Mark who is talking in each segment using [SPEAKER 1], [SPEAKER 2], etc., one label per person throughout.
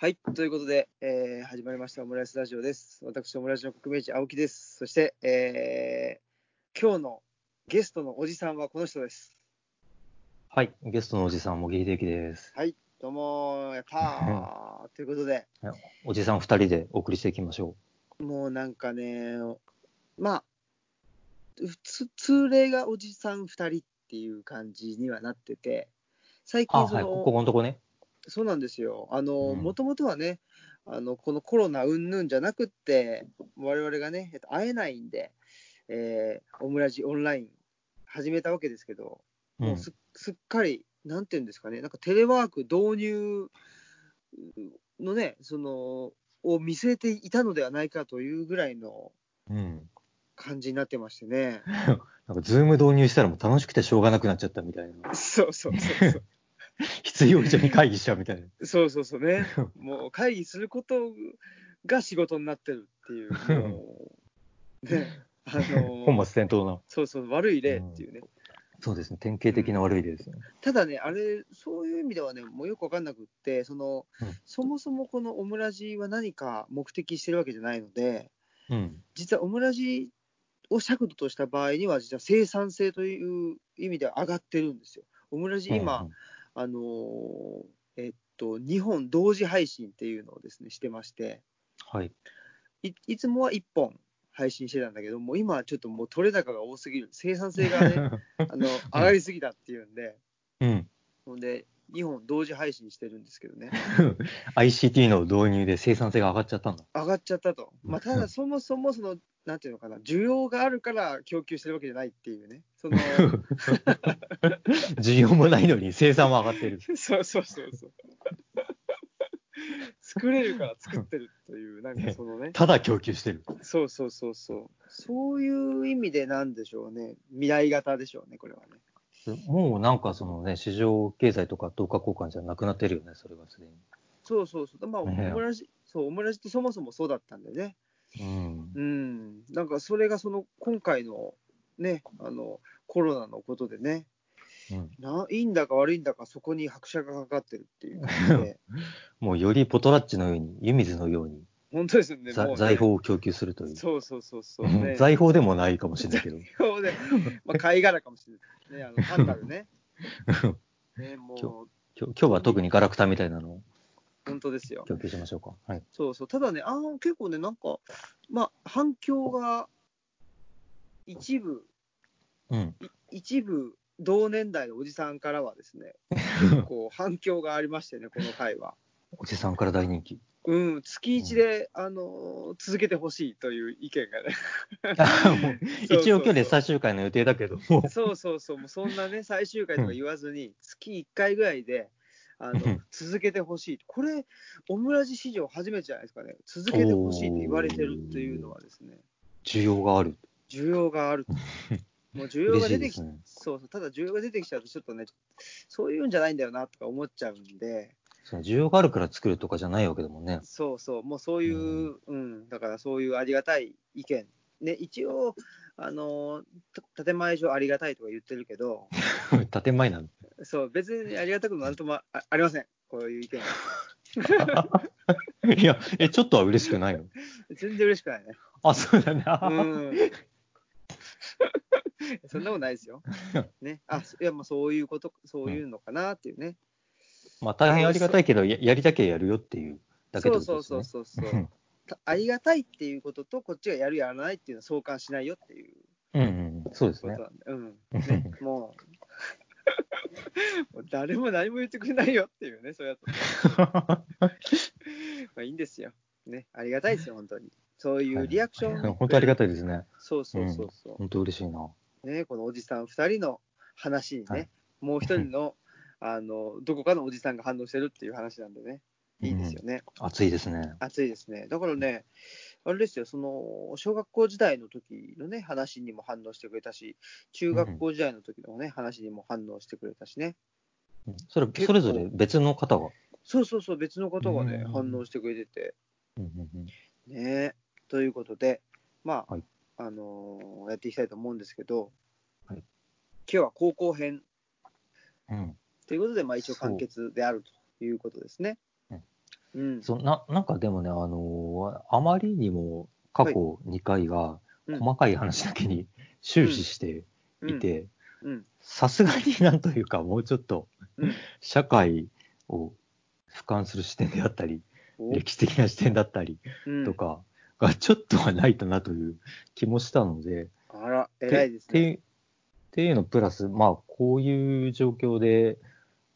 [SPEAKER 1] はい。ということで、えー、始まりました、オムライスラジオです。私、オムライスの革命児、青木です。そして、えー、今日のゲストのおじさんはこの人です。
[SPEAKER 2] はい、ゲストのおじさん、茂木秀樹です。
[SPEAKER 1] はい。どうもー、やったー。 ということで、
[SPEAKER 2] おじさん2人でお送りしていきましょ
[SPEAKER 1] もうなんかね、まあ、普通通例がおじさん2人っていう感じにはなってて、最
[SPEAKER 2] う。あ、
[SPEAKER 1] 近そ
[SPEAKER 2] はい、
[SPEAKER 1] の、
[SPEAKER 2] ここのとこね。
[SPEAKER 1] そうなんですよ。あの、
[SPEAKER 2] うん
[SPEAKER 1] もともとはね、あの、このコロナ云々じゃなくって、我々がね、えっと、会えないんで、えーオムラジオンライン始めたわけですけど、
[SPEAKER 2] う、
[SPEAKER 1] もうんすすっかり、なんていうんですかね、なんかテレワーク導入のね、その、を見据えていたのではないかというぐらいの
[SPEAKER 2] うん。
[SPEAKER 1] 感じになってまして ね。
[SPEAKER 2] なんか、ズーム導入したらもう楽しくてしょうがなくなっちゃったみたいな。
[SPEAKER 1] そうそうそうそう。
[SPEAKER 2] 必要以上に会議しちゃうみ たいな。
[SPEAKER 1] そうそうそうね。もう会議することが仕事になってるっていう、 もうね、あのー
[SPEAKER 2] 本末転倒な。
[SPEAKER 1] そうそう、悪い例っていうね。
[SPEAKER 2] そうですね、典型的な悪い例ですね。
[SPEAKER 1] ただね、あれ、そういう意味ではね、もうよくわかんなくって、その、
[SPEAKER 2] うん
[SPEAKER 1] そもそもこのオムラジは何か目的してるわけじゃないので、
[SPEAKER 2] うん。
[SPEAKER 1] 実はオムラジを尺度とした場合には、実は生産性という意味では上がってるんですよ。オムラジ、今、
[SPEAKER 2] うん、
[SPEAKER 1] あのーえっと、2本同時配信っていうのをですね、してまして、
[SPEAKER 2] はい。
[SPEAKER 1] いいつもは1本配信してたんだけど、もう今はちょっともう取れ高が多すぎる、生産性が ね、あの上がりすぎたっていうんで、
[SPEAKER 2] うん。
[SPEAKER 1] ほんで、2本同時配信してるんですけどね、
[SPEAKER 2] ICT の導入で生産性が上がっちゃったんだ。
[SPEAKER 1] 上がっちゃったと。まあ、ただ、そもそもその、なんていうのかな、需要があるから供給してるわけじゃないっていうね、その
[SPEAKER 2] 需要もないのに生産は上がってる。
[SPEAKER 1] そうそうそう そう。作れるから作ってるという、なんかそのね、
[SPEAKER 2] ただ供給してる。
[SPEAKER 1] そうそうそうそう、そういう意味でなんでしょうね、未来型でしょうね、これはね。
[SPEAKER 2] もうなんかそのね、市場経済とか等価交換じゃなくなってるよね、それがすで
[SPEAKER 1] そうそうそう。まあ、オ
[SPEAKER 2] ねえ
[SPEAKER 1] ムラジ、そう、オムラジってそもそもそうだったんでね。
[SPEAKER 2] に。うん。
[SPEAKER 1] うん。なんか、それがその、今回の、ね、あの、コロナのことでね、
[SPEAKER 2] うん
[SPEAKER 1] ないいんだか悪いんだか、そこに拍車がかかってるっていう感じで、
[SPEAKER 2] もうよりポトラッチのように、湯水のように、
[SPEAKER 1] 本当ですよね、
[SPEAKER 2] ざ
[SPEAKER 1] もうね
[SPEAKER 2] 財宝を供給するという。
[SPEAKER 1] そうそうそうそう、
[SPEAKER 2] うん
[SPEAKER 1] ね。
[SPEAKER 2] 財宝でもないかもしれな いけど、
[SPEAKER 1] そうね。まあ、貝殻かもしれない。ね、あの、単なる ね。ね、もう、
[SPEAKER 2] 今日今日は特にガラクタみたいなのを
[SPEAKER 1] 本当ですよ。
[SPEAKER 2] 供給しましょうか。はい。
[SPEAKER 1] そうそう、ただね、あの結構ね、なんか、まあ、反響が一部、
[SPEAKER 2] うん。
[SPEAKER 1] 一部同年代のおじさんからはです ね、こう反響がありましてね、この回は。
[SPEAKER 2] おじさんから大人 気。
[SPEAKER 1] うん、月一で、あのー続けてほしいという意見 がね、
[SPEAKER 2] もう
[SPEAKER 1] そうそう
[SPEAKER 2] 一応今日で最終回の予定だけど、も
[SPEAKER 1] そうそうそう、もうそんなね、最終回とか言わずに、月1回ぐらいで、あ
[SPEAKER 2] う
[SPEAKER 1] の
[SPEAKER 2] ん
[SPEAKER 1] 続けてほしい、これ、オムラジ史上初めてじゃないですかね、続けてほしいって言われてるっていうのはですね、
[SPEAKER 2] 需要がある。
[SPEAKER 1] 需要があ ると。もう需要
[SPEAKER 2] 嬉
[SPEAKER 1] が
[SPEAKER 2] しい
[SPEAKER 1] 出
[SPEAKER 2] で
[SPEAKER 1] てき
[SPEAKER 2] すね。
[SPEAKER 1] そうそう、ただ需要が出てきちゃうと、ちょっとね、そういうんじゃないんだよなとか思っちゃうんで、
[SPEAKER 2] その需要があるから作るとかじゃないわけだもんね。
[SPEAKER 1] そうそう、もうそういう、うん、だからそういうありがたい意見。ね、一応、あのーた建前上ありがたいとか言ってるけど、
[SPEAKER 2] 建前なの。
[SPEAKER 1] そう、別にありがたくもなんともあありません。こういう意見は。
[SPEAKER 2] いや、え、ちょっとは嬉し くないの
[SPEAKER 1] 全然嬉しくないね。
[SPEAKER 2] あ、そうだな。
[SPEAKER 1] うん。 そんなことないですよ。ね。あ、そいや、まあそういうこと、そういうのかなっていうね。
[SPEAKER 2] まあ大変ありがたいけど、ややりたきゃやるよっていうだけって
[SPEAKER 1] そ
[SPEAKER 2] こ
[SPEAKER 1] うそ
[SPEAKER 2] と
[SPEAKER 1] う
[SPEAKER 2] です
[SPEAKER 1] そ
[SPEAKER 2] ね
[SPEAKER 1] う。そう そう。たありがたいっていうことと、こっちがやるやらないっていうのは相関しないよっていう
[SPEAKER 2] うんうんうん、そうです
[SPEAKER 1] こと
[SPEAKER 2] ね。
[SPEAKER 1] なんで、うん、 ねもう、 もう誰も何も言ってくれないよっていうね、そうやって、まあ、いいんですよ、ね、ありがたいですよ、本当に、そういうリアクション、
[SPEAKER 2] 本当ありがたいですね。
[SPEAKER 1] そうそうそうそ
[SPEAKER 2] 本当嬉しいな。
[SPEAKER 1] う、ね、このおじさん2人の話にね、
[SPEAKER 2] はい
[SPEAKER 1] もう一人 のあのどこかのおじさんが反応してるっていう話なんでね、いいですよね。
[SPEAKER 2] 暑いですね。
[SPEAKER 1] 暑いですね。だからね、あれですよ、その小学校時代の時のね、話にも反応してくれたし、中学校時代の時のね、話にも反応してくれたしね、
[SPEAKER 2] うんそれ
[SPEAKER 1] 結構
[SPEAKER 2] それぞれ別の方が。
[SPEAKER 1] そうそうそう、別の方がね、
[SPEAKER 2] うん
[SPEAKER 1] 反応してくれてて、
[SPEAKER 2] うんうんうん
[SPEAKER 1] ね。ということで、まあ、
[SPEAKER 2] はい
[SPEAKER 1] あのーやっていきたいと思うんですけど、
[SPEAKER 2] はい
[SPEAKER 1] 今日は高校編
[SPEAKER 2] うん
[SPEAKER 1] ということで、まあ、一応完結であるということですね
[SPEAKER 2] そううん。
[SPEAKER 1] うん。
[SPEAKER 2] そななんかでもね、あのーあまりにも過去2回が
[SPEAKER 1] うん
[SPEAKER 2] 細かい話だけに終始していて、
[SPEAKER 1] うん。
[SPEAKER 2] さすがになんというか、もうちょっと
[SPEAKER 1] うん。
[SPEAKER 2] 社会を俯瞰する視点であったり、
[SPEAKER 1] お
[SPEAKER 2] 歴史的な視点だったり
[SPEAKER 1] うん
[SPEAKER 2] とかがちょっとはないとなという気もしたので、
[SPEAKER 1] あら、偉いです
[SPEAKER 2] て
[SPEAKER 1] ね。
[SPEAKER 2] てっていうのプラス、まあ、こういう状況で、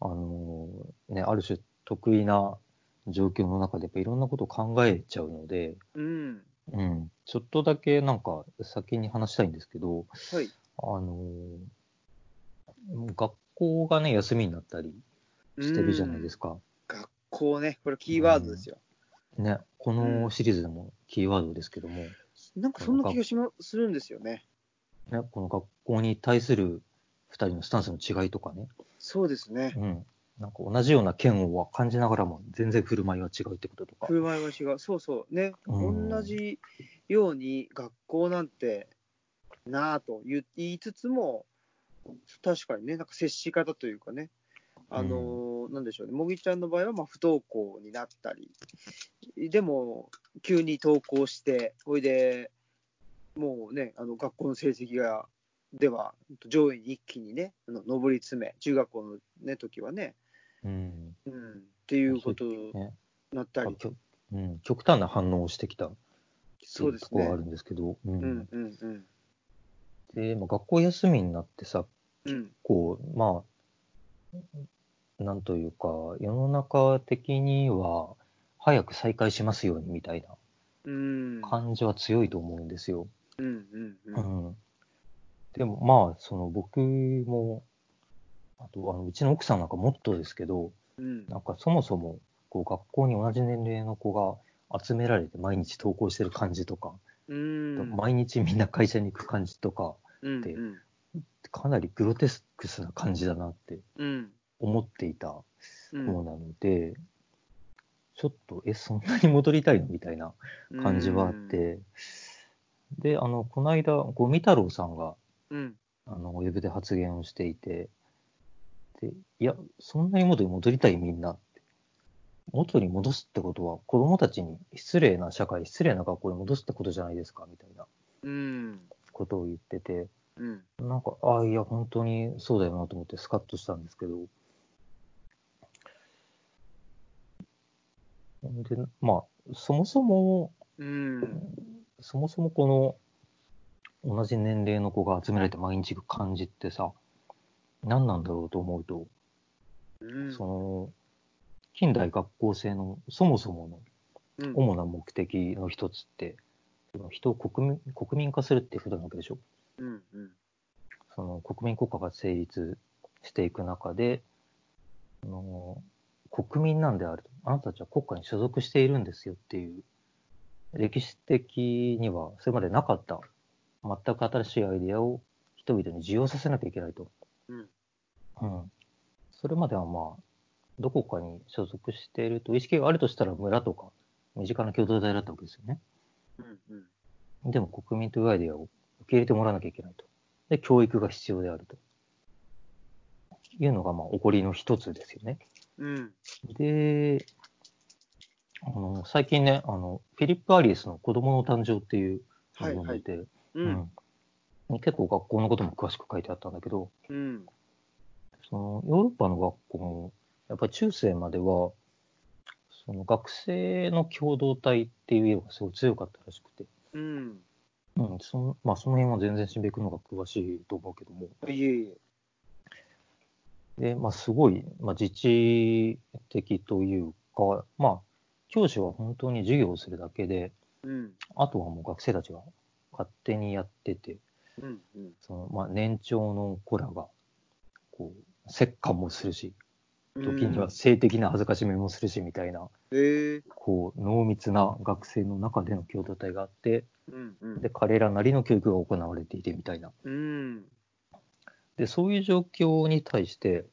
[SPEAKER 2] あのね、ある種得意な状況の中で、やっぱいろんなことを考えちゃうので、
[SPEAKER 1] うん。
[SPEAKER 2] うん、ちょっとだけなんか先に話したいんですけど、
[SPEAKER 1] はい。
[SPEAKER 2] あの学校がね、休みになったりしてるじゃないです
[SPEAKER 1] か。
[SPEAKER 2] か。
[SPEAKER 1] 学校ね、これキーワードですよ。
[SPEAKER 2] ね、このシリーズでもキーワードですけども、
[SPEAKER 1] なんかそんな気がしまするんですよね。
[SPEAKER 2] ね、この学校に対する2人のスタンスの違いとかね、
[SPEAKER 1] そうですね。
[SPEAKER 2] うん、なんか同じような嫌悪は感じながらも全然振る舞いは違うってこととか。
[SPEAKER 1] 振る舞いは違う。そうそう。ね、
[SPEAKER 2] うん
[SPEAKER 1] 同じように学校なんてなぁと言い言いつつも、確かにね、なんか接し方というかね、あのーなんでしょうね、もぎちゃんの場合はまあ不登校になったり、でも、急に登校して、ほいで、もうね、あの学校の成績が、では、上位に一気にね、あの上り詰め、中学校の、ね、時はね、
[SPEAKER 2] うん、
[SPEAKER 1] うん、っていうことに
[SPEAKER 2] ね
[SPEAKER 1] なったり、
[SPEAKER 2] きょうん、極端な反応をしてきたって
[SPEAKER 1] そ
[SPEAKER 2] いうう
[SPEAKER 1] で
[SPEAKER 2] と
[SPEAKER 1] す
[SPEAKER 2] ころはあ
[SPEAKER 1] ね
[SPEAKER 2] る。んですけど、う
[SPEAKER 1] うんうんうん
[SPEAKER 2] でまあ、学校休みになってさ、
[SPEAKER 1] うん
[SPEAKER 2] こう、まあ、なんというか、世の中的には、早く再開しますようにみたい
[SPEAKER 1] うん
[SPEAKER 2] な感じは強いと思うんですよ。
[SPEAKER 1] うんうんう
[SPEAKER 2] うんん、でもまあ、その僕も、あとあのうちの奥さんなんかもっとですけど、
[SPEAKER 1] うん
[SPEAKER 2] なんかそもそもこう学校に同じ年齢の子が集められて毎日登校してる感じとか、
[SPEAKER 1] うん
[SPEAKER 2] 毎日みんな会社に行く感じとか、
[SPEAKER 1] うん
[SPEAKER 2] てかなりグロテスクスな感じだなって
[SPEAKER 1] うん
[SPEAKER 2] 思っていたも
[SPEAKER 1] うん
[SPEAKER 2] のなので、ちょっと、え、そんなに戻りたいのみたいな感じはあって、で、あの、この間、ゴミ太郎さんが、
[SPEAKER 1] うん
[SPEAKER 2] あの、ウェブで発言をしていて、で、いや、そんなに元に戻りたいみんなって。元に戻すってことは、子供たちに失礼な社会、失礼な学校に戻すってことじゃないですか、みたいな
[SPEAKER 1] うん
[SPEAKER 2] ことを言ってて、
[SPEAKER 1] うん
[SPEAKER 2] なんか、ああ、いや、本当にそうだよなと思ってスカッとしたんですけど、で、まあ、そもそも、
[SPEAKER 1] うん
[SPEAKER 2] そもそもこの同じ年齢の子が集められて毎日行く感じってさ、何なんだろうと思うと、
[SPEAKER 1] うん
[SPEAKER 2] その近代学校制のそもそもの
[SPEAKER 1] うん
[SPEAKER 2] 主な目的の一つって、その人を国民国民化するっていうことなわけでしょ。
[SPEAKER 1] うんうん
[SPEAKER 2] その国民国家が成立していく中で、あの国民なんであると。あなたたちは国家に所属しているんですよっていう、歴史的にはそれまでなかった、全く新しいアイデアを人々に受容させなきゃいけないと。
[SPEAKER 1] うん
[SPEAKER 2] うん。それまではまあ、どこかに所属していると、意識があるとしたら村とか、身近な共同体だったわけですよね。
[SPEAKER 1] うんうん
[SPEAKER 2] でも国民というアイデアを受け入れてもらわなきゃいけないと。で、教育が必要であると。いうのが、まあ、起こりの一つですよね。
[SPEAKER 1] うん
[SPEAKER 2] で、あの、最近ね、あの、フィリップ・アリエスの子供の誕生っていう
[SPEAKER 1] は
[SPEAKER 2] 本
[SPEAKER 1] い
[SPEAKER 2] を
[SPEAKER 1] は
[SPEAKER 2] 読ん
[SPEAKER 1] い
[SPEAKER 2] でいて、
[SPEAKER 1] うん
[SPEAKER 2] うん結構学校のことも詳しく書いてあったんだけど、
[SPEAKER 1] うん
[SPEAKER 2] そのヨーロッパの学校も、やっぱり中世までは、その学生の共同体っていう色がすごい強かったらしくて、
[SPEAKER 1] うん
[SPEAKER 2] うん、そのまあ、その辺は全然しべくのが詳しいと思うけども、
[SPEAKER 1] いえいえ
[SPEAKER 2] でまあ、すごい、まあ、自治的というか、まあ、教師は本当に授業をするだけで、
[SPEAKER 1] うん
[SPEAKER 2] あとはもう学生たちが勝手にやってて、
[SPEAKER 1] うんうん
[SPEAKER 2] そのまあ、年長の子らがこう折檻もするし、時には性的な恥ずかしめもするしみたいな、
[SPEAKER 1] ええ
[SPEAKER 2] こう濃密な学生の中での共同体があって、
[SPEAKER 1] うんうん
[SPEAKER 2] で彼らなりの教育が行われていてみたいな。
[SPEAKER 1] うん
[SPEAKER 2] でそういう状況に対して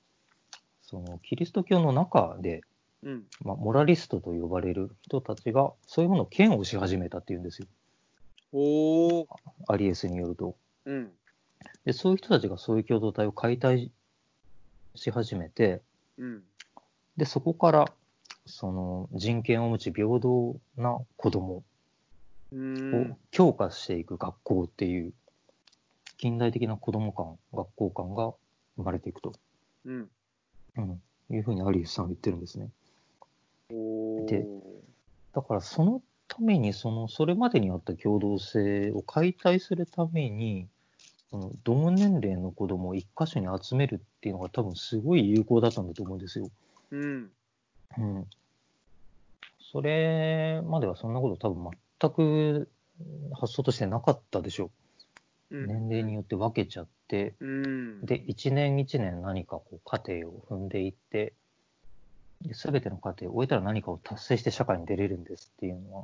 [SPEAKER 2] そのキリスト教の中で、
[SPEAKER 1] うん
[SPEAKER 2] まあ、モラリストと呼ばれる人たちがそういうものを嫌悪し始めたっていうんですよ
[SPEAKER 1] おー
[SPEAKER 2] アリエスによると
[SPEAKER 1] うん
[SPEAKER 2] でそういう人たちがそういう共同体を解体し始めて
[SPEAKER 1] うん
[SPEAKER 2] でそこからその人権を持ち平等な子供
[SPEAKER 1] うー
[SPEAKER 2] を
[SPEAKER 1] ん。
[SPEAKER 2] 強化していく学校っていう、近代的な子供感、学校感が生まれていくと、
[SPEAKER 1] うん。
[SPEAKER 2] うん、いうふうにアリスさんは言ってるんですね。
[SPEAKER 1] お
[SPEAKER 2] で
[SPEAKER 1] ー。
[SPEAKER 2] だからそのためにそのそれまでにあった共同性を解体するためにその同年齢の子供を一箇所に集めるっていうのが多分すごい有効だったんだと思うんですよ。
[SPEAKER 1] うん。
[SPEAKER 2] うん、それまではそんなこと多分全く発想としてなかったでしょ
[SPEAKER 1] う
[SPEAKER 2] う。
[SPEAKER 1] ん。
[SPEAKER 2] 年齢によって分けちゃって
[SPEAKER 1] うん。
[SPEAKER 2] で1年1年何かこう過程を踏んでいってで全ての過程を終えたら何かを達成して社会に出れるんですっていうの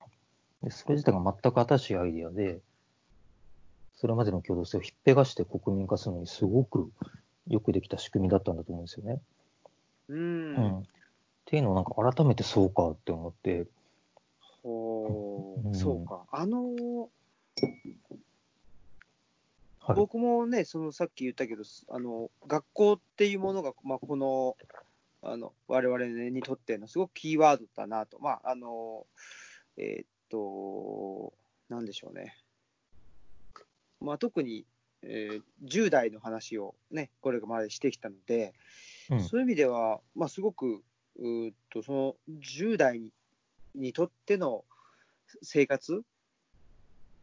[SPEAKER 2] はでそれ自体が全く新しいアイディアでそれまでの共同性をひっぺがして国民化するのにすごくよくできた仕組みだったんだと思うんですよね。
[SPEAKER 1] う
[SPEAKER 2] うんん、っていうのをなんか改めてそうかって思って、
[SPEAKER 1] ほ
[SPEAKER 2] うん
[SPEAKER 1] う、そうか。あのー
[SPEAKER 2] はい、
[SPEAKER 1] 僕もね、そのさっき言ったけど、すあの学校っていうものが、まあ、このあの我々にとってのすごくキーワードだなと、まああのえーっと、なんでしょうね、まあ、特に、えー10代の話をね、これまでしてきたので、
[SPEAKER 2] うん
[SPEAKER 1] そういう意味では、まあ、すごくうーっとその10代ににとっての生活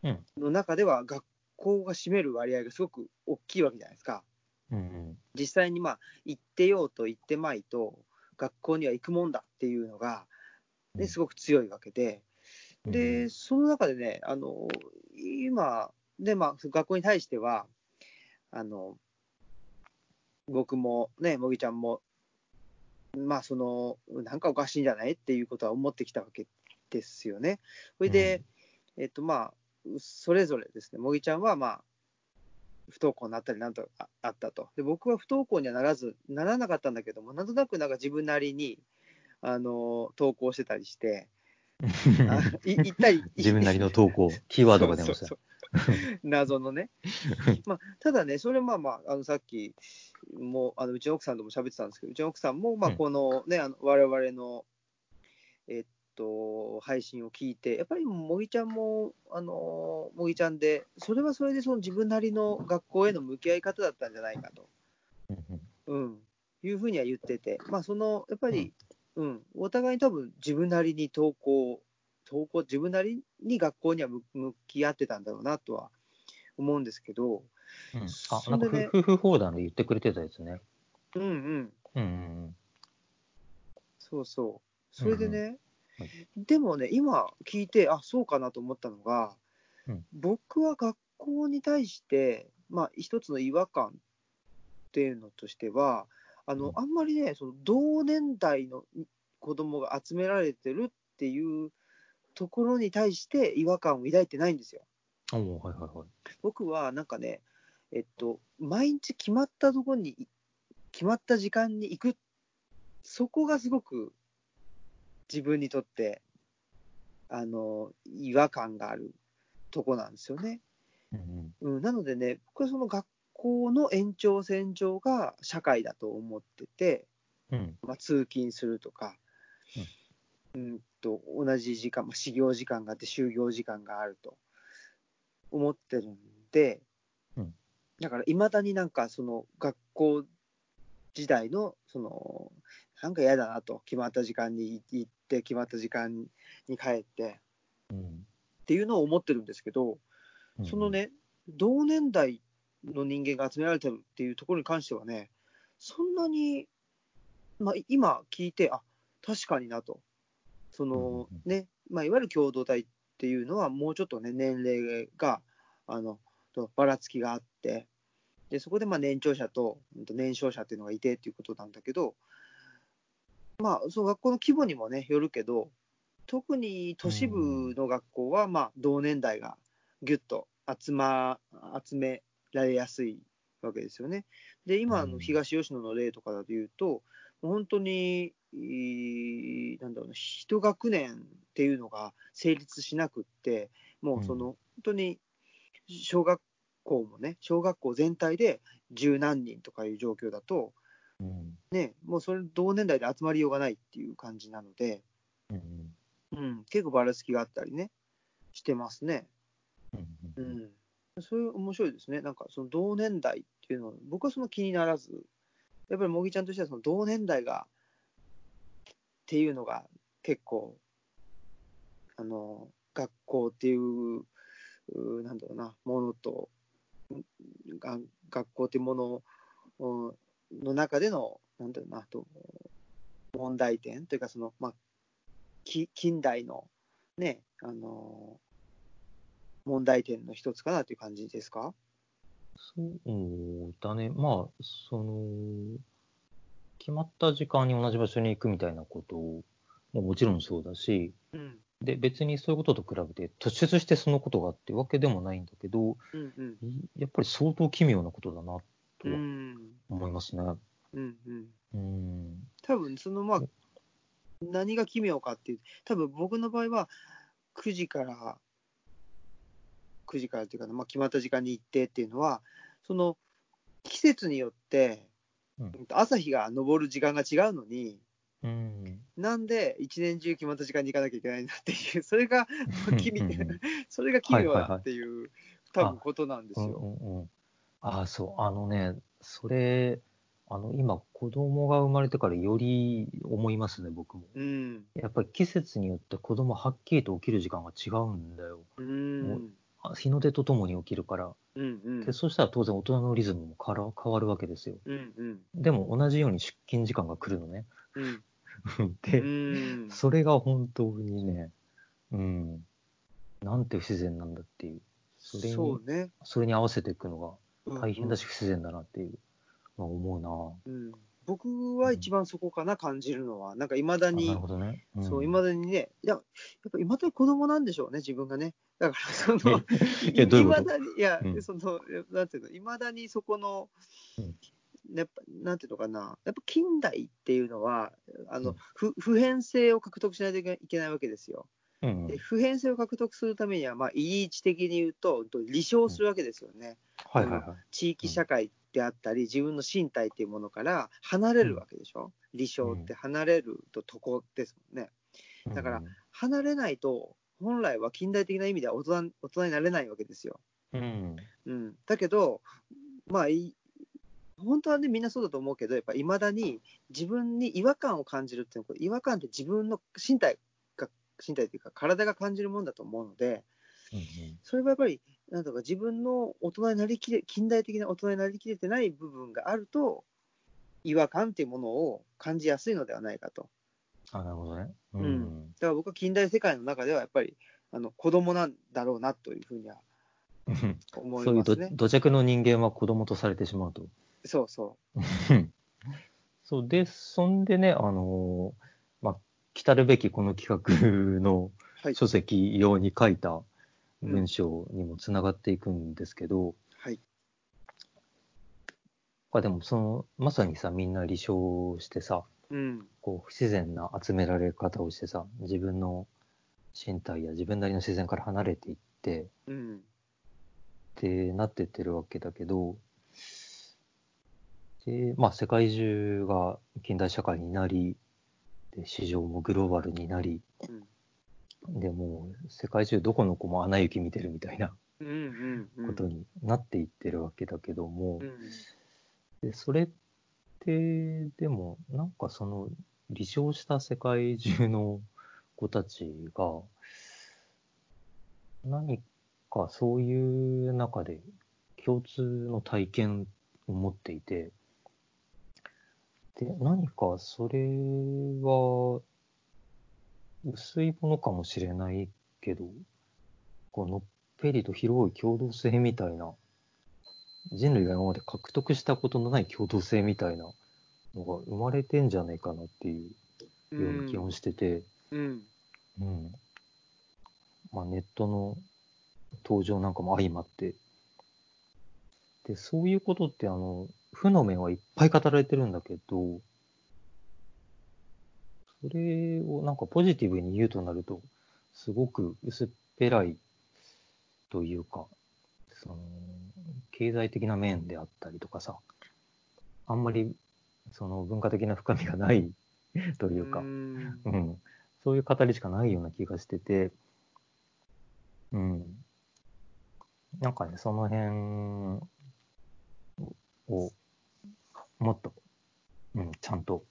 [SPEAKER 2] うん
[SPEAKER 1] の中では、学校が占める割合がすごく大きいわけじゃないですか。
[SPEAKER 2] うん
[SPEAKER 1] 実際にまあ行ってようと行ってまいと学校には行くもんだっていうのが、
[SPEAKER 2] う
[SPEAKER 1] ね、
[SPEAKER 2] ん
[SPEAKER 1] すごく強いわけで、
[SPEAKER 2] うん、、
[SPEAKER 1] で、その中でね、あの今、でまあ、学校に対しては、あの僕もね、もぎちゃんも、まあ、その、なんかおかしいんじゃないっていうことは思ってきたわけですよね。それで、えっと、まあ、それぞれですね、もぎちゃんは、まあ、不登校になったりなんとかあったと。で、僕は不登校にはならず、ならなかったんだけども、なんとなくなんか自分なりに、あの、投稿してたりして、あい行ったり
[SPEAKER 2] 自分なりの投稿、キーワードが出まし
[SPEAKER 1] そ
[SPEAKER 2] た。
[SPEAKER 1] うそうそう謎の ね。まあ、ただね、それまあまあ、あのさっきもあのうちの奥さんとも喋ってたんですけど、うちの奥さんも、まあ、
[SPEAKER 2] うん
[SPEAKER 1] このね、あの我々の、えっと、配信を聞いて、やっぱりもぎちゃんも、あのもぎちゃんで、それはそれでその自分なりの学校への向き合い方だったんじゃないかと。
[SPEAKER 2] うんうん
[SPEAKER 1] うん、いうふうには言ってて、まあ、そのやっぱり、うんお互いに多分自分なりに投稿、投稿、自分なりに学校には向向き合ってたんだろうなとは思うんですけど、
[SPEAKER 2] うんあ、
[SPEAKER 1] そ
[SPEAKER 2] なん
[SPEAKER 1] ん
[SPEAKER 2] か
[SPEAKER 1] でね
[SPEAKER 2] 夫婦砲弾で言ってくれてたやつね。
[SPEAKER 1] うんうん、
[SPEAKER 2] うんうん
[SPEAKER 1] そうそう、それでね、
[SPEAKER 2] うん
[SPEAKER 1] でもね、今聞いて、あそうかなと思ったのが、
[SPEAKER 2] うん
[SPEAKER 1] 僕は学校に対して、まあ、一つの違和感っていうのとしては、あの
[SPEAKER 2] うん
[SPEAKER 1] あんまりね、その同年代の子供が集められてるっていうところに対して違和感を抱いてないんですよ。
[SPEAKER 2] うん。おーはいはいはい。
[SPEAKER 1] 僕はなんかね、えっと、毎日決まったところに、決まった時間に行く、そこがすごく自分にとって、あの、違和感があるとこなんですよね。
[SPEAKER 2] うん
[SPEAKER 1] うん、なのでね、僕はその学校の延長線上が社会だと思ってて、
[SPEAKER 2] うんうん
[SPEAKER 1] まあ、通勤するとか、うんと同じ時間、まあ、始業時間があって、就業時間があると思ってるんで、
[SPEAKER 2] うん
[SPEAKER 1] だからいまだになんか、その学校時代の、そのなんか嫌だなと、決まった時間に行って、決まった時間に帰って
[SPEAKER 2] うん
[SPEAKER 1] っていうのを思ってるんですけど、
[SPEAKER 2] うん
[SPEAKER 1] その。ね、同年代の人間が集められてるっていうところに関してはね、そんなに、まあ、い今聞いて、あ確かになと、その
[SPEAKER 2] うんうん
[SPEAKER 1] ねまあ、いわゆる共同体っていうのは、もうちょっとね、年齢があのとばらつきがあって、でそこでまあ年長者とうんと年少者っていうのがいてっていうことなんだけど、まあ、その学校の規模にもね、よるけど、特に都市部の学校は、まあ、同年代がぎゅっと集,、ま、集められやすいわけですよね。で、今、あ
[SPEAKER 2] う
[SPEAKER 1] の
[SPEAKER 2] ん
[SPEAKER 1] 東吉野の例とかだと言うと、もう本当に、いなんだろうな、一学年っていうのが成立しなくって、もうその、本当に小学校もね、小学校全体で十何人とかいう状況だと、
[SPEAKER 2] うん
[SPEAKER 1] ね、もうそれ同年代で集まりようがないっていう感じなので、
[SPEAKER 2] うんうん
[SPEAKER 1] うん、結構ばらつきがあったりね、してますね。
[SPEAKER 2] うん
[SPEAKER 1] う
[SPEAKER 2] うん
[SPEAKER 1] ん、そういう面白いですね、なんかその同年代っていうの、僕はその気にならず、やっぱり茂木ちゃんとしてはその同年代がっていうのが結構、あの学校っていう、うーなんだろうな、ものと、んが学校っていうものうんの中での、なんだろうな、と問題点というかその、まあ、き近代のね、あの問題点の一つかなという感じですか
[SPEAKER 2] そうだね。まあ、その、決まった時間に同じ場所に行くみたいなことももちろんそうだし、
[SPEAKER 1] うん。
[SPEAKER 2] で、別にそういうことと比べて突出してそのことがあってわけでもないんだけど、
[SPEAKER 1] うんうん。
[SPEAKER 2] いやっぱり相当奇妙なことだなと
[SPEAKER 1] う
[SPEAKER 2] は
[SPEAKER 1] ん。
[SPEAKER 2] 思いますね。
[SPEAKER 1] うんうん。
[SPEAKER 2] うん。
[SPEAKER 1] 多分、そのまあ、何が奇妙かっていう、多分僕の場合は、9時から、9時からっていうかな、まあ、決まった時間に行ってっていうのは、その、季節によって
[SPEAKER 2] うん、
[SPEAKER 1] 朝日が昇る時間が違うのに、
[SPEAKER 2] うん。
[SPEAKER 1] なんで一年中決まった時間に行かなきゃいけないんだっていう、それが、 奇妙
[SPEAKER 2] うんうんうん
[SPEAKER 1] それが奇妙だっていう、多分ことなんです
[SPEAKER 2] う
[SPEAKER 1] よ。
[SPEAKER 2] んうんうん、ああ、そう、あのね、それ、あの、今、子供が生まれてからより思いますね、僕も。
[SPEAKER 1] うん。
[SPEAKER 2] やっぱり季節によって子供はっきりと起きる時間が違うんだよ。
[SPEAKER 1] うん。
[SPEAKER 2] あ日の出とともに起きるから。
[SPEAKER 1] うんうん
[SPEAKER 2] で、そうしたら当然大人のリズムもから変わるわけですよ。
[SPEAKER 1] うんうん
[SPEAKER 2] でも同じように出勤時間が来るのね。
[SPEAKER 1] うんう
[SPEAKER 2] で、
[SPEAKER 1] ん
[SPEAKER 2] それが本当にね、うん、なんて不自然なんだっていう。それに
[SPEAKER 1] そうね
[SPEAKER 2] それに合わせていくの
[SPEAKER 1] うん
[SPEAKER 2] が大変だし不自然だなっていう、まあ、思うな
[SPEAKER 1] うん僕は一番そこかな感じるのはなんかいまだ
[SPEAKER 2] あな
[SPEAKER 1] に
[SPEAKER 2] るほどね。ん
[SPEAKER 1] そういまだにねいややっぱいまだに子供なんでしょうね自分がねだからその
[SPEAKER 2] いやどういうこ
[SPEAKER 1] ま
[SPEAKER 2] と
[SPEAKER 1] だにいや、
[SPEAKER 2] うん
[SPEAKER 1] そのなんていうのいまだにそこの
[SPEAKER 2] うん
[SPEAKER 1] やっぱなんていうのかなやっぱ近代っていうのはあの、
[SPEAKER 2] うん
[SPEAKER 1] ふ普遍性を獲得しないといけいけないわけですよ
[SPEAKER 2] うん
[SPEAKER 1] で普遍性を獲得するためには、まあ、位置的に言うと離証するわけですよね、
[SPEAKER 2] はいはいは
[SPEAKER 1] 地域社会であったり、自分の身体っていうものから離れるわけでしょ、理想って離れるととこですもんね。
[SPEAKER 2] い。
[SPEAKER 1] だから
[SPEAKER 2] うん
[SPEAKER 1] 離れないと、本来は近代的な意味では大人大人になれないわけですよ。
[SPEAKER 2] うん、
[SPEAKER 1] うん、だけど、まあい、本当はね、みんなそうだと思うけど、やっぱいまだに自分に違和感を感じるっていうのは、違和感って自分の身体が、身体っていうか、体が感じるもんだと思うので、
[SPEAKER 2] うん
[SPEAKER 1] それはやっぱり、なんとか自分の大人になりきれ、近代的な大人になりきれてない部分があると、違和感っていうものを感じやすいのではないかと。
[SPEAKER 2] あ、なるほどね。う
[SPEAKER 1] うだから僕は近代世界の中ではやっぱり、あの子供なんだろうなというふうには思い
[SPEAKER 2] そういう
[SPEAKER 1] ます
[SPEAKER 2] ど
[SPEAKER 1] ね。
[SPEAKER 2] 土着の人間は子供とされてしまうと。
[SPEAKER 1] そうそ
[SPEAKER 2] そうで、そんでね、あのーまあ、来たるべきこの企画の
[SPEAKER 1] う。はい。
[SPEAKER 2] 書籍用に書いた
[SPEAKER 1] うん
[SPEAKER 2] 文章にもつながっていくんですけど、
[SPEAKER 1] はい。
[SPEAKER 2] まあでもその、まさにさ、みんな離証してさ、
[SPEAKER 1] うん。
[SPEAKER 2] こう不自然な集められ方をしてさ自分の身体や自分なりの自然から離れていって
[SPEAKER 1] うん。
[SPEAKER 2] ってなってってるわけだけどで、まあ、世界中が近代社会になりで市場もグローバルになり
[SPEAKER 1] うん。
[SPEAKER 2] でもう世界中どこの子も穴行き見てるみたいな
[SPEAKER 1] うんうんうん。
[SPEAKER 2] ことになっていってるわけだけども、
[SPEAKER 1] うん。
[SPEAKER 2] でそれってでもなんかその離証した世界中の子たちが何かそういう中で共通の体験を持っていてで何かそれは薄いものかもしれないけどこうのっぺりと広い共同性みたいな人類が今まで獲得したことのない共同性みたいなのが生まれてんじゃないかなっていうような気もしてて、
[SPEAKER 1] うん。
[SPEAKER 2] うんまあ、ネットの登場なんかも相まってでそういうことってあの負の面はいっぱい語られてるんだけどそれをなんかポジティブに言うとなるとすごく薄っぺらいというかその経済的な面であったりとかさあんまりその文化的な深みがないというか、
[SPEAKER 1] ん
[SPEAKER 2] うん、そういう語りしかないような気がしてて、うん、なんかね、その辺をもっと、うん、ちゃんと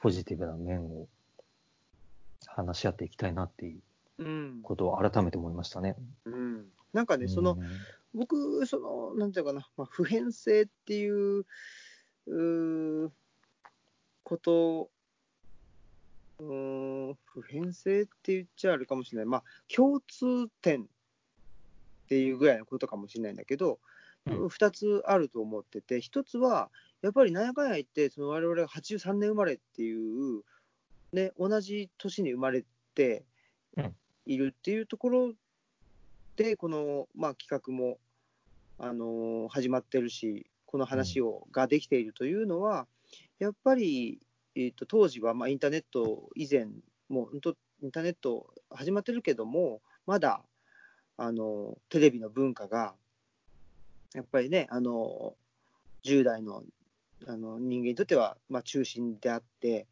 [SPEAKER 2] ポジティブな面を話し合っていきたいなっていう
[SPEAKER 1] うん
[SPEAKER 2] ことを改めて思いましたね。
[SPEAKER 1] うんなんかね、その
[SPEAKER 2] うん、
[SPEAKER 1] 僕、その、なんていうのかな、まあ、普遍性っていう、うーこと、うーん、普遍性って言っちゃあるかもしれない。まあ、共通点っていうぐらいのことかもしれないんだけど、
[SPEAKER 2] うん
[SPEAKER 1] 2つあると思ってて、1つは、やっぱりなんやかんや言って、その我々が83年生まれっていう、ね、同じ年に生まれているっていうところで、この、まあ、企画も、あのー始まってるし、この話を、ができているというのは、やっぱり、えっと当時は、まあ、インターネット以前、もうほんとインターネット始まってるけども、まだあのテレビの文化が、やっぱりね、あの10代のあの人間にとっては、まあ、中心であって、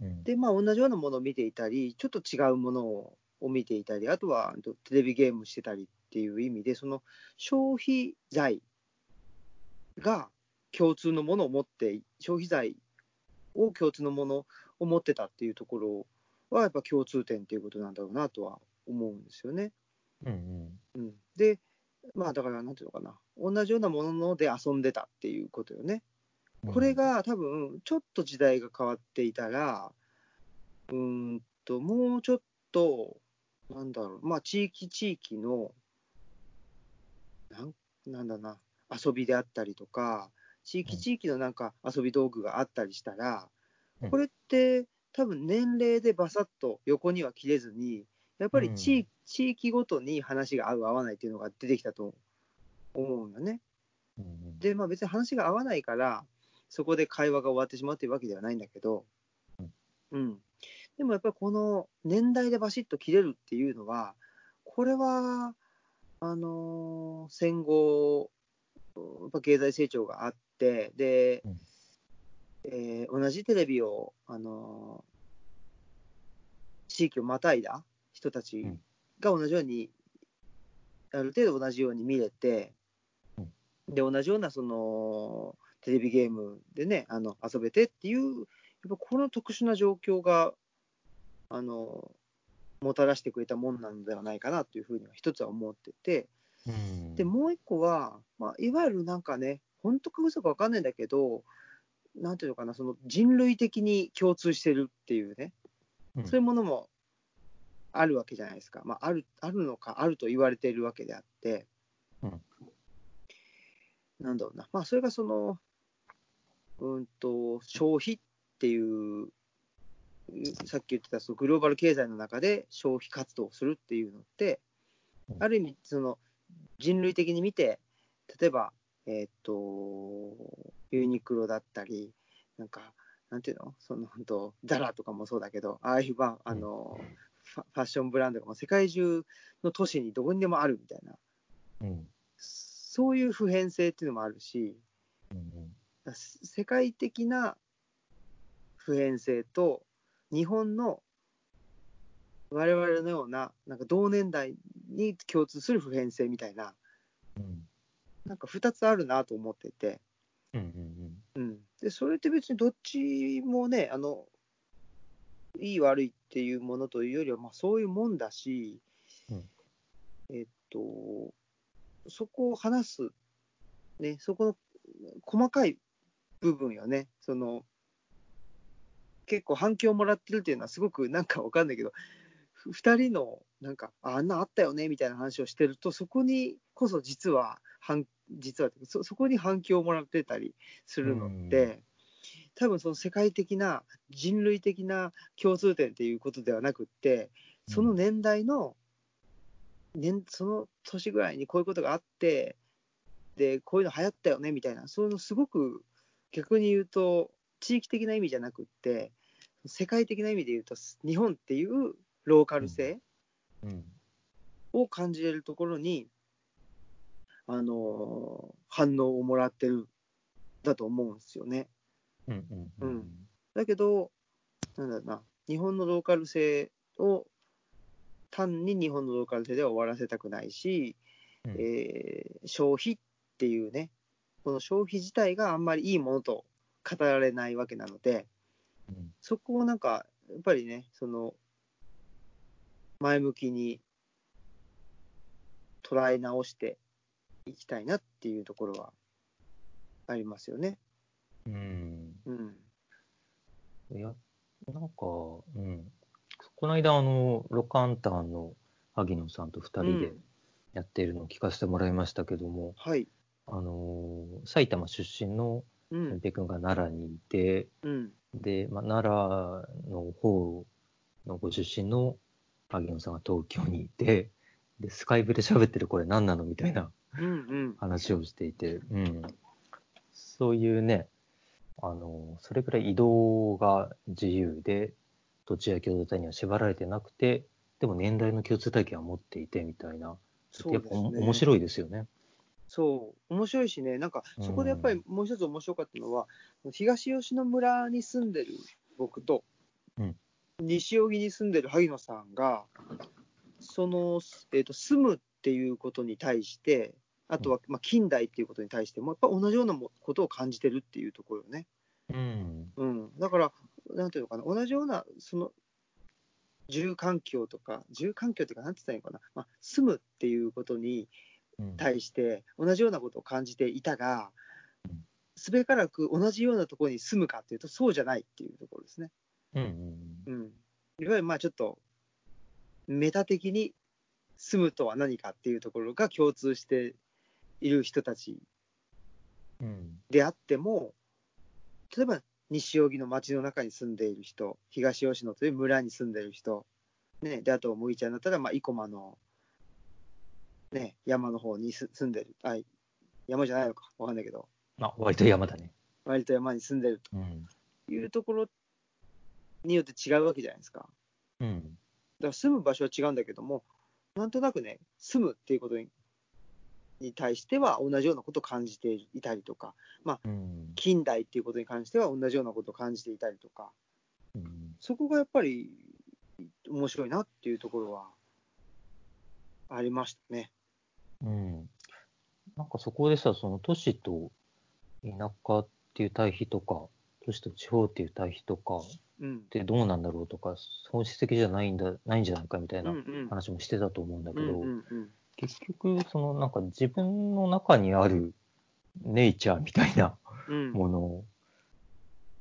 [SPEAKER 2] うん
[SPEAKER 1] で、まあ、同じようなものを見ていたり、ちょっと違うものをを見ていたり、あとはうんとテレビゲームしてたりっていう意味で、その消費財が共通のものを持って、消費財を共通のものを持ってたっていうところは、やっぱ共通点っていうことなんだろうなとは思うんですよね。
[SPEAKER 2] うん
[SPEAKER 1] うん、で、まあだから、なんていうのかな、同じようなもので遊んでたっていうことよね。
[SPEAKER 2] うん
[SPEAKER 1] これ、が多分ちょっと時代が変わっていたらうーんともうちょっとなんだろうまあ地域地域のなんなんだな遊びであったりとか地域地域のなんか遊び道具があったりしたら
[SPEAKER 2] うん
[SPEAKER 1] これって多分年齢でバサッと横には切れずにやっぱり地,、
[SPEAKER 2] うん
[SPEAKER 1] 地域ごとに話が合う合わないっていうのが出てきたと思うんだね。
[SPEAKER 2] うんうん
[SPEAKER 1] で、まあ、別に話が合わないから、そこで会話が終わってしまうというわけではないんだけど、うん、でもやっぱりこの年代でバシッと切れるっていうのは、これはあのー戦後、やっぱ経済成長があって、で
[SPEAKER 2] うん
[SPEAKER 1] えー同じテレビを、あのー地域をまたいだ人たちが同じように、ある程度同じように見れて、
[SPEAKER 2] うん
[SPEAKER 1] で同じようなそのテレビゲームでねあの遊べてっていうやっぱこの特殊な状況があのもたらしてくれたもんなのではないかなというふうには一つは思ってて
[SPEAKER 2] うん
[SPEAKER 1] でもう一個は、まあ、いわゆるなんかね本当か嘘か分かんないんだけどなんていうのかなその人類的に共通してるっていうね
[SPEAKER 2] うん
[SPEAKER 1] そういうものもあるわけじゃないですか、まあ、あるあるのかあると言われているわけであって、
[SPEAKER 2] うん
[SPEAKER 1] なんだろうな、まあ、それがその、うんと、消費っていう、さっき言ってたそのグローバル経済の中で消費活動をするっていうのって
[SPEAKER 2] う、ん
[SPEAKER 1] ある意味、その人類的に見て、例えば、えーっと、ユニクロだったり、なんか、なんていうのその本当ザラとかもそうだけど、ああいうばあの、ファファッションブランドがもう世界中の都市にどこにでもあるみたいな、
[SPEAKER 2] うん
[SPEAKER 1] そういう普遍性っていうのもあるし、
[SPEAKER 2] うん
[SPEAKER 1] だす世界的な普遍性と、日本の我々のような、なんか同年代に共通する普遍性みたいな、
[SPEAKER 2] うん
[SPEAKER 1] なんか2つあるなと思ってて、
[SPEAKER 2] うんうん
[SPEAKER 1] うん、でそれって別にどっちもねあのいい悪いっていうものというよりは、まあ、そういうもんだし、
[SPEAKER 2] うん
[SPEAKER 1] えっとそこを話す、ね、そこの細かい部分よねその結構反響をもらってるっていうのはすごくなんかわかんないけど2人のなんかああんなあったよねみたいな話をしてるとそこにこそ実は反実はっていうかそそこに反響をもらってたりするのって、
[SPEAKER 2] うん
[SPEAKER 1] 多分その世界的な人類的な共通点っていうことではなくってその年代の、年その年ぐらいにこういうことがあってでこういうの流行ったよねみたいなそういうのすごく逆に言うと地域的な意味じゃなくって世界的な意味で言うと日本っていうローカル性、
[SPEAKER 2] うんうん
[SPEAKER 1] を感じれるところに、あのー反応をもらってるんだと思うんですよね。
[SPEAKER 2] うんうんうんうん
[SPEAKER 1] だけど、なんだろうな、日本のローカル性を単に日本のローカル性では終わらせたくないし、
[SPEAKER 2] うん
[SPEAKER 1] えー消費っていうね、この消費自体があんまりいいものと語られないわけなので、
[SPEAKER 2] うん
[SPEAKER 1] そこをなんか、やっぱりね、その、前向きに捉え直していきたいなっていうところはありますよね。
[SPEAKER 2] うん
[SPEAKER 1] うん。
[SPEAKER 2] いや、なんか、うん。この間、あの、ロカンタンの萩野さんと2人
[SPEAKER 1] う
[SPEAKER 2] で
[SPEAKER 1] ん
[SPEAKER 2] やっているのを聞かせてもらいましたけども、
[SPEAKER 1] はい。
[SPEAKER 2] あのー埼玉出身の
[SPEAKER 1] うん
[SPEAKER 2] 先。平君が奈良にいて、
[SPEAKER 1] うん。
[SPEAKER 2] で、まあ、奈良の方のご出身の萩野さんが東京にいて、で、スカイブで喋ってるこれ何なのみたいな
[SPEAKER 1] うん。うん。
[SPEAKER 2] 話をしていて、うん、そういうねあのそれくらい移動が自由で土地や共同体には縛られてなくてでも年代の共通体験は持っていてみたいな
[SPEAKER 1] そう
[SPEAKER 2] や
[SPEAKER 1] で
[SPEAKER 2] っ
[SPEAKER 1] す
[SPEAKER 2] ぱ
[SPEAKER 1] ね。
[SPEAKER 2] お面白いですよね。
[SPEAKER 1] そう、面白いしね、なんか
[SPEAKER 2] うん
[SPEAKER 1] そこでやっぱりもう一つ面白かったのは、東吉野村に住んでる僕と、
[SPEAKER 2] うん
[SPEAKER 1] 西荻に住んでる萩野さんが、その、えー、と住むっていうことに対して、あとは、まあ、近代っていうことに対しても、やっぱ同じようなもことを感じてるっていうところよね。
[SPEAKER 2] うん
[SPEAKER 1] うん、だから、なんていうのかな、同じような、その、住環境とか、住環境っていうか、なんて言ったらいいのかな、まあ、住むっていうことに、
[SPEAKER 2] うん
[SPEAKER 1] 対して同じようなことを感じていたが
[SPEAKER 2] うん、
[SPEAKER 1] すべからく同じようなところに住むかというと、そうじゃないっていうところですね。
[SPEAKER 2] うんうん
[SPEAKER 1] うん、いわゆるまあちょっと、メタ的に住むとは何かっていうところが共通している人たち
[SPEAKER 2] うん
[SPEAKER 1] であっても、例えば西荻の町の中に住んでいる人、東吉野という村に住んでいる人、ね、であと、むいちゃんだったら、まあ、生駒の、ね、山の方にす住んでる、あ山じゃないのか、わかんないけど、
[SPEAKER 2] あ割と山だね。
[SPEAKER 1] 割と山に住んでる
[SPEAKER 2] うん
[SPEAKER 1] というところによって違うわけじゃないですか。だか
[SPEAKER 2] うん
[SPEAKER 1] ら住む場所は違うんだけども、なんとなくね、住むっていうことにに対しては同じようなことを感じていたりとか、
[SPEAKER 2] うん
[SPEAKER 1] 近代っていうことに関しては同じようなことを感じていたりとか、
[SPEAKER 2] うん
[SPEAKER 1] そこがやっぱり面白いなっていうところはありましたね。
[SPEAKER 2] うんなんかそこでさその都市と田舎っていう対比とか都市と地方っていう対比とか
[SPEAKER 1] うん
[SPEAKER 2] っ。てどうなんだろうとか、本質的じゃないんだ、ないんじゃないかみたい
[SPEAKER 1] うんう。
[SPEAKER 2] なん話もしてたと思うんだけ
[SPEAKER 1] うん
[SPEAKER 2] ど、
[SPEAKER 1] うんうん
[SPEAKER 2] 結局、そのなんか自分の中にあるネイチャーみたいな
[SPEAKER 1] うん
[SPEAKER 2] もの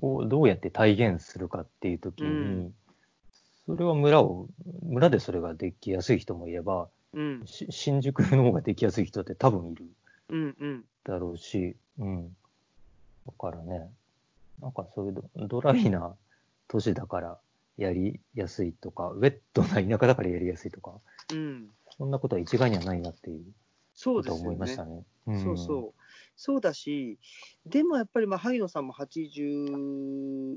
[SPEAKER 2] をどうやって体現するかっていう時に、
[SPEAKER 1] うん
[SPEAKER 2] それは村を、村でそれができやすい人もいれば、
[SPEAKER 1] うん
[SPEAKER 2] し新宿の方ができやすい人って多分いる
[SPEAKER 1] うんうん
[SPEAKER 2] だろうし、うん。だからね、なんかそういうドドライな都市だからやりやすいとか、ウェットな田舎だからやりやすいとか、
[SPEAKER 1] うん
[SPEAKER 2] そんなことは一概にはないなっていう
[SPEAKER 1] そう
[SPEAKER 2] こ
[SPEAKER 1] で
[SPEAKER 2] とは
[SPEAKER 1] す
[SPEAKER 2] 思
[SPEAKER 1] よ
[SPEAKER 2] いま
[SPEAKER 1] ね
[SPEAKER 2] し。たね。
[SPEAKER 1] そうそう。そうだし、でもやっぱり、まあ、萩野さんも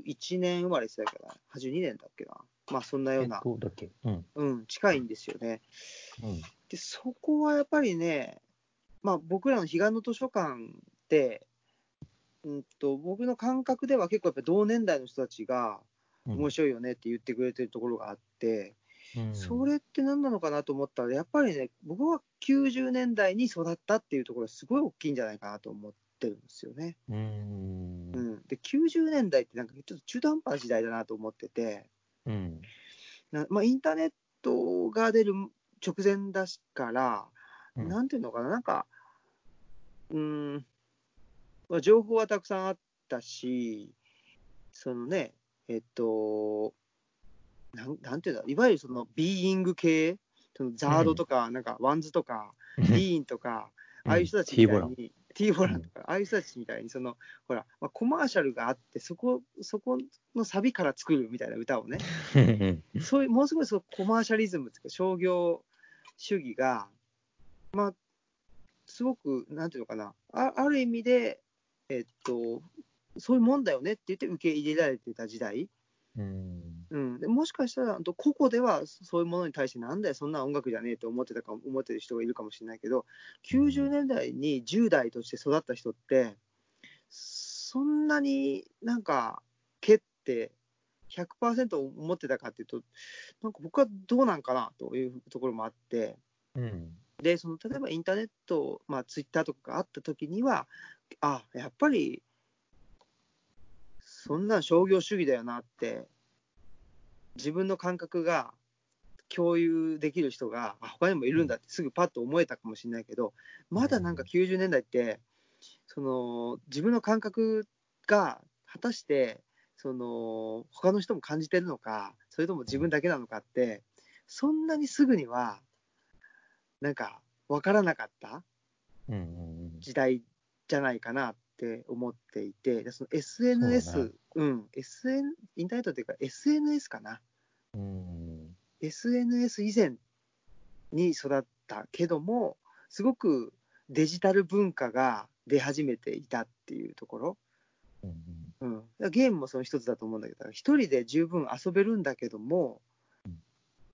[SPEAKER 1] 81年生まれしてたから、82年だっけな。まあ、そんな
[SPEAKER 2] うん。
[SPEAKER 1] よ
[SPEAKER 2] え
[SPEAKER 1] う
[SPEAKER 2] っ
[SPEAKER 1] な、
[SPEAKER 2] と、だっけうん。
[SPEAKER 1] うん、近いんですよね。
[SPEAKER 2] うん。
[SPEAKER 1] で、そこはやっぱりね、まあ、僕らの彼岸の図書館って、うんと、僕の感覚では結構やっぱり同年代の人たちが
[SPEAKER 2] うん
[SPEAKER 1] 面白いよねって言ってくれてるところがあって、そ、れって何なのかなと思ったら、やっぱりね、僕は90年代に育ったっていうところがすごい大きいんじゃないかなと思ってるんですよね。
[SPEAKER 2] うん。うん
[SPEAKER 1] う。ん、で、90年代ってなんかちょっと中途半端な時代だなと思ってて、
[SPEAKER 2] うん。
[SPEAKER 1] なまあ、インターネットが出る直前だしから、
[SPEAKER 2] うん
[SPEAKER 1] なんていうのかな、なんか、うーん、まあ、情報はたくさんあったし、そのね、えっと、なんなんていうんだ、いわゆるそのビーイング系、そのザードとか、なんかワンズとか、ディーンとか、ああいう人たちみたいに、T ボランとか、ああいう人たちみたいに、その、ほら、まあ、コマーシャルがあって、そこ、そこのサビから作るみたいな歌をね、
[SPEAKER 2] うん。
[SPEAKER 1] そういう、ものすごいそうコマーシャリズムっていうか、商業主義が、まあ、すごく、なんていうのかな、あある意味で、えっと、そういうもんだよねって言って受け入れられてた時代、
[SPEAKER 2] うん。
[SPEAKER 1] うん、でもしかしたら、あと個々ではそそういうものに対して、なんだよ、そんな音楽じゃねえと思ってたか思ってる人がいるかもしれないけど、90年代に10代として育った人って、そんなになんか、蹴って100%思ってたかっていうと、なんか僕はどうなんかなというところもあって、
[SPEAKER 2] うん。
[SPEAKER 1] で、その例えばインターネット、まあ、ツイッターとかがあった時には、あ、やっぱり、そんなん商業主義だよなって、自分の感覚が共有できる人が、あ他にもいるんだってすぐパッと思えたかもしれないけど、まだなんか
[SPEAKER 2] うん
[SPEAKER 1] 90年代って、その自分の感覚が果たして、その他の人も感じてるのか、それとも自分だけなのかって、そんなにすぐには、なんか分からなかった
[SPEAKER 2] うんうんうん。
[SPEAKER 1] 時代じゃないかなって思っていて、でその SNS、
[SPEAKER 2] そうだね
[SPEAKER 1] うん、SN、インターネットというか SNS かな。
[SPEAKER 2] うん。
[SPEAKER 1] SNS 以前に育ったけども、すごくデジタル文化が出始めていたっていうところ、
[SPEAKER 2] うん
[SPEAKER 1] うん、だからゲームもその一つだと思うんだけど、一人で十分遊べるんだけども
[SPEAKER 2] うん、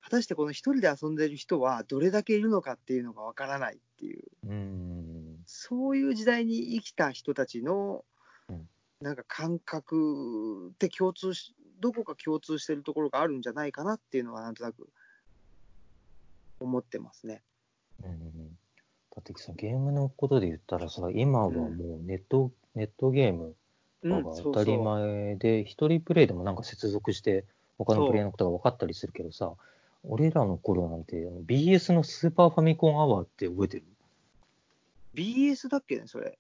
[SPEAKER 1] 果たしてこの一人で遊んでる人はどれだけいるのかっていうのがわからないっていう、
[SPEAKER 2] うんうん。
[SPEAKER 1] そういう時代に生きた人たちの
[SPEAKER 2] うん
[SPEAKER 1] なんか感覚って共通し、どこか共通してるところがあるんじゃないかなっていうのは、なんとなく思ってますね。
[SPEAKER 2] うんうんうんだってそのゲームのことで言ったらさ、今はもうネット、ネットゲーム
[SPEAKER 1] う
[SPEAKER 2] が
[SPEAKER 1] ん、そ
[SPEAKER 2] 当
[SPEAKER 1] う
[SPEAKER 2] たり
[SPEAKER 1] そう。
[SPEAKER 2] 前で、一人プレイでもなんか接続して、他のプレイヤーのことが分かったりするけどさ、俺らの頃なんて、あの BS のスーパーファミコンアワーって覚えてる
[SPEAKER 1] BS だっけね、それ。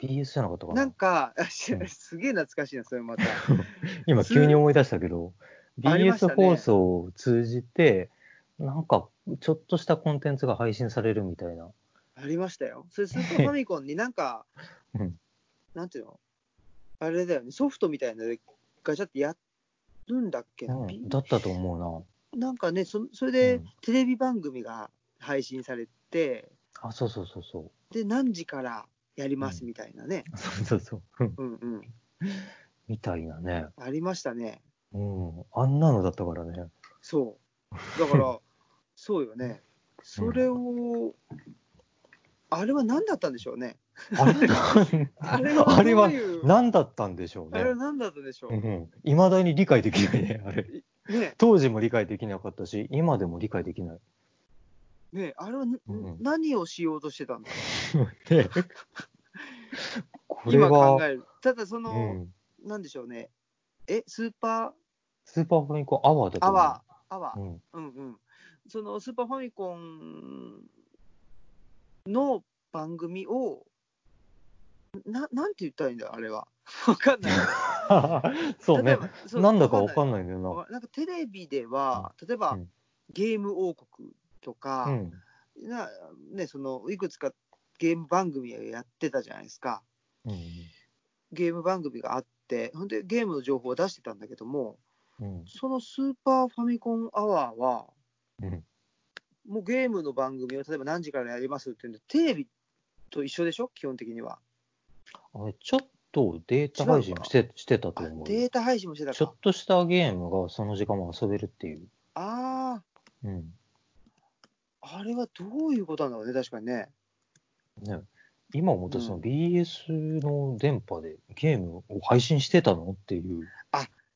[SPEAKER 2] ?BS じゃなかったかな
[SPEAKER 1] なん か、
[SPEAKER 2] ん
[SPEAKER 1] すげえ懐かしいな、それま た。
[SPEAKER 2] 今急に思い出したけど、
[SPEAKER 1] ありました
[SPEAKER 2] BS
[SPEAKER 1] ね
[SPEAKER 2] 放送を通じて、なんかちょっとしたコンテンツが配信されるみたいな。
[SPEAKER 1] ありましたよ。それ、スーパーファミコンになんか
[SPEAKER 2] うん、
[SPEAKER 1] なんていうのあれだよね、ソフトみたいなのでガチャってやるんだっけな。
[SPEAKER 2] う
[SPEAKER 1] B-
[SPEAKER 2] ん、だったと思うな。
[SPEAKER 1] なんかね、そそれで
[SPEAKER 2] うん
[SPEAKER 1] テレビ番組が配信されて、
[SPEAKER 2] あ、そうそうそうそう。
[SPEAKER 1] で、何時からやります
[SPEAKER 2] うん
[SPEAKER 1] みたいなね、
[SPEAKER 2] そう そうそう。うん
[SPEAKER 1] うんうん、
[SPEAKER 2] みたいなね。
[SPEAKER 1] ありましたね、
[SPEAKER 2] うん。あんなのだったか らね。
[SPEAKER 1] そう。だから、そうよね、それを、あれは何だったんでしょうね。
[SPEAKER 2] あれなん
[SPEAKER 1] あれは
[SPEAKER 2] あれ
[SPEAKER 1] どう
[SPEAKER 2] は
[SPEAKER 1] いう、
[SPEAKER 2] 何だったんでしょう
[SPEAKER 1] あれは
[SPEAKER 2] ね。
[SPEAKER 1] 何だったんでしょ
[SPEAKER 2] う
[SPEAKER 1] う。
[SPEAKER 2] ん。いまだに理解できないね、あれ。
[SPEAKER 1] ね
[SPEAKER 2] 当時も理解できなかったし、今でも理解できない。
[SPEAKER 1] ねあれはな、
[SPEAKER 2] うん
[SPEAKER 1] 何をしようとしてたんだ
[SPEAKER 2] で、これ
[SPEAKER 1] 今考
[SPEAKER 2] は、
[SPEAKER 1] える。ただ、そうの、
[SPEAKER 2] ん、
[SPEAKER 1] なんでしょうね、え、スーパ
[SPEAKER 2] スーパーファミコンアワーだ
[SPEAKER 1] ー
[SPEAKER 2] と
[SPEAKER 1] ア
[SPEAKER 2] 思う。
[SPEAKER 1] ワー、アワー、
[SPEAKER 2] うん。
[SPEAKER 1] うんうん、そのスーパーファミコンの番組を、ななんて言ったらいいんだよ、あれは。 わかんない。
[SPEAKER 2] そう
[SPEAKER 1] 例え
[SPEAKER 2] ね。
[SPEAKER 1] ばそう
[SPEAKER 2] なんだかわか
[SPEAKER 1] ない
[SPEAKER 2] んないんだよ
[SPEAKER 1] わなんかテレビでは、例えば、
[SPEAKER 2] うん
[SPEAKER 1] ゲーム王国と
[SPEAKER 2] な。う
[SPEAKER 1] か、
[SPEAKER 2] ん。
[SPEAKER 1] なね、そのいくつかゲーム番組やってたじゃないですか。
[SPEAKER 2] うん
[SPEAKER 1] ゲーム番組があって、ほんでゲームの情報を出してたんだけども、
[SPEAKER 2] うん。
[SPEAKER 1] そのスーパーファミコンアワーは、
[SPEAKER 2] うん。
[SPEAKER 1] もうゲームの番組を例えば何時からやりますっていうんで、テレビと一緒でしょ、基本的には。
[SPEAKER 2] あれ、ちょっとデータ配信してしてたと
[SPEAKER 1] あ
[SPEAKER 2] 思う。
[SPEAKER 1] データ配信もしてた
[SPEAKER 2] ちょっ
[SPEAKER 1] か。
[SPEAKER 2] としたゲームがその時間も遊べるっていう。
[SPEAKER 1] あ
[SPEAKER 2] うん。
[SPEAKER 1] あ、あれはどういうことなんだろうね、確かにね。
[SPEAKER 2] ね、今思ったらそうの
[SPEAKER 1] ん
[SPEAKER 2] BS の電波でゲームを配信してたのっていう。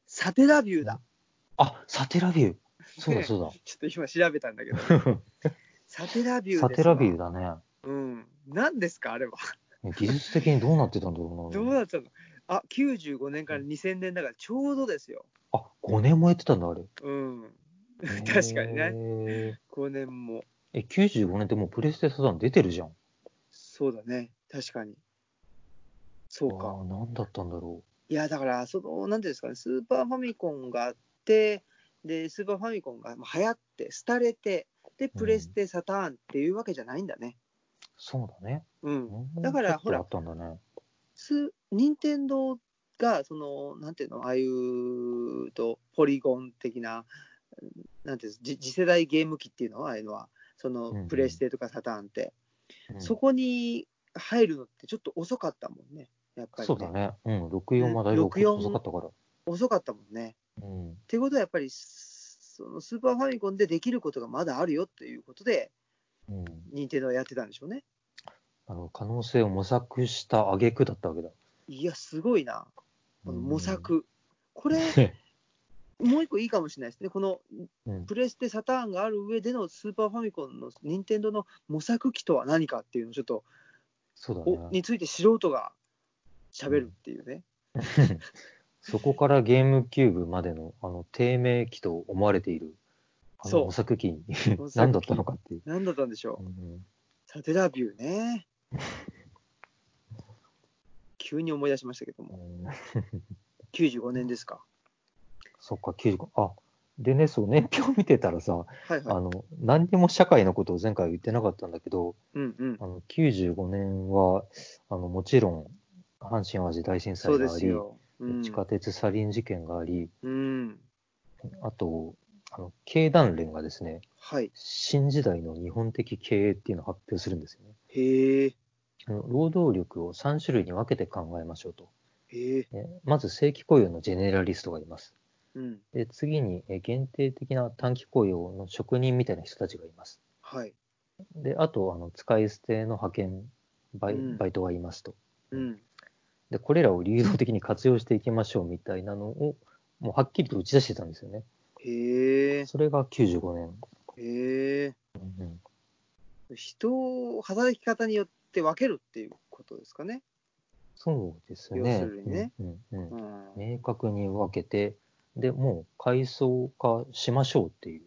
[SPEAKER 1] サテラビューだ。
[SPEAKER 2] あ、サテラビュー。そうだ
[SPEAKER 1] ね
[SPEAKER 2] そう
[SPEAKER 1] ちょっと今調べたんだけど、
[SPEAKER 2] だ。
[SPEAKER 1] サテラビュー
[SPEAKER 2] サテラビュー
[SPEAKER 1] だ。
[SPEAKER 2] だね。
[SPEAKER 1] うん。何ですか、あれは。
[SPEAKER 2] ね技術的にどうなってたんだろ う
[SPEAKER 1] ど
[SPEAKER 2] な。
[SPEAKER 1] うなったのあ、95年から2000年だからちょうどですよ。
[SPEAKER 2] あ、5年もやってたんだ、あれ。
[SPEAKER 1] うん。確かにね
[SPEAKER 2] ね。
[SPEAKER 1] 5年も。
[SPEAKER 2] え、95年ってもうプレステサタン出てるじゃん。
[SPEAKER 1] そうだね。確かに。そうか
[SPEAKER 2] あ。ーなんだったんだろ
[SPEAKER 1] いや、だから、その、なんていうんですかね、スーパーファミコンがあって、で、スーパーファミコンがまあ流行って、廃れて、で、プレステ、サターンっていうわけじゃないんだね。
[SPEAKER 2] う。そうだね。
[SPEAKER 1] うん。
[SPEAKER 2] うん
[SPEAKER 1] だから
[SPEAKER 2] ちょっと
[SPEAKER 1] ほら
[SPEAKER 2] あったんだね。
[SPEAKER 1] す、任天堂が、その、なんていうの、ああいうと、ポリゴン的な、なんていうんです次次世代ゲーム機っていうのは、ああいうのは、その
[SPEAKER 2] うんうん、
[SPEAKER 1] プレステとかサターンって、
[SPEAKER 2] うん
[SPEAKER 1] そこに入るのってちょっと遅かったもんね、やっぱり、
[SPEAKER 2] そうだ。ね。うん、64はだいぶ
[SPEAKER 1] 64
[SPEAKER 2] 遅かったから。
[SPEAKER 1] 遅かったもんね。
[SPEAKER 2] うん。
[SPEAKER 1] ってことはやっぱりそのスーパーファミコンでできることがまだあるよっていうことで
[SPEAKER 2] うん、
[SPEAKER 1] 任天堂はやってたんでしょうね。
[SPEAKER 2] あの可能性を模索した挙句だったわけだ。
[SPEAKER 1] いや、すごいな。この模索。これ、もう一個いいかもしれないですね。この
[SPEAKER 2] うん
[SPEAKER 1] プレステ、サターンがある上でのスーパーファミコンの任天堂の模索機とは何かっていうのをちょっと、
[SPEAKER 2] そうだ
[SPEAKER 1] お
[SPEAKER 2] ね。
[SPEAKER 1] について素人が喋るっていうね。
[SPEAKER 2] そこからゲームキューブまでの、あの、低迷期と思われている、あ
[SPEAKER 1] そう
[SPEAKER 2] の、模索期に
[SPEAKER 1] 模索期
[SPEAKER 2] 何だったのかっていう。
[SPEAKER 1] 何だったんでしょ
[SPEAKER 2] う
[SPEAKER 1] う。
[SPEAKER 2] ん
[SPEAKER 1] サテラビュー ね。急に思い出しましたけども、
[SPEAKER 2] うん
[SPEAKER 1] 95年ですか。
[SPEAKER 2] そっか、95。あ、でね、そう、年表見てたらさ、
[SPEAKER 1] はい
[SPEAKER 2] あ
[SPEAKER 1] はい。
[SPEAKER 2] の、何にも社会のことを前回言ってなかったんだけど、
[SPEAKER 1] うんうん。
[SPEAKER 2] あの、95年は、あの、もちろん、阪神・淡路大震
[SPEAKER 1] そう
[SPEAKER 2] 災
[SPEAKER 1] で
[SPEAKER 2] があ
[SPEAKER 1] す
[SPEAKER 2] り、
[SPEAKER 1] よ。うん
[SPEAKER 2] 地下鉄サリン事件があり、
[SPEAKER 1] うん。
[SPEAKER 2] あと、あの経団連がですね、
[SPEAKER 1] はい。
[SPEAKER 2] 新時代の日本的経営っていうのを発表するんですよね。
[SPEAKER 1] へえ。
[SPEAKER 2] あの労働力を3種類に分けて考えましょうと。
[SPEAKER 1] へえ。
[SPEAKER 2] でまず正規雇用のジェネラリストがいます。
[SPEAKER 1] うん。
[SPEAKER 2] で次にえ限定的な短期雇用の職人みたいな人たちがいます。
[SPEAKER 1] はい。
[SPEAKER 2] であとあの使い捨ての派遣バイ
[SPEAKER 1] うん
[SPEAKER 2] バイトがいますと。
[SPEAKER 1] うん。
[SPEAKER 2] でこれらを流動的に活用していきましょうみたいなのをもうはっきりと打ち出してたんですよね。
[SPEAKER 1] へえ。
[SPEAKER 2] それが95年。
[SPEAKER 1] へえ。
[SPEAKER 2] うんうん
[SPEAKER 1] 人を働き方によって分けるっていうことですかね。
[SPEAKER 2] そうですね。
[SPEAKER 1] 要するにね
[SPEAKER 2] うんうんうん
[SPEAKER 1] うん。
[SPEAKER 2] 明確に分けて、でもう階層化しましょうっていう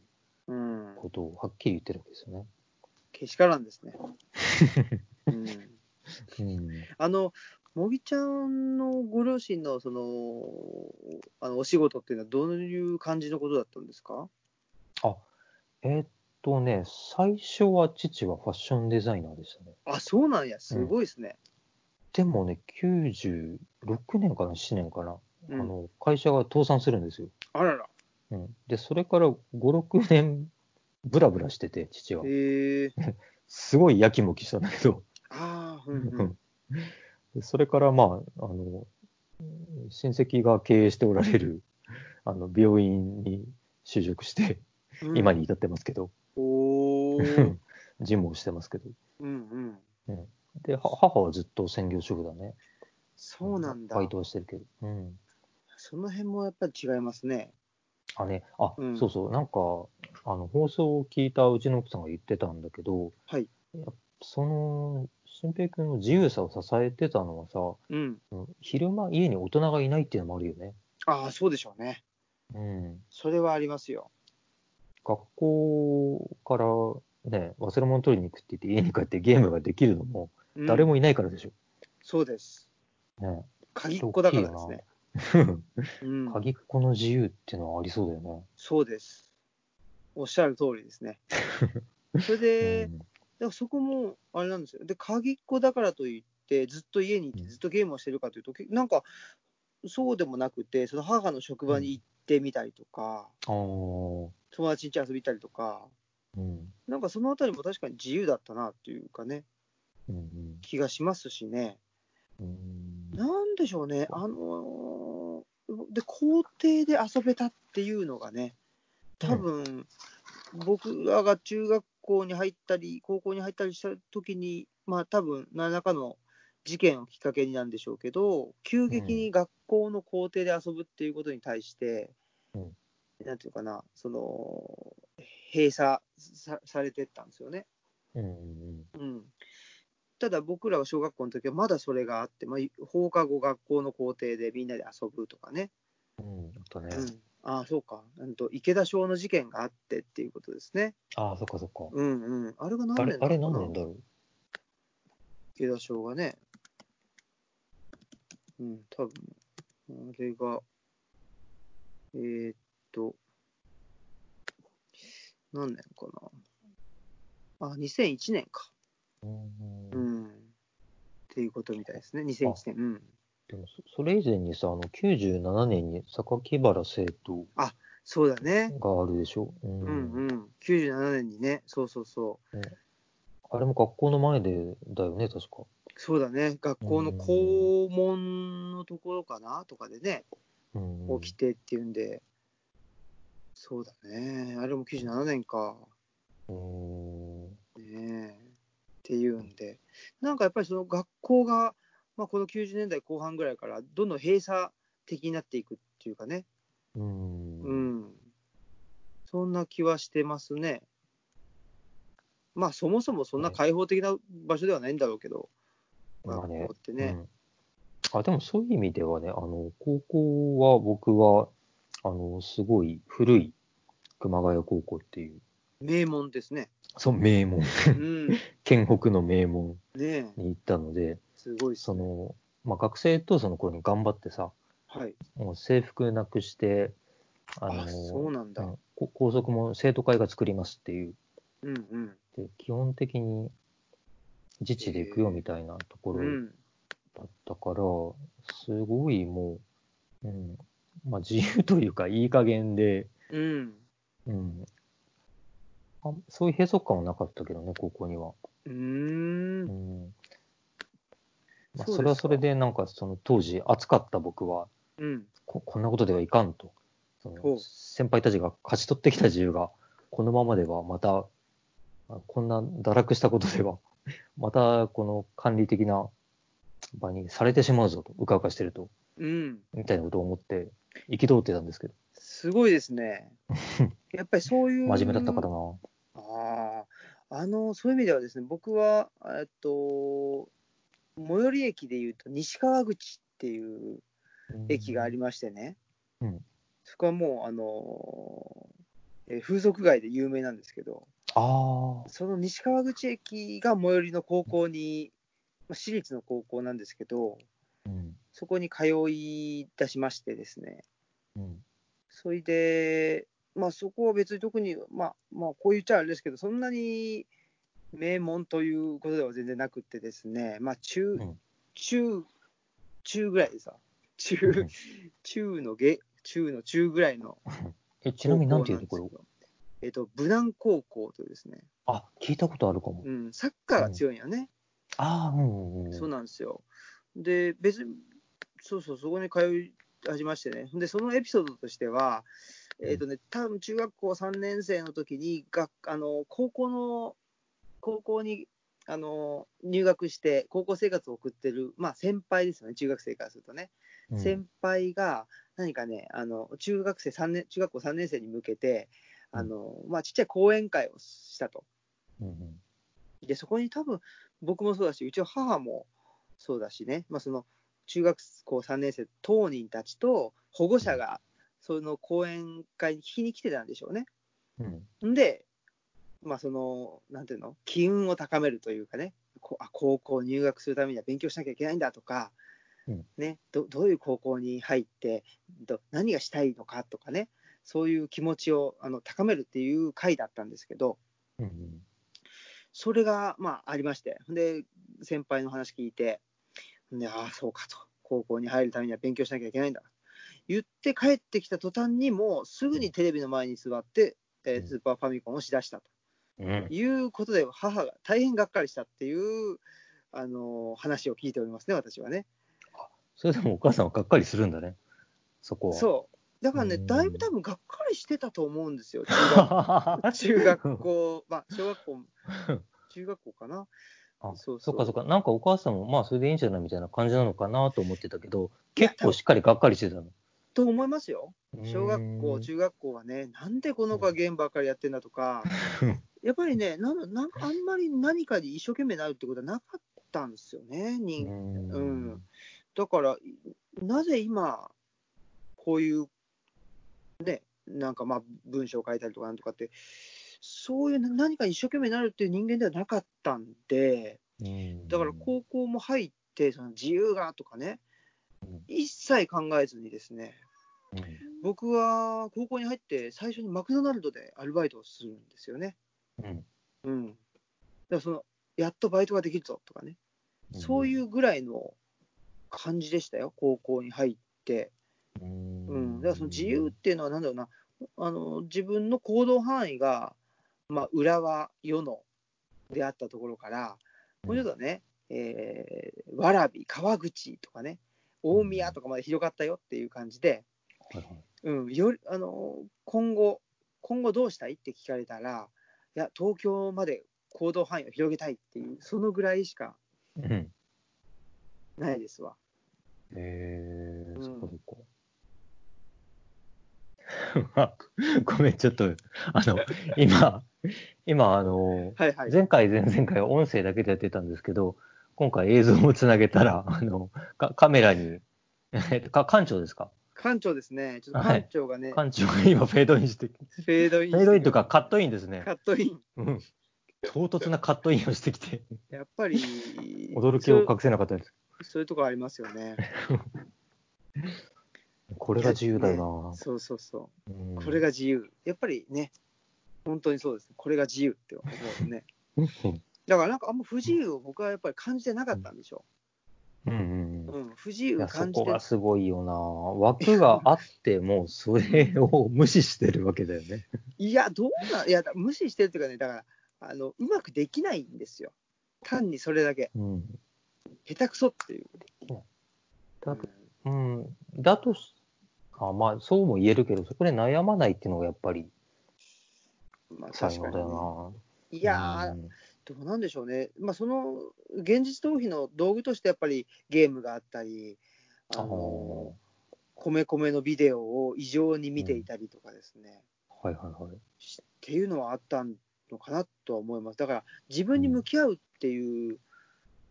[SPEAKER 1] うん。
[SPEAKER 2] ことをはっきり言ってるわけですよね。
[SPEAKER 1] けしからんですね。うん。
[SPEAKER 2] うん、
[SPEAKER 1] あの、茂木ちゃんのご両親のその、あのお仕事っていうのはどういう感じのことだったんですか
[SPEAKER 2] えーっとね、最初は父はファッションデザイナーでしたね。
[SPEAKER 1] あ、そうなんや。すごいですね。
[SPEAKER 2] でもね、96年かな、7年かな、
[SPEAKER 1] うん
[SPEAKER 2] あの会社が倒産するんですよ。
[SPEAKER 1] あらら。
[SPEAKER 2] うん、で、それから5、6年、ブラブラしてて、父は。
[SPEAKER 1] へえ。
[SPEAKER 2] すごいやきもきしたんだけど。
[SPEAKER 1] ああ、うん うん。
[SPEAKER 2] でそれから、まあ、あの、親戚が経営しておられる、あの、病院に就職して、
[SPEAKER 1] うん
[SPEAKER 2] 今に。至ってますけど、
[SPEAKER 1] おお。
[SPEAKER 2] 事務をしてますけど。
[SPEAKER 1] うんうん。
[SPEAKER 2] で、は母はずっと専業主婦だね。
[SPEAKER 1] そうなんだ
[SPEAKER 2] バ。イトはしてるけど。うん。
[SPEAKER 1] その辺もやっぱり違いますね。
[SPEAKER 2] あ、ね、あ、
[SPEAKER 1] うん
[SPEAKER 2] そうそう、なんか、あの、放送を聞いたうちの奥さんが言ってたんだけど、
[SPEAKER 1] はい
[SPEAKER 2] やっぱその、新平君の自由さを支えてたのはさ、
[SPEAKER 1] うん。
[SPEAKER 2] 昼間家に大人がいないっていうのもあるよね。
[SPEAKER 1] ああ、そうでしょうね。
[SPEAKER 2] うん。
[SPEAKER 1] それはありますよ。
[SPEAKER 2] 学校からね、忘れ物取りに行くって言って家に帰ってゲームができるのも
[SPEAKER 1] うん
[SPEAKER 2] 誰もいないからでしょ。
[SPEAKER 1] そうです。
[SPEAKER 2] ね、
[SPEAKER 1] 鍵っ子だからですね。 うん、
[SPEAKER 2] 鍵っ子の自由っていうのはありそうだよね。
[SPEAKER 1] そうです。おっしゃる通りです ね。それで、だからそこもあれなんですよ。で、鍵っ子だからといって、ずっと家にいて、ずっとゲームをしてるかというと、けなんか、そうでもなくて、その母の職場に行ってみたりとか、
[SPEAKER 2] うん、あ
[SPEAKER 1] 友達ん家遊びたりとか、
[SPEAKER 2] あ、うん。
[SPEAKER 1] なんかそのあたりも確かに自由だったなっていうかね、
[SPEAKER 2] うん
[SPEAKER 1] 気がしますしね。
[SPEAKER 2] うん
[SPEAKER 1] なんでしょうね、あのーで、校庭で遊べたっていうのがね、多分、僕らが中学校に入ったり、高校に入ったりした時に、まあ多分、何らかの事件をきっかけになんでしょうけど、急激に学校の校庭で遊ぶっていうことに対して、
[SPEAKER 2] うん
[SPEAKER 1] なんていうかな、その、閉鎖さされてったんですよね。
[SPEAKER 2] うんうん
[SPEAKER 1] うん、ただ僕らが小学校の時はまだそれがあって、まあ、放課後学校の校庭でみんなで遊ぶとかね、
[SPEAKER 2] うんうんあとね
[SPEAKER 1] う、ん、ああそうかうんと池田小の事件があってっていうことですね
[SPEAKER 2] ああ、そっかそっか。
[SPEAKER 1] うんうんあれが何
[SPEAKER 2] あ
[SPEAKER 1] 年
[SPEAKER 2] れ、
[SPEAKER 1] った
[SPEAKER 2] あ
[SPEAKER 1] か
[SPEAKER 2] れ
[SPEAKER 1] な
[SPEAKER 2] 何年だろう
[SPEAKER 1] 池田小がねうん多分あれがえーっと何年かなあ2001年か
[SPEAKER 2] うん
[SPEAKER 1] う
[SPEAKER 2] うん
[SPEAKER 1] んっていうことみたいですね、2001年。うん、
[SPEAKER 2] でもそ、それ以前にさ、あの、97年に榊原生徒
[SPEAKER 1] そうだね。
[SPEAKER 2] があるでしょ。うん
[SPEAKER 1] うんうん。97年にね、そうそうそう。
[SPEAKER 2] あれも学校の前でだよね、確か。
[SPEAKER 1] そうだね、学校の校門のところかなとかでね、
[SPEAKER 2] うんうん
[SPEAKER 1] 起きてっていうんで、そうだね、あれも97年か。
[SPEAKER 2] うん
[SPEAKER 1] ねえ。っていうんで、なんかやっぱりその学校がまあ、この90年代後半ぐらいから、どんどん閉鎖的になっていくっていうかね、
[SPEAKER 2] う。
[SPEAKER 1] うんん、そんな気はしてますね。まあ、そもそもそんな開放的な場所ではないんだろうけど、
[SPEAKER 2] まあね
[SPEAKER 1] 学校ってね。
[SPEAKER 2] うん、あでもそういう意味ではね、あの高校は僕はあのすごい古い熊谷高校っていう、
[SPEAKER 1] 名門ですね。
[SPEAKER 2] そう名門、
[SPEAKER 1] うん、ね
[SPEAKER 2] 県北の名門
[SPEAKER 1] え、
[SPEAKER 2] に行ったので、
[SPEAKER 1] すごいっす
[SPEAKER 2] そのまあ、学生とその頃に頑張ってさ、
[SPEAKER 1] はい。
[SPEAKER 2] もう制服なくして、あの
[SPEAKER 1] あ、そうなんだ
[SPEAKER 2] う。んこ校則も生徒会が作りますっていう、
[SPEAKER 1] うんうん。
[SPEAKER 2] で基本的に自治で行くよみたいなところ
[SPEAKER 1] うん、
[SPEAKER 2] だったから、すごいもう、うん、まあ自由というか、いい加減で、
[SPEAKER 1] うん、
[SPEAKER 2] うんあ、そういう閉塞感はなかったけどね、高校には。
[SPEAKER 1] うー、
[SPEAKER 2] うんん
[SPEAKER 1] そ
[SPEAKER 2] まあ、
[SPEAKER 1] うですか
[SPEAKER 2] それはそれで、なんかその当時、暑かった僕は
[SPEAKER 1] うん、
[SPEAKER 2] こ、こんなことではいかんと。そ
[SPEAKER 1] ほ
[SPEAKER 2] の
[SPEAKER 1] う
[SPEAKER 2] 先輩たちが勝ち取ってきた自由が、このままではまた、あこんな堕落したことでは、 またこの管理的な場にされてしまうぞと、うかうかしてると。
[SPEAKER 1] うん。
[SPEAKER 2] みたいなことを思って、憤ってたんですけど、
[SPEAKER 1] すごいです ね。やっぱりそういう。
[SPEAKER 2] 真面目だったからな。
[SPEAKER 1] ああ、あの、そういう意味ではですね、僕は、えっと、最寄り駅でいうと、西川口っていう駅がありましてね、
[SPEAKER 2] うん
[SPEAKER 1] そこはもう、あのえー風俗街で有名なんですけど、
[SPEAKER 2] ああ、
[SPEAKER 1] その西川口駅が最寄りの高校に、まあ、私立の高校なんですけど、
[SPEAKER 2] うん。
[SPEAKER 1] そこに通い出しましてですね、
[SPEAKER 2] うん。
[SPEAKER 1] それで、まあ、そこは別に特に、まあ、まあ、こう言っちゃあれですけど、そんなに名門ということでは全然なくってですね、まあ、中
[SPEAKER 2] うん、
[SPEAKER 1] 中、中ぐらいでさ、
[SPEAKER 2] う
[SPEAKER 1] 中
[SPEAKER 2] ん、
[SPEAKER 1] 中の下、中の中ぐらいの
[SPEAKER 2] え、ち
[SPEAKER 1] 高
[SPEAKER 2] な
[SPEAKER 1] 校
[SPEAKER 2] みになん
[SPEAKER 1] んで
[SPEAKER 2] てい
[SPEAKER 1] すけ
[SPEAKER 2] うとこ
[SPEAKER 1] ど
[SPEAKER 2] ろ
[SPEAKER 1] えっと、武南高校というですね、
[SPEAKER 2] あ、聞いたことあるかも。
[SPEAKER 1] うん、サッカーが強いんやね、
[SPEAKER 2] ああ、うんうんうん。
[SPEAKER 1] そうなんですよ。で、別に、そうそう、そこに通い始めましてね。で、そのエピソードとしては、えっ、とね、多分中学校3年生の時に、学あの高校の、高校にあの入学して、高校生活を送ってる、まあ先輩ですよね、中学生からするとね。
[SPEAKER 2] うん
[SPEAKER 1] 先輩が、何かね、あの中学生3年、中学校3年生に向けて、あのまあ、ちっちゃい講演会をしたと。
[SPEAKER 2] うんうん
[SPEAKER 1] で、そこに多分僕もそうだし、うちの母もそうだしね、まあ、その中学校3年生当人たちと保護者が、その講演会に聞きに来てたんでしょうね。
[SPEAKER 2] うん。
[SPEAKER 1] んで、まあ、その、なんていうの、機運を高めるというかね、こあ高校入学するためには勉強しなきゃいけないんだとか、
[SPEAKER 2] うん
[SPEAKER 1] ね、どどういう高校に入ってど、何がしたいのかとかね、そういう気持ちをあの高めるっていう会だったんですけど、
[SPEAKER 2] うんうん。
[SPEAKER 1] それが、まあ、ありまして、で、先輩の話聞いて、でああ、そうかと、高校に入るためには勉強しなきゃいけないんだ。言って帰ってきた途端に、もうすぐにテレビの前に座って、えースーパーファミコンをしだした
[SPEAKER 2] うん
[SPEAKER 1] ということで、母が大変がっかりしたっていう、あのー話を聞いておりますね、私はね。
[SPEAKER 2] それでもお母さんはがっかりするんだね、そこは。う。
[SPEAKER 1] そう。だからね、
[SPEAKER 2] うん
[SPEAKER 1] だいぶ多分がっかりしてたと思うん ですよ、中 学
[SPEAKER 2] あ、
[SPEAKER 1] 中学校、まあ、小学校、中学校かな。そう
[SPEAKER 2] そっかそっか。なんかお母さんも、まあそれでいいんじゃないみたいな感じなのかなと思ってたけど、
[SPEAKER 1] いや
[SPEAKER 2] 結構しっかりがっかりしてたの。
[SPEAKER 1] と思いますよ。小学
[SPEAKER 2] う
[SPEAKER 1] 校、
[SPEAKER 2] ん
[SPEAKER 1] 中学校はね、なんでこの子はゲームばっかりやってんだと か、やっぱりね、なんなんかあんまり何かに一生懸命になるってことはなかったんですよね、
[SPEAKER 2] う
[SPEAKER 1] 人
[SPEAKER 2] ん
[SPEAKER 1] うんだから、いなぜ今、こういう、ね、なんかまあ文章を書いたりとかなんとかって、そういうな何かに一生懸命になるっていう人間ではなかったんで、
[SPEAKER 2] うん
[SPEAKER 1] だから高校も入って、その自由がとかね
[SPEAKER 2] うん、
[SPEAKER 1] 一切考えずにですね、
[SPEAKER 2] うん。
[SPEAKER 1] 僕は高校に入って最初にマクドナルドでアルバイトをするんですよね。
[SPEAKER 2] うん
[SPEAKER 1] うん。だからその、やっとバイトができるぞとかね。そういうぐらいの感じでしたよ、高校に入って。
[SPEAKER 2] う
[SPEAKER 1] うん。だからその自由っていうのはなんだろうな、あの、自分の行動範囲が、まあ、浦和、世野であったところから、もうちょっとね、えー、蕨、川口とかね、大宮とかまで広がったよっていう感じで、
[SPEAKER 2] はいはい
[SPEAKER 1] うん、よりあの今後、今後どうしたいって聞かれたら、いや、東京まで行動範囲を広げたいっていう、そのぐらいしか
[SPEAKER 2] うん
[SPEAKER 1] ないですわ。
[SPEAKER 2] えー、
[SPEAKER 1] うん
[SPEAKER 2] そこ そこ。あごめん、ちょっと、あの、今、今、あの、
[SPEAKER 1] はいはい。
[SPEAKER 2] 前回、前々回、音声だけでやってたんですけど、今回映像もつなげ たら、あの、かカメラに、えっと、か、館長ですか
[SPEAKER 1] 館長ですね。ちょっと館長がね、
[SPEAKER 2] 館長が今フェードインして、フ
[SPEAKER 1] フェードインして。
[SPEAKER 2] ェードインとかカットインですね
[SPEAKER 1] カ。ットイン。
[SPEAKER 2] うん。唐突なカットインをしてきて、
[SPEAKER 1] やっぱり、
[SPEAKER 2] 驚きを隠せなかったです。
[SPEAKER 1] そうそういうとこありますよね。
[SPEAKER 2] これが自由だ
[SPEAKER 1] ね
[SPEAKER 2] よ
[SPEAKER 1] そうそうそ
[SPEAKER 2] な、うん
[SPEAKER 1] う。これが自由。やっぱりね、本当にそうです。これが自由って思うね。
[SPEAKER 2] うん
[SPEAKER 1] だからなんかあんま不自由を僕はやっぱり感じてなかったんでしょ
[SPEAKER 2] うんうん
[SPEAKER 1] う。
[SPEAKER 2] うん。
[SPEAKER 1] うん、不自由
[SPEAKER 2] い
[SPEAKER 1] を
[SPEAKER 2] やそ
[SPEAKER 1] 感じ
[SPEAKER 2] こ
[SPEAKER 1] て
[SPEAKER 2] がすごいよな枠があっても、それを無視してるわけだよね。
[SPEAKER 1] いや、どうなん、いや、だ無視してるっていうかね、だから、あの、うまくできないんですよ。単にそれだけ、
[SPEAKER 2] うん。
[SPEAKER 1] 下手くそっていう。
[SPEAKER 2] だうん、だとしあ、まあ、そうも言えるけど、そこで悩まないっていうのがやっぱり
[SPEAKER 1] うんまあ、
[SPEAKER 2] 才
[SPEAKER 1] 確
[SPEAKER 2] 能
[SPEAKER 1] かに
[SPEAKER 2] だ
[SPEAKER 1] ね、
[SPEAKER 2] よな。
[SPEAKER 1] いやー、どうなんでしょうね。まあ、その、現実逃避の道具として、やっぱりゲームがあったり、あ
[SPEAKER 2] うん、あ
[SPEAKER 1] の、米米のビデオを異常に見ていたりとかですね。っ
[SPEAKER 2] あ、はいはいはい。
[SPEAKER 1] ていうのはあったのかなとは思います。だから、自分に向き合うっていう、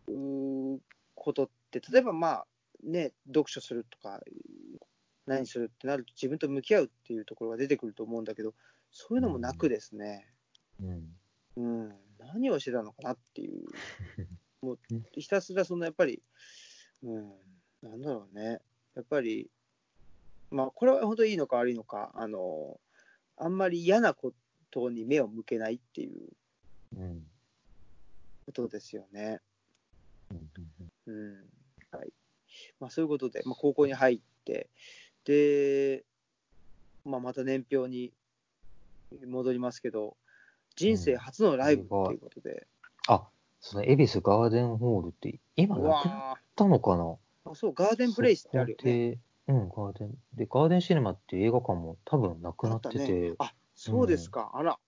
[SPEAKER 1] うーことって、例えばまあ、ね、読書するとか、何するってなると、自分と向き合うっていうところが出てくると思うんだけど、そういうのもなくですね、
[SPEAKER 2] うん。
[SPEAKER 1] うん、何をしてたのかなっていう、もうひたすらそのやっぱり、うん、なんだろうね、やっぱり、まあ、これは本当にいいのか悪いのか、あの、あんまり嫌なことに目を向けないっていう
[SPEAKER 2] うん。うん
[SPEAKER 1] ことですよね。
[SPEAKER 2] うんうん
[SPEAKER 1] うんはいまあ、そういうことで、まあ、高校に入って、で、まあ、また年表に戻りますけど、人生初のライブということで、
[SPEAKER 2] あ、その、恵比寿ガーデンホールって、今
[SPEAKER 1] う
[SPEAKER 2] なくなっ
[SPEAKER 1] わ
[SPEAKER 2] たのかな
[SPEAKER 1] ーあそう、ガーデンプレイスってあるよね。
[SPEAKER 2] そこでうん、ガーデン。で、ガーデンシネマっていう映画館も多分なくなって
[SPEAKER 1] あ
[SPEAKER 2] て、
[SPEAKER 1] たねあそうですか、あら、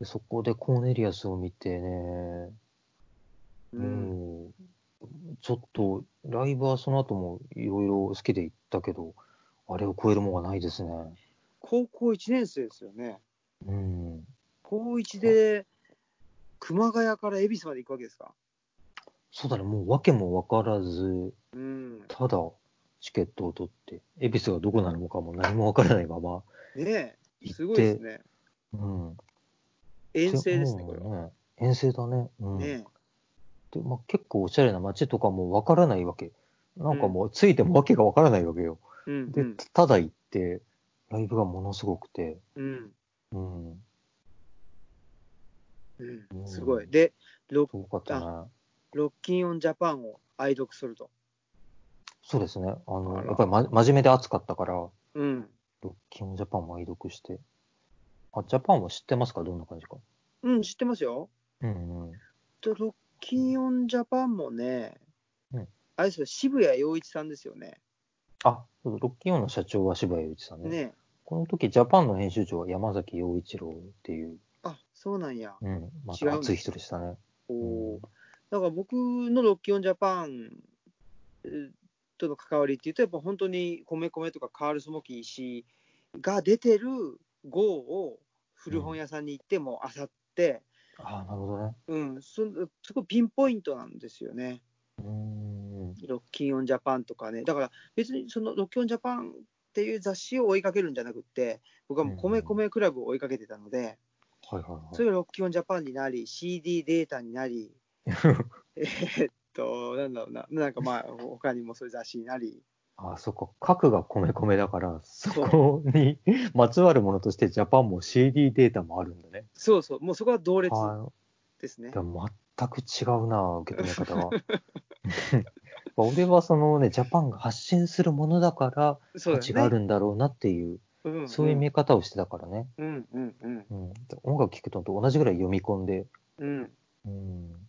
[SPEAKER 2] でそこでコーネリアスを見てね、
[SPEAKER 1] う、
[SPEAKER 2] うんん、ちょっと、ライブはその後もいろいろ好きで行ったけど、あれを超えるもんがないですね。
[SPEAKER 1] 高校1年生ですよね。
[SPEAKER 2] うん。
[SPEAKER 1] 高1で熊谷から恵比寿まで行くわけですか。
[SPEAKER 2] そうだね、もう訳も分からず、
[SPEAKER 1] うん、ね
[SPEAKER 2] ただ、チケットを取って、恵比寿がどこなのかも何も分からないまま
[SPEAKER 1] え
[SPEAKER 2] 行って、
[SPEAKER 1] すごいですね。
[SPEAKER 2] うん。
[SPEAKER 1] 遠征ですね、これは。
[SPEAKER 2] は。遠征だね。うん。
[SPEAKER 1] ね
[SPEAKER 2] でまあ、結構おしゃれな街とかもわからないわけ。なんかもうついてもわけがわからないわけよ。
[SPEAKER 1] えうん、う
[SPEAKER 2] で
[SPEAKER 1] ん、、
[SPEAKER 2] ただ行って、ライブがものすごくて、
[SPEAKER 1] うん。
[SPEAKER 2] うん、
[SPEAKER 1] うんすごい。で、ロ
[SPEAKER 2] すごかったね。
[SPEAKER 1] ロッキンオンジャパンを愛読すると。
[SPEAKER 2] そうですね。あの、
[SPEAKER 1] あら
[SPEAKER 2] やっぱり、ま、真面目で熱かったから、ロ
[SPEAKER 1] うん。
[SPEAKER 2] ッキンジャパンも愛読して。あ、ジャパンは知ってますかどんな感じか。
[SPEAKER 1] うん、知ってますよ。
[SPEAKER 2] うんうん。
[SPEAKER 1] でロッキンオンジャパンもね、
[SPEAKER 2] うん
[SPEAKER 1] あれですよ、渋谷陽一さんですよね。
[SPEAKER 2] あ、そうだロッキンオンの社長は柴谷雄一さんね。
[SPEAKER 1] ね
[SPEAKER 2] この時、ジャパンの編集長は山崎陽一郎っていう、
[SPEAKER 1] あ、そうなんや。
[SPEAKER 2] うん、ま
[SPEAKER 1] 違
[SPEAKER 2] た
[SPEAKER 1] うんです
[SPEAKER 2] 熱い人でしたね。
[SPEAKER 1] おー
[SPEAKER 2] うん
[SPEAKER 1] だから僕のロッキンオンジャパンえーとの関わりっていうと、やっぱ本当に米米とかカールスモーキー石井が出てる号を古本屋さんに行ってもあさって、
[SPEAKER 2] ああ、なるほどね。
[SPEAKER 1] うん、そすごいピンポイントなんですよね。
[SPEAKER 2] うーん。
[SPEAKER 1] ロッキンオンジャパンとかね、だから別にそのロッキンオンジャパンっていう雑誌を追いかけるんじゃなくって、僕はもう
[SPEAKER 2] うんう
[SPEAKER 1] 米
[SPEAKER 2] ん
[SPEAKER 1] 米クラブを追いかけてたので、
[SPEAKER 2] はいはいはい。
[SPEAKER 1] それがロッキンオンジャパンになり、CD データにな り、えーっと、なんだろうな、なんかまあ、他にもそういう雑誌になり、
[SPEAKER 2] ああ、そっか。核が米米だから、そこに まつわるものとしてジャパンも CD データもあるんだね。
[SPEAKER 1] そうそう、もうそこは同列
[SPEAKER 2] は
[SPEAKER 1] ですね
[SPEAKER 2] い。で。も全く違うな、受け止め 方が。俺はそのね、ジャパンが発信するものだから
[SPEAKER 1] そう
[SPEAKER 2] 価
[SPEAKER 1] だ
[SPEAKER 2] 値があ
[SPEAKER 1] よね。
[SPEAKER 2] るんだろうなっていう、
[SPEAKER 1] うんん
[SPEAKER 2] そういう見え方をしてたからね。
[SPEAKER 1] うんうんうん
[SPEAKER 2] うん、音楽聴くのと同じぐらい読み込んで。
[SPEAKER 1] うん、
[SPEAKER 2] うん。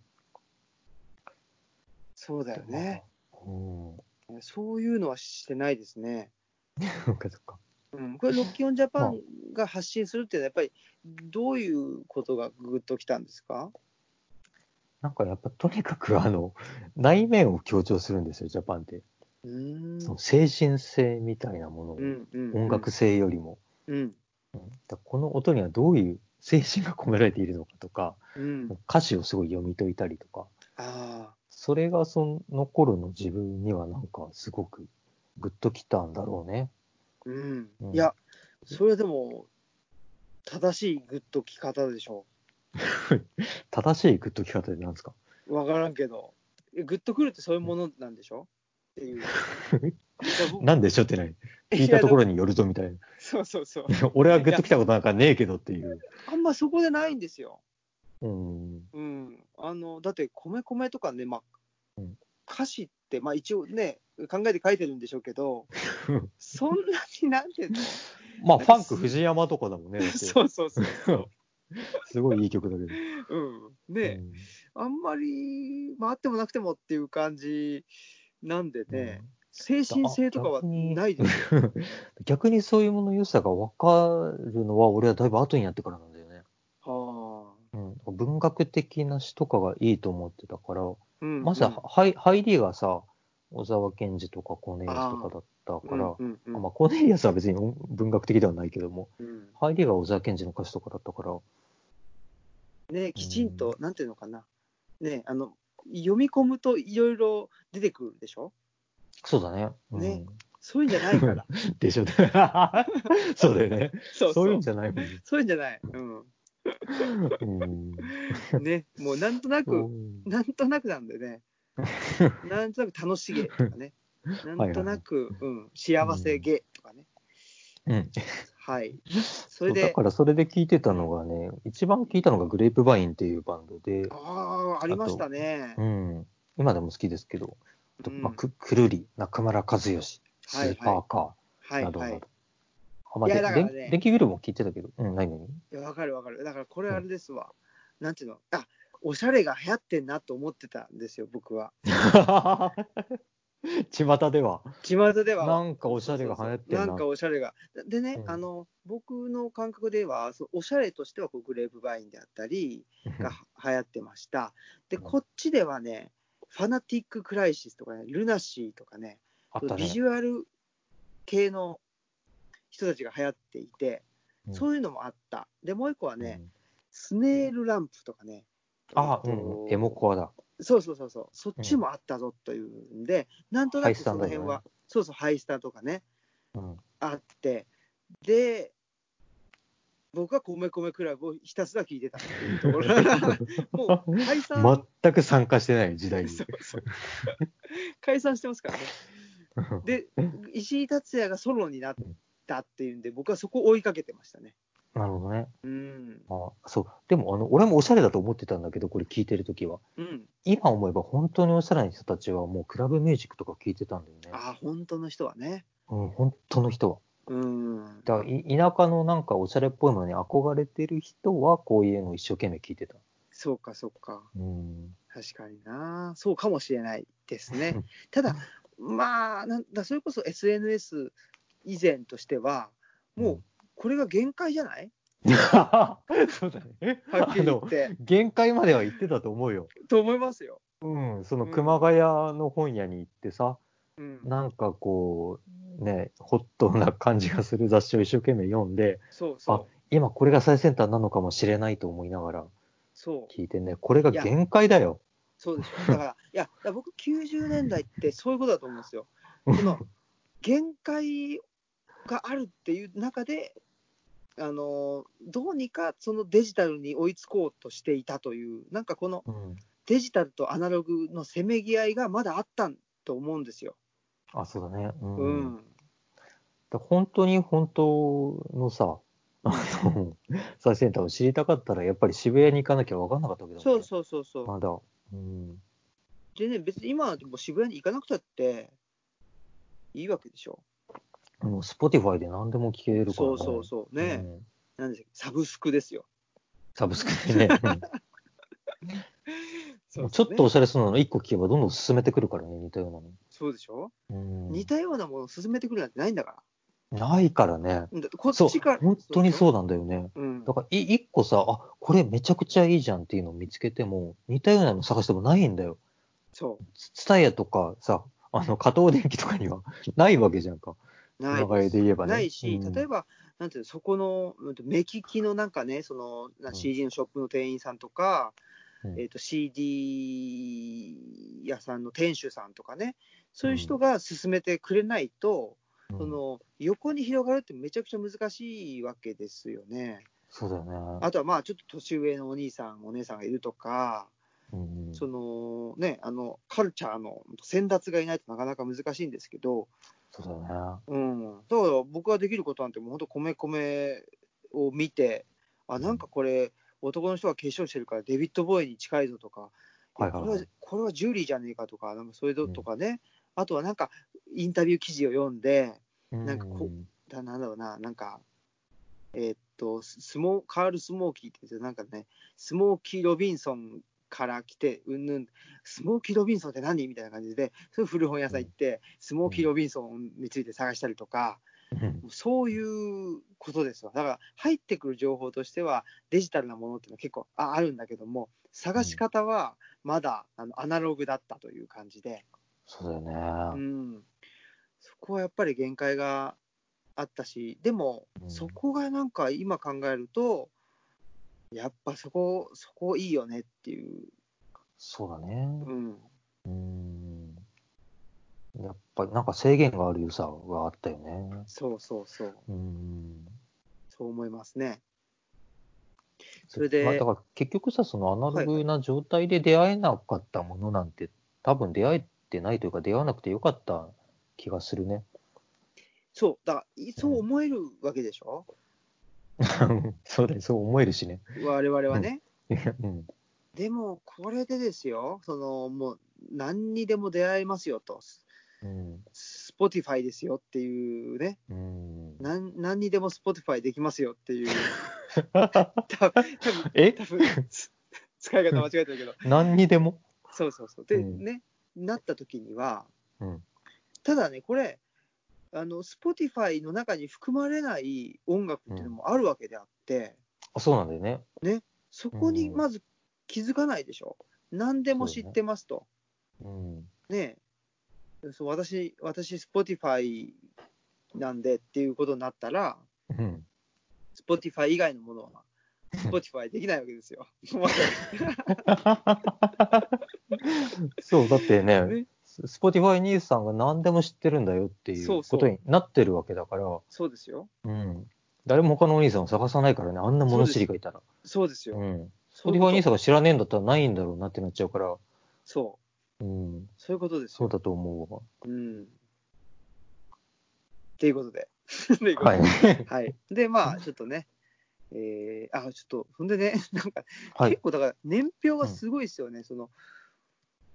[SPEAKER 1] そうだよね。
[SPEAKER 2] うん。
[SPEAKER 1] そういうのはしてないですね。
[SPEAKER 2] そっかそっか。
[SPEAKER 1] うん、これ、ロッキンオンジャパ
[SPEAKER 2] ま
[SPEAKER 1] ンが発信するっていうのは、やっぱりどういうことがググッときたんですか
[SPEAKER 2] なんかやっぱとにかくあの、内面を強調するんですよ、ジャパンって。
[SPEAKER 1] うーん
[SPEAKER 2] その精神性みたいなものを、
[SPEAKER 1] うんうん
[SPEAKER 2] 音楽性よりも。
[SPEAKER 1] うん
[SPEAKER 2] うんだからこの音にはどういう精神が込められているのかとか、
[SPEAKER 1] うん
[SPEAKER 2] 歌詞をすごい読み解いたりとか、
[SPEAKER 1] あ
[SPEAKER 2] それがその頃の自分にはなんかすごくグッときたんだろうね。
[SPEAKER 1] ーうん
[SPEAKER 2] うん
[SPEAKER 1] いやそれでも正しいグッとき方でしょ
[SPEAKER 2] 正しいグッとき方って何ですか
[SPEAKER 1] わからんけどえグッとくるってそういうものなんでしょって いういや僕
[SPEAKER 2] なんでしょってない聞いたところによるとみたい
[SPEAKER 1] そうそうそう
[SPEAKER 2] な。俺はグッときたことなんかねえけどっていう。
[SPEAKER 1] あんまそこでないんですよ
[SPEAKER 2] うん。
[SPEAKER 1] うん、あのだって、米米とかね、まあ
[SPEAKER 2] うん
[SPEAKER 1] 歌詞って、まあ、一応ね、考えて書いてるんでしょうけ ど、そんなになんていうの
[SPEAKER 2] まあ、ファンク藤山とかだもんね。だっ て
[SPEAKER 1] そうそうそう、
[SPEAKER 2] すごいいい曲だけど。
[SPEAKER 1] うん、ね、あんまり、まあ、あってもなくてもっていう感じなんで
[SPEAKER 2] うん
[SPEAKER 1] ね、精神性とかは
[SPEAKER 2] 逆に
[SPEAKER 1] ないですよ。
[SPEAKER 2] 逆にそういうものの良さが分かるのは、俺はだいぶ後になってからなんだよね。
[SPEAKER 1] はあ
[SPEAKER 2] うん、文学的な詩とかがいいと思ってたから、
[SPEAKER 1] うん
[SPEAKER 2] ましてハイハイディがさ、小沢健二とかコーネリアスとかだったから、
[SPEAKER 1] うんうんうん
[SPEAKER 2] まあ、コーネリアスは別に文学的ではないけども、
[SPEAKER 1] うん
[SPEAKER 2] ハイディが小沢健二の歌詞とかだったから、
[SPEAKER 1] ね、きちんと、なんていうのかな、ね、あの読み込むといろいろ出てくるでしょ、
[SPEAKER 2] そうだね。うん
[SPEAKER 1] ねそういうんじゃない から。
[SPEAKER 2] でしょ。そうだよね。
[SPEAKER 1] そうそう
[SPEAKER 2] そういうんじゃないもんね。
[SPEAKER 1] そういうんじゃない。う
[SPEAKER 2] うん
[SPEAKER 1] ん。ね、もうなんとな
[SPEAKER 2] う
[SPEAKER 1] く、
[SPEAKER 2] ん
[SPEAKER 1] なんとなくなんで ね。なんとなく楽しげとかね。なんとなく、うん、幸せげとかね。
[SPEAKER 2] うん
[SPEAKER 1] はい。そ
[SPEAKER 2] そう
[SPEAKER 1] れ
[SPEAKER 2] だ
[SPEAKER 1] で
[SPEAKER 2] か、らそれで聴いてたのがね、一番聴いたのがグレープバインっていうバンドで、
[SPEAKER 1] ああ、ありましたね
[SPEAKER 2] う。ん、今でも好きですけど、あと
[SPEAKER 1] うん
[SPEAKER 2] まあ、くくるり、中村和義、ス
[SPEAKER 1] はいはい
[SPEAKER 2] ーパーカ
[SPEAKER 1] は
[SPEAKER 2] ー
[SPEAKER 1] い
[SPEAKER 2] など
[SPEAKER 1] は。
[SPEAKER 2] ない
[SPEAKER 1] い
[SPEAKER 2] ど。あまあ
[SPEAKER 1] いやだからね
[SPEAKER 2] でで電気グルーも聴いてたけど、うん、何 何
[SPEAKER 1] や、わかるわかる。だからこれあれですわ。なんていうの、あおしゃれが流行ってんなと思ってたんですよ、僕は。
[SPEAKER 2] 巷では、
[SPEAKER 1] 巷では。
[SPEAKER 2] なんかおしゃれが流行ってる
[SPEAKER 1] な
[SPEAKER 2] な。
[SPEAKER 1] んかおしゃれが。でね、
[SPEAKER 2] うん
[SPEAKER 1] あの僕の感覚では、そうおしゃれとしてはこうグレープバインであったりが流行ってました。で、
[SPEAKER 2] うん
[SPEAKER 1] こっちではね、ファナティック・クライシスとかね、ルナシーとかね、
[SPEAKER 2] あった
[SPEAKER 1] ビ
[SPEAKER 2] ね
[SPEAKER 1] ジ。ュアル系の人たちが流行っていて、
[SPEAKER 2] うん
[SPEAKER 1] そういうのもあった。で、もう一個は
[SPEAKER 2] う
[SPEAKER 1] ね、
[SPEAKER 2] ん
[SPEAKER 1] スネールランプとかね、
[SPEAKER 2] あ、
[SPEAKER 1] え
[SPEAKER 2] う
[SPEAKER 1] っと
[SPEAKER 2] ん、エモコアだ。
[SPEAKER 1] そうそうそうそう、そっちもあったぞというんで、なんとなくその辺
[SPEAKER 2] ハイスタだよ
[SPEAKER 1] は、そうそう、ハイスタとかね、
[SPEAKER 2] うん、
[SPEAKER 1] あってで僕は米米クラブをひたすら聞いてたっていうところ もう解散、
[SPEAKER 2] 全く参加してない時代に。
[SPEAKER 1] そうそう解散してますからねで石井達也がソロになったっていうんで僕はそこを追いかけてましたね
[SPEAKER 2] なるほどね。
[SPEAKER 1] うん
[SPEAKER 2] あそう。でも、あの、俺もおしゃれだと思ってたんだけど、これ聞いてるときは。
[SPEAKER 1] うん
[SPEAKER 2] 今思えば本当におしゃれな人たちはもうクラブミュージックとか聞いてたんだよね。
[SPEAKER 1] ああ本当の人はね
[SPEAKER 2] うん、本当の人は。
[SPEAKER 1] うん
[SPEAKER 2] だからい、田舎のなんかおしゃれっぽいものに憧れてる人は、こういうのを一生懸命聞いてた。
[SPEAKER 1] そうかそうか
[SPEAKER 2] うん。
[SPEAKER 1] 確かになそうかもしれないですねただまあなんだそれこそ SNS 以前としてはもうこれが限界じゃない
[SPEAKER 2] うん。そうだね。
[SPEAKER 1] はっきり言
[SPEAKER 2] あ
[SPEAKER 1] っ
[SPEAKER 2] の
[SPEAKER 1] て。
[SPEAKER 2] 限界までは行ってたと思うよ。
[SPEAKER 1] と思いますよ。
[SPEAKER 2] うん、その
[SPEAKER 1] うん
[SPEAKER 2] 熊谷の本屋に行ってさ、
[SPEAKER 1] うん、
[SPEAKER 2] なんかこう、ね、ホットな感じがする雑誌を一生懸命読んで、
[SPEAKER 1] そうそう。
[SPEAKER 2] 今これが最先端なのかもしれないと思いながら
[SPEAKER 1] そう
[SPEAKER 2] 聞いてね、これが限界だよ。
[SPEAKER 1] そうでしょ。だ から、いや、だから僕、90年代ってそういうことだと思うんですよ。その限界があるっていう中で、あのどうにかそのデジタルに追いつこうとしていたという、なんかこの
[SPEAKER 2] うん、
[SPEAKER 1] デジタルとアナログのせめぎ合いがまだあったと思うんですよ。
[SPEAKER 2] あ、そうだね。う。
[SPEAKER 1] うんん、
[SPEAKER 2] だ本当に本当のさ、あの、 最先端を知りたかったら、やっぱり渋谷に行かなきゃ分かんなかったわけだも
[SPEAKER 1] そ
[SPEAKER 2] ん
[SPEAKER 1] うそうそうそう。
[SPEAKER 2] まだ。うん。
[SPEAKER 1] でね、別に今はでも渋谷に行かなくたっていいわけでしょ。
[SPEAKER 2] もう Spotify で何でも聞けるから、ね。
[SPEAKER 1] そうそうそう。ね。
[SPEAKER 2] うん
[SPEAKER 1] なんですかサブスクですよ。
[SPEAKER 2] サブスク でね。うん
[SPEAKER 1] そう
[SPEAKER 2] ちょっとおしゃれそうなの1個聞けばどんどん進めてくるからね、似たようなの。
[SPEAKER 1] そうでしょ、
[SPEAKER 2] うん
[SPEAKER 1] 似たようなものを進めてくるなんてないんだか
[SPEAKER 2] ないからね。
[SPEAKER 1] ら。だこっ
[SPEAKER 2] そう
[SPEAKER 1] ちから。、
[SPEAKER 2] 本当に
[SPEAKER 1] う
[SPEAKER 2] そうなんだよね。
[SPEAKER 1] でしょ。うん。
[SPEAKER 2] だからい、一個さ、あ、これめちゃくちゃいいじゃんっていうのを見つけても、似たようなの探してもないんだよ。
[SPEAKER 1] そ
[SPEAKER 2] ツタヤとかさ、あの、加藤電機とかには ないわけじゃんか。
[SPEAKER 1] う。ない
[SPEAKER 2] 流れで言えばね
[SPEAKER 1] ないし、
[SPEAKER 2] うん
[SPEAKER 1] 例えば、なんていうの、そこの、うんと目利きのなんかね、その、
[SPEAKER 2] う
[SPEAKER 1] なん CG のショップの店員さんとか、
[SPEAKER 2] うん
[SPEAKER 1] えっと、CD 屋さんの店主さんとかね、そういう人が勧めてくれないと、
[SPEAKER 2] うん
[SPEAKER 1] その横に広がるってめちゃくちゃ難しいわけですよね。
[SPEAKER 2] そうだよね。
[SPEAKER 1] あとはまあちょっと年上のお兄さん、お姉さんがいるとか、
[SPEAKER 2] うん、
[SPEAKER 1] そのね、あのカルチャーの先達がいないとなかなか難しいんですけど、
[SPEAKER 2] そうだよね。
[SPEAKER 1] うん、だから僕ができることなんて、もう本当、米米を見て、あなんかこれ、男の人が化粧してるから、デビッド・ボーイに近いぞとか、い
[SPEAKER 2] は
[SPEAKER 1] や
[SPEAKER 2] いは
[SPEAKER 1] これ
[SPEAKER 2] いは。
[SPEAKER 1] はいこれはジュリーじゃねえかとか、なんかそういうのとかね、あとはなんか、インタビュー記事を読んで、なんかこうだなんだろうな、なんか、えーっと、ススモーカール・スモーキーって言うんですよなんかね、スモーキー・ロビンソンから来て、うんぬん、スモーキー・ロビンソンって何みたいな感じで、そういう古本屋さん行って、スモーキー・ロビンソンについて探したりとか、
[SPEAKER 2] うん
[SPEAKER 1] もうそういうことですわ。だから、入ってくる情報としては、デジタルなものっていうのは結構ああるんだけども、探し方はまだあのアナログだったという感じで。
[SPEAKER 2] そうだよね。
[SPEAKER 1] うん、そこはやっぱり限界があったし、でも、
[SPEAKER 2] うん
[SPEAKER 1] そこがなんか今考えると、やっぱそこ、そこいいよねっていう、
[SPEAKER 2] そうだね。
[SPEAKER 1] うん、
[SPEAKER 2] うん。やっぱなんか制限がある良さがあったよね。
[SPEAKER 1] そうそうそう、
[SPEAKER 2] うん。
[SPEAKER 1] そう思いますね。それで
[SPEAKER 2] まあ、だから結局さ、そのアナログな状態で出会えなかったものなんて、多分出会えてないというか、出会わなくてよかった気がするね。
[SPEAKER 1] そう、だから、いそう思えるわけでしょ、
[SPEAKER 2] そうだね、そう思えるしね。
[SPEAKER 1] 我々はね。
[SPEAKER 2] うん。
[SPEAKER 1] でも、これでですよ、そのもう、何にでも出会えますよと、
[SPEAKER 2] うん。
[SPEAKER 1] Spotify ですよっていうね、
[SPEAKER 2] うん、
[SPEAKER 1] 何何にでも Spotify できますよっていう、多分多分
[SPEAKER 2] え
[SPEAKER 1] 多分つ使い方間違えてるけど、
[SPEAKER 2] 何にでも、
[SPEAKER 1] そうそうそう。で、
[SPEAKER 2] うん
[SPEAKER 1] ね、なった時には、
[SPEAKER 2] うん、
[SPEAKER 1] ただね、これ、あの、Spotify の中に含まれない音楽っていうのもあるわけであって、
[SPEAKER 2] あそうなんだよね。
[SPEAKER 1] そこに
[SPEAKER 2] うん
[SPEAKER 1] まず気づかないでしょ。何でも知ってますと。
[SPEAKER 2] うん。
[SPEAKER 1] ねそう私、私、Spotify なんでっていうことになったら、
[SPEAKER 2] うん。
[SPEAKER 1] Spotify 以外のも のは、Spotify できないわけですよ。ま
[SPEAKER 2] そう、だって
[SPEAKER 1] あ
[SPEAKER 2] ね、
[SPEAKER 1] ね
[SPEAKER 2] スポティファイ兄さんが何でも知ってるんだよってい
[SPEAKER 1] そう
[SPEAKER 2] う
[SPEAKER 1] そ
[SPEAKER 2] こ
[SPEAKER 1] う
[SPEAKER 2] とになってるわけだから、
[SPEAKER 1] そうですよ。
[SPEAKER 2] うん。誰も他のお兄さんを探さないからね、あんな物知りがいたら。
[SPEAKER 1] そうですよ。
[SPEAKER 2] うん。ス
[SPEAKER 1] そ
[SPEAKER 2] ポ
[SPEAKER 1] ういう
[SPEAKER 2] テ
[SPEAKER 1] こと
[SPEAKER 2] ィファイ兄さんが知らねえんだったらないんだろうなってなっちゃうから、
[SPEAKER 1] そう。
[SPEAKER 2] うん。
[SPEAKER 1] そういうことです
[SPEAKER 2] そう
[SPEAKER 1] よ。
[SPEAKER 2] だと思うわ。
[SPEAKER 1] うん。っていうことで。 ということ
[SPEAKER 2] は
[SPEAKER 1] で
[SPEAKER 2] い。
[SPEAKER 1] はい。で、まあ、ちょっとね。えー、あ、ちょっと、ほんでね、なんか、
[SPEAKER 2] はい
[SPEAKER 1] 結。構だから、年表がすごいですよね。その、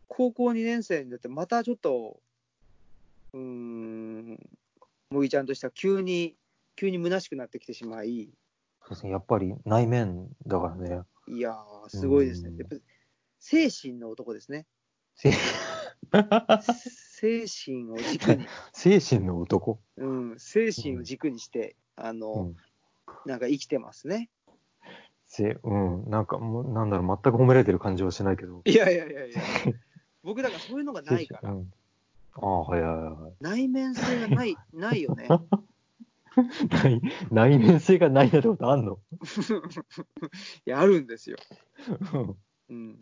[SPEAKER 1] 高校2年生になって、またちょっと、うーん、もぎちゃんとしては、急に、急に虚しくなってきてしまい、
[SPEAKER 2] そうですねやっぱり内面だからね。
[SPEAKER 1] いやー、すごいですね
[SPEAKER 2] うん。
[SPEAKER 1] やっぱ精神の男ですね。
[SPEAKER 2] せ
[SPEAKER 1] 精神を軸 に、
[SPEAKER 2] 精神の男。
[SPEAKER 1] うん、精神を軸にして、あの、
[SPEAKER 2] うん。
[SPEAKER 1] なんか生きてますね。
[SPEAKER 2] せうん。なんかもう、なんだろう、全く褒められてる感じはしないけど。
[SPEAKER 1] いやいやいや いや。僕だからそういうのがないから、
[SPEAKER 2] うん、ああ、はいはいはいはい。
[SPEAKER 1] 内面性がない、ない よね。
[SPEAKER 2] 内内面性がないなってことあんの
[SPEAKER 1] いや、あるんですよ。うん。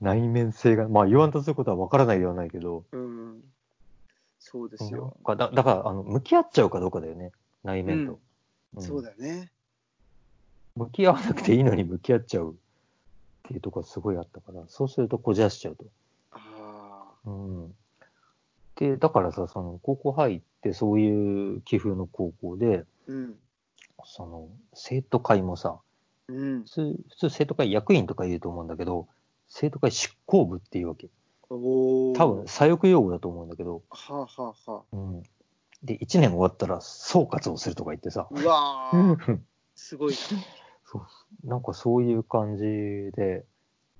[SPEAKER 2] 内面性が、まあ言わんとすることは分からないではないけど、
[SPEAKER 1] うん。そうです
[SPEAKER 2] なん
[SPEAKER 1] よ。
[SPEAKER 2] かだだからあの向き合っちゃうかどうかだよね、内面と。うん
[SPEAKER 1] そうだよね。
[SPEAKER 2] 向き合わなくていいのに向き合っちゃうっていうところがすごいあったから、そうするとこじらしちゃうと。
[SPEAKER 1] ああ。
[SPEAKER 2] うん、で、だからさ、その高校入って、そういう気風の高校で、
[SPEAKER 1] うん。
[SPEAKER 2] その生徒会もさ、
[SPEAKER 1] うん
[SPEAKER 2] 普。通、普通生徒会役員とか言うと思うんだけど、生徒会執行部っていうわけ。
[SPEAKER 1] おお。
[SPEAKER 2] 多分、。左翼用語だと思うんだけど、
[SPEAKER 1] はあ、はあは
[SPEAKER 2] うん、で、1年終わったら総括をするとか言ってさ、
[SPEAKER 1] あ、うわー、
[SPEAKER 2] な
[SPEAKER 1] すごい。
[SPEAKER 2] んかそういう感じで、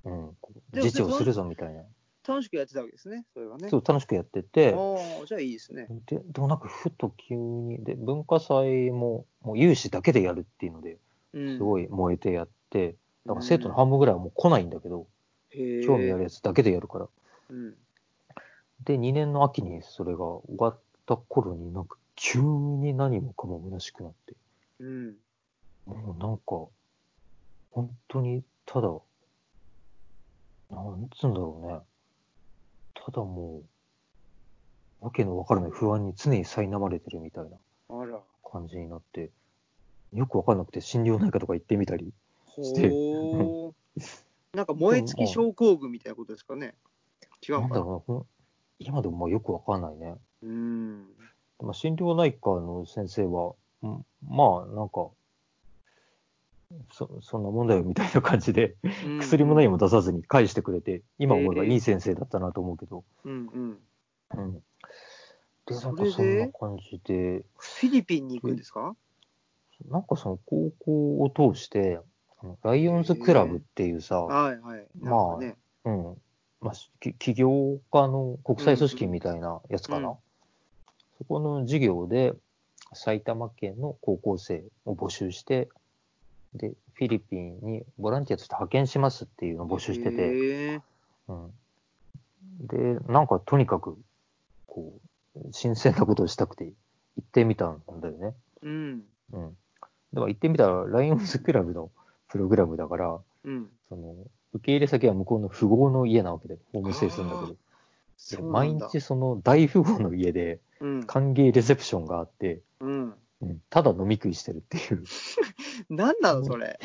[SPEAKER 2] うん、こう
[SPEAKER 1] でも
[SPEAKER 2] 自治をするぞみたいな。
[SPEAKER 1] 楽しくやってたわけですね、それはね。。
[SPEAKER 2] そうう、楽しくやってて、
[SPEAKER 1] ああ、じゃあいいですね。
[SPEAKER 2] で、でもなんかふと急に、で、文化祭も、もう有志だけでやるっていうので、
[SPEAKER 1] うん
[SPEAKER 2] すごい燃えてやって、だから生徒
[SPEAKER 1] う
[SPEAKER 2] の
[SPEAKER 1] ん
[SPEAKER 2] 半分ぐらいはもう来ないんだけど、興味ある
[SPEAKER 1] へえ
[SPEAKER 2] やつだけでやるから。
[SPEAKER 1] うん
[SPEAKER 2] で、2年の秋にそれが終わった頃になんか急に何もかも虚しくなって、
[SPEAKER 1] うん
[SPEAKER 2] もうなんか、本当にただ、なんつうんだろうね。ただもう、わけのわからない不安に常に苛まれてるみたいな
[SPEAKER 1] あら
[SPEAKER 2] 感じになって、よくわからなくて心療内科とか行ってみたり、して
[SPEAKER 1] ほうなんか燃え尽き症候群みたいなことですかね違う
[SPEAKER 2] な
[SPEAKER 1] の
[SPEAKER 2] んだ
[SPEAKER 1] かな
[SPEAKER 2] ろうな、ほん今でもまあよくわかんないね。
[SPEAKER 1] うん
[SPEAKER 2] まあ、心療内科の先生は、うんまあなんか、そそんな問題よみたいな感じで、薬も何も出さずに返してくれて、今思えばいい先生だったなと思うけど、
[SPEAKER 1] うんうん
[SPEAKER 2] うん。で、な
[SPEAKER 1] そ
[SPEAKER 2] ん
[SPEAKER 1] れ
[SPEAKER 2] か
[SPEAKER 1] で
[SPEAKER 2] そんな感じで、
[SPEAKER 1] フィリピンに行くんですか
[SPEAKER 2] なんかその高校を通して、あのライオンズクラブっていうさ、
[SPEAKER 1] はいはい
[SPEAKER 2] まあ
[SPEAKER 1] なんかね
[SPEAKER 2] うん、まあ、き起業家の国際組織みたいなやつかな。
[SPEAKER 1] うん
[SPEAKER 2] そこの授業で、埼玉県の高校生を募集して、で、フィリピンにボランティアとして派遣しますっていうのを募集してて、
[SPEAKER 1] へえ
[SPEAKER 2] うん、で、なんかとにかく、こう、新鮮なことをしたくて行ってみたんだよね。
[SPEAKER 1] うん
[SPEAKER 2] うん。だから行ってみたら、ライオンズクラブのプログラムだから、
[SPEAKER 1] うん
[SPEAKER 2] その、受け入れ先は向こうの富豪の家なわけで、ホームステイするんだけ
[SPEAKER 1] あー
[SPEAKER 2] ど、で
[SPEAKER 1] そうな
[SPEAKER 2] 毎
[SPEAKER 1] んだ
[SPEAKER 2] 日その大富豪の家で
[SPEAKER 1] うん
[SPEAKER 2] 歓迎レセプションがあって、
[SPEAKER 1] うん
[SPEAKER 2] うん、ただ飲み食いしてるっていう、
[SPEAKER 1] 何なのそ れ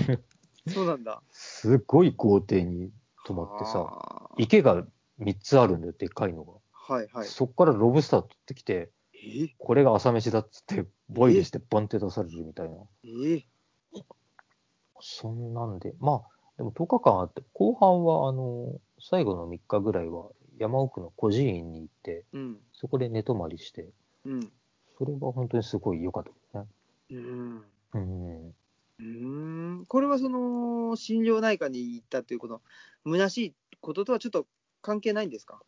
[SPEAKER 1] そうなんだ
[SPEAKER 2] すごい豪邸に泊まってさ、
[SPEAKER 1] はあ
[SPEAKER 2] 池が3つあるんだよ、でっかいのが。
[SPEAKER 1] はいはい
[SPEAKER 2] そっからロブスター取ってきて、
[SPEAKER 1] え
[SPEAKER 2] これが朝飯だっつって、ボイルしてバンって出されるみたいな。
[SPEAKER 1] え
[SPEAKER 2] そんなんで、まあ、でも10日間あって、後半は、あの、最後の3日ぐらいは山奥の孤児院に行って、
[SPEAKER 1] うん
[SPEAKER 2] そこで寝泊まりして、
[SPEAKER 1] うん
[SPEAKER 2] それは本当にすごい良かったね。
[SPEAKER 1] うん
[SPEAKER 2] うん。
[SPEAKER 1] うーんこれはその心療内科に行ったというこの虚しいこととはちょっと関係ないんですか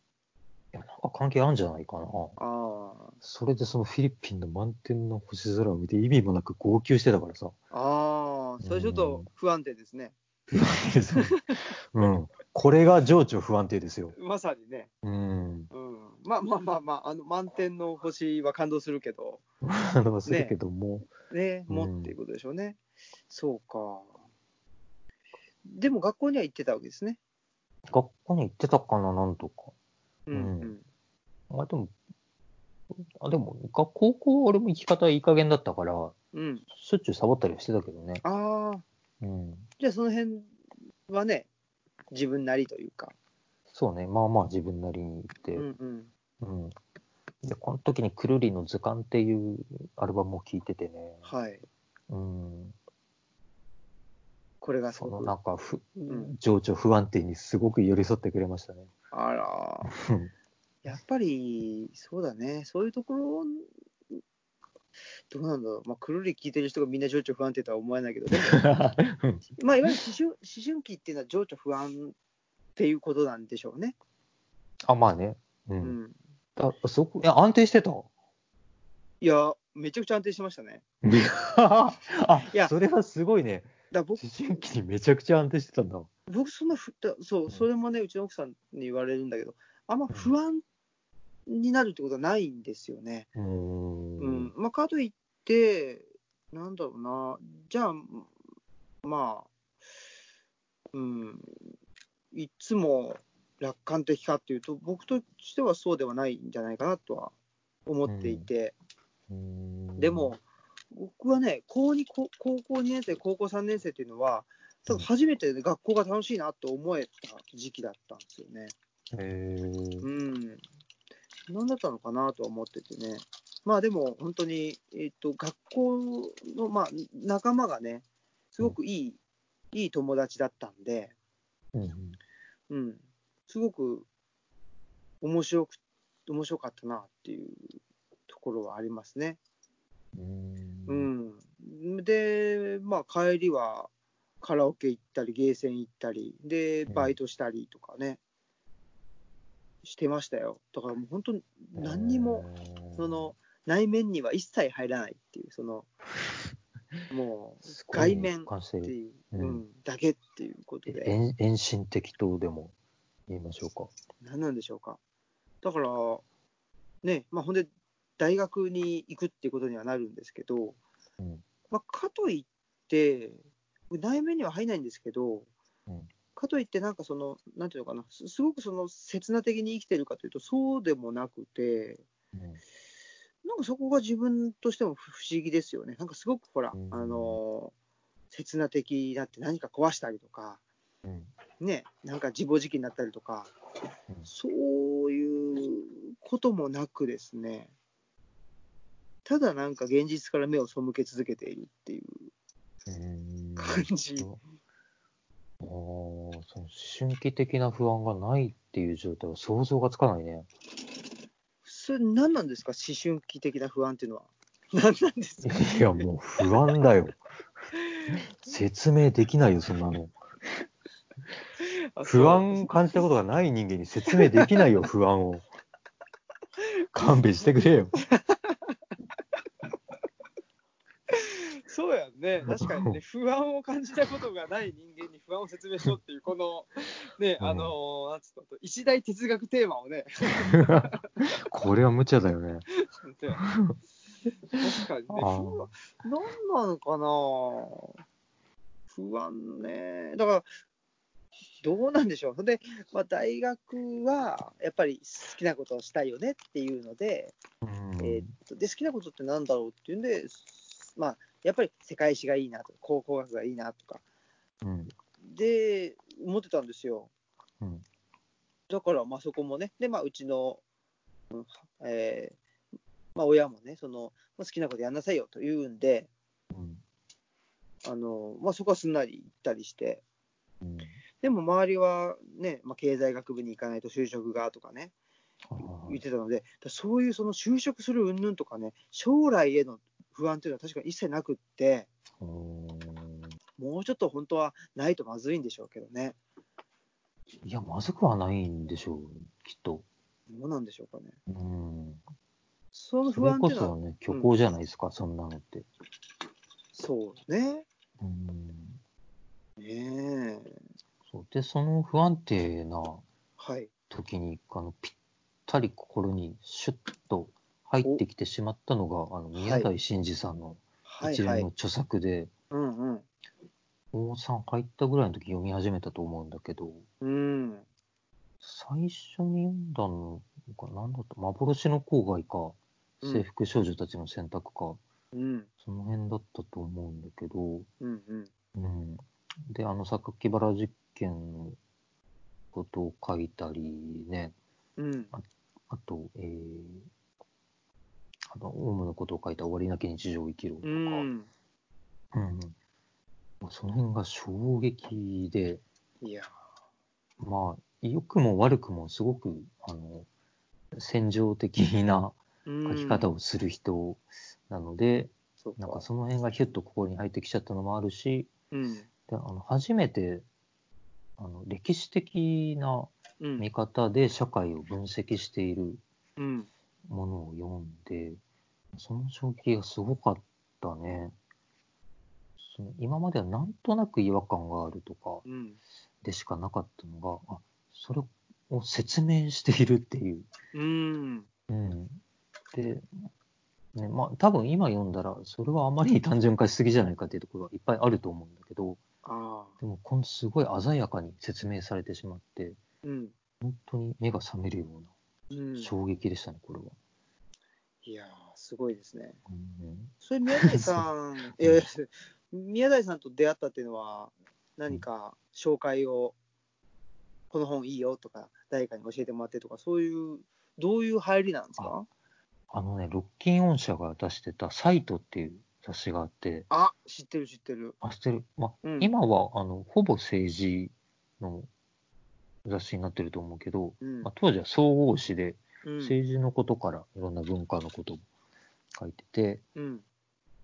[SPEAKER 2] いや、なんか関係あるんじゃないかな。
[SPEAKER 1] あ
[SPEAKER 2] それでそのフィリピンの満天の星空を見て意味もなく号泣してたからさ。
[SPEAKER 1] あああそれちょっと不安定ですね
[SPEAKER 2] うん。これが情緒不安定ですよ。
[SPEAKER 1] まさにね、
[SPEAKER 2] うん。
[SPEAKER 1] うん、まあまあまあまああの満天の星は感動するけど
[SPEAKER 2] あの、するけども、
[SPEAKER 1] ねもっていうことでしょうね、そうかでも学校には行ってたわけですね
[SPEAKER 2] 学校に行ってたかな、なんとか。
[SPEAKER 1] うん
[SPEAKER 2] う
[SPEAKER 1] うんん
[SPEAKER 2] まあでも、あでも、が高校は俺も行き方いい加減だったから、
[SPEAKER 1] うん、
[SPEAKER 2] しょっちゅうサボったりはしてたけどね。
[SPEAKER 1] ああ
[SPEAKER 2] うん。
[SPEAKER 1] じゃあその辺はね自分なりというか
[SPEAKER 2] そうね、まあまあ自分なりに行って。
[SPEAKER 1] う
[SPEAKER 2] うん。
[SPEAKER 1] んうん
[SPEAKER 2] で、この時にくるりの図鑑っていうアルバムを聴いててね。
[SPEAKER 1] はい
[SPEAKER 2] うん。
[SPEAKER 1] これがす
[SPEAKER 2] そ
[SPEAKER 1] ご
[SPEAKER 2] の
[SPEAKER 1] く
[SPEAKER 2] なんかふ、
[SPEAKER 1] ん
[SPEAKER 2] 情緒不安定にすごく寄り添ってくれまし たね。
[SPEAKER 1] あらー
[SPEAKER 2] うん
[SPEAKER 1] やっぱり、そうだね、そういうところ、どうなんだろう、まあ、くるり聞いてる人がみんな情緒不安定とは思えないけど、でもまあ、いわゆる思春思春期っていうのは情緒不安っていうことなんでしょうね。
[SPEAKER 2] あ、まあね。
[SPEAKER 1] う
[SPEAKER 2] う。
[SPEAKER 1] んん、
[SPEAKER 2] だすごく、いや、安定し てた。
[SPEAKER 1] いや、めちゃくちゃ安定してましたね。
[SPEAKER 2] あ、
[SPEAKER 1] いや
[SPEAKER 2] それはすごいね。
[SPEAKER 1] だ僕
[SPEAKER 2] 思春期にめちゃくちゃ安定してたんだ。
[SPEAKER 1] 僕そんなふだそうう、
[SPEAKER 2] ん
[SPEAKER 1] それもね、うちの奥さんに言われるんだけど、あんま不安になるってことはないんですよね。
[SPEAKER 2] うー
[SPEAKER 1] うんん。まあ、かといって、なんだろうな、じゃあ、まあ、うん、いつも楽観的かっていうと、僕としてはそうではないんじゃないかなとは思っていて、
[SPEAKER 2] うん
[SPEAKER 1] でも、、僕はね、高に高高校2年生、高校3年生っていうのは、多分初めて学校が楽しいなと思えた時期だったんですよね。
[SPEAKER 2] へー
[SPEAKER 1] うん。何だったのかなとは思っててね。まあでも本当に、えっと、学校の、まあ、仲間がね、すごくいい、いい友達だったんで、
[SPEAKER 2] うん
[SPEAKER 1] うん。すごく面白く、面白かったなっていうところはありますね。
[SPEAKER 2] う
[SPEAKER 1] うんん。で、まあ帰りはカラオケ行ったり、ゲーセン行ったり、で、
[SPEAKER 2] うん
[SPEAKER 1] バイトしたりとかね、してましたよ。だからもう本当に 何にも、その内面には一切入らないっていう、その、もう
[SPEAKER 2] す、ごい
[SPEAKER 1] 外
[SPEAKER 2] ね
[SPEAKER 1] 面
[SPEAKER 2] 一貫して
[SPEAKER 1] って
[SPEAKER 2] る。
[SPEAKER 1] いう、
[SPEAKER 2] う
[SPEAKER 1] うんん、だけっていうことで、
[SPEAKER 2] 遠遠心的とでも言いましょうか。
[SPEAKER 1] 何なんでしょうか。だから、ね、まあ、ほんで、大学に行くっていうことにはなるんですけど、
[SPEAKER 2] うん
[SPEAKER 1] まあ、かといって、内面には入らないんですけど、
[SPEAKER 2] うん
[SPEAKER 1] かといって、なんかその、なんていうのかな、すすごくその、刹那的に生きてるかというと、そうでもなくて、
[SPEAKER 2] うん
[SPEAKER 1] なんかそこが自分としても不不思議ですよね。なんかすごくほら、
[SPEAKER 2] うん
[SPEAKER 1] あのー、刹那的だって何か壊したりとか、
[SPEAKER 2] うん
[SPEAKER 1] ね、なんか自暴自棄になったりとか、
[SPEAKER 2] うん
[SPEAKER 1] そういうこともなくですね、ただなんか現実から目を背け続けているっていう
[SPEAKER 2] うん
[SPEAKER 1] 感じ。
[SPEAKER 2] ああ、その思春期的な不安がないっていう状態は想像がつかな いね。
[SPEAKER 1] それ何なんですか、思春期的な不安っていうのは。何なんですか
[SPEAKER 2] いや、もう不安だよ。説明できないよ、そんなの。不安感じたことがない人間に説明できないよ、不安を。勘弁してくれよ。
[SPEAKER 1] そうやんね、確か にね、不安を感じたことがない人間に不安を説明しようっていう、この、ね、
[SPEAKER 2] うん
[SPEAKER 1] あのー、なんつうの、一大哲学テーマをね、
[SPEAKER 2] これは無茶だよね。
[SPEAKER 1] 確かにね、
[SPEAKER 2] あ
[SPEAKER 1] 不安
[SPEAKER 2] ー、
[SPEAKER 1] なんなのかな、不安ね、だから、どうなんでしょう、で、まあ、大学はやっぱり好きなことをしたいよねっていうので、
[SPEAKER 2] うん
[SPEAKER 1] えーっとで好きなことってなんだろうっていうんで、まあ、やっぱり世界史がいいなとか、考古学がいいなとか、
[SPEAKER 2] うん
[SPEAKER 1] で、思ってたんですよ。
[SPEAKER 2] うん
[SPEAKER 1] だから、まあ、そこもね、で、まあ、うちの、うんえーまあ、親もね、そのまあ好きなことやんなさいよと言うんで、
[SPEAKER 2] うん
[SPEAKER 1] あのまあ、そこはすんなり行ったりして、
[SPEAKER 2] うん
[SPEAKER 1] でも周りはね、まあ、経済学部に行かないと就職がとかね、
[SPEAKER 2] あ
[SPEAKER 1] 言
[SPEAKER 2] ー
[SPEAKER 1] ってたので、だからそういうその就職する云々とかね、将来への不安というのは確かに一切なくって、
[SPEAKER 2] うん
[SPEAKER 1] もうちょっと本当はないとまずいんでしょうけどね、
[SPEAKER 2] いや、まずくはないんでしょう、きっと。
[SPEAKER 1] どうなんでしょうかね。
[SPEAKER 2] うん、
[SPEAKER 1] その
[SPEAKER 2] そ
[SPEAKER 1] 不
[SPEAKER 2] れ
[SPEAKER 1] 安って
[SPEAKER 2] こ
[SPEAKER 1] いうのは
[SPEAKER 2] そ、ね、虚構じゃないですか、そんなのって。
[SPEAKER 1] そうね。
[SPEAKER 2] うん
[SPEAKER 1] ねえ。
[SPEAKER 2] そうで、その不安定な
[SPEAKER 1] はい。
[SPEAKER 2] 時に、あのぴったり心にシュッと入ってきてしまったのが、あの宮台真司さんの
[SPEAKER 1] はい
[SPEAKER 2] 一
[SPEAKER 1] は
[SPEAKER 2] 連
[SPEAKER 1] い
[SPEAKER 2] の。著作で、
[SPEAKER 1] うんうん。
[SPEAKER 2] 高3入ったぐらいの時読み始めたと思うんだけど、
[SPEAKER 1] うん。
[SPEAKER 2] 最初に読んだのが何だった幻の郊外か、
[SPEAKER 1] うん
[SPEAKER 2] 制服少女たちの選択か、
[SPEAKER 1] うん。
[SPEAKER 2] その辺だったと思うんだけど、
[SPEAKER 1] うんうん。
[SPEAKER 2] うん、で、あの榊原実験のことを書いたりね、
[SPEAKER 1] うん。
[SPEAKER 2] あと、えー、あの、オウムのことを書いた終わりなき日常を生きろとか、
[SPEAKER 1] う
[SPEAKER 2] うん
[SPEAKER 1] ん。
[SPEAKER 2] うん、その辺が衝撃で、
[SPEAKER 1] いや。
[SPEAKER 2] まあ、良くも悪くもすごく、あの、戦場的な書
[SPEAKER 1] 書
[SPEAKER 2] き方をする人なので、
[SPEAKER 1] そう
[SPEAKER 2] なん
[SPEAKER 1] か
[SPEAKER 2] か。その辺がヒュッとここに入ってきちゃったのもあるし、
[SPEAKER 1] うん。
[SPEAKER 2] であの初めてあの歴史的な
[SPEAKER 1] うん。
[SPEAKER 2] 見方で社会を分析している
[SPEAKER 1] うん。
[SPEAKER 2] ものを読んで、その衝撃がすごかったね。その今まではなんとなく違和感があるとか、
[SPEAKER 1] うん。
[SPEAKER 2] でしかなかったのが、あそれを説明しているっていう。
[SPEAKER 1] うん。
[SPEAKER 2] うん、で、ね、まあ多分今読んだら、それはあまりに単純化しすぎじゃないかっていうところはいっぱいあると思うんだけど、
[SPEAKER 1] ああ。
[SPEAKER 2] でもこのすごい鮮やかに説明されてしまって、
[SPEAKER 1] うん。
[SPEAKER 2] 本当に目が覚めるよ
[SPEAKER 1] うん
[SPEAKER 2] うな。衝撃でしたね、これは。
[SPEAKER 1] いやー、すごいですね。
[SPEAKER 2] うん
[SPEAKER 1] それ宮台さん、いやいや宮台さんと出会ったっていうのは、何か紹介を、この本いいよとか、誰かに教えてもらってとか、そういう、どういう入りなんですか
[SPEAKER 2] あのね、ロッキンオン社が出してたサイトっていう雑誌があって、
[SPEAKER 1] あ知ってる知ってる。
[SPEAKER 2] あ、してる。まあ、
[SPEAKER 1] うん
[SPEAKER 2] 今は、あの、ほぼ政治の雑誌になってると思うけど、
[SPEAKER 1] うん
[SPEAKER 2] まあ、当時は総合誌で、
[SPEAKER 1] うん。
[SPEAKER 2] 政治のことからいろんな文化のことも書いてて、
[SPEAKER 1] うん。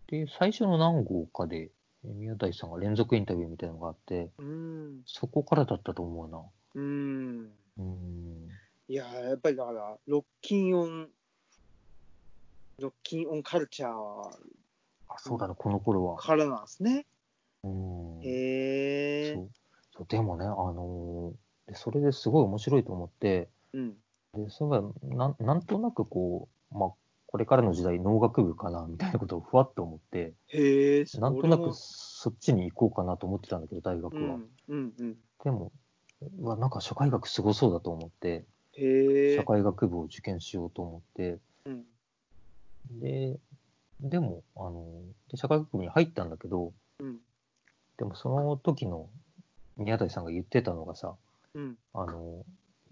[SPEAKER 2] で、最初の何号かで、えー宮台さんが連続インタビューみたいなのがあって、
[SPEAKER 1] うん。
[SPEAKER 2] そこからだったと思うな。
[SPEAKER 1] うん。
[SPEAKER 2] うーん。
[SPEAKER 1] いやー、やっぱりだから、ロッキンオン、ロッキンオンカルチャー
[SPEAKER 2] あそうだね、この頃は。
[SPEAKER 1] からなんですね。
[SPEAKER 2] うん
[SPEAKER 1] へえ。
[SPEAKER 2] そうそうでもね、あのーでそれですごい面白いと思って、
[SPEAKER 1] うん。
[SPEAKER 2] でそれがなんなんとなくこう、まあ、これからの時代、農学部かなみたいなことをふわっと思って、
[SPEAKER 1] へえ。それ
[SPEAKER 2] な
[SPEAKER 1] も
[SPEAKER 2] んとなくそっちに行こうかなと思ってたんだけど、大学
[SPEAKER 1] う
[SPEAKER 2] は。
[SPEAKER 1] ん。うんうん。
[SPEAKER 2] でも、うわなんか社会学すごそうだと思って、
[SPEAKER 1] へえ。
[SPEAKER 2] 社会学部を受験しようと思って、
[SPEAKER 1] うん。
[SPEAKER 2] で、でも、あのーで社会学部に入ったんだけど、
[SPEAKER 1] うん。
[SPEAKER 2] でもその時の宮台さんが言ってたのがさ、
[SPEAKER 1] うん。
[SPEAKER 2] あの、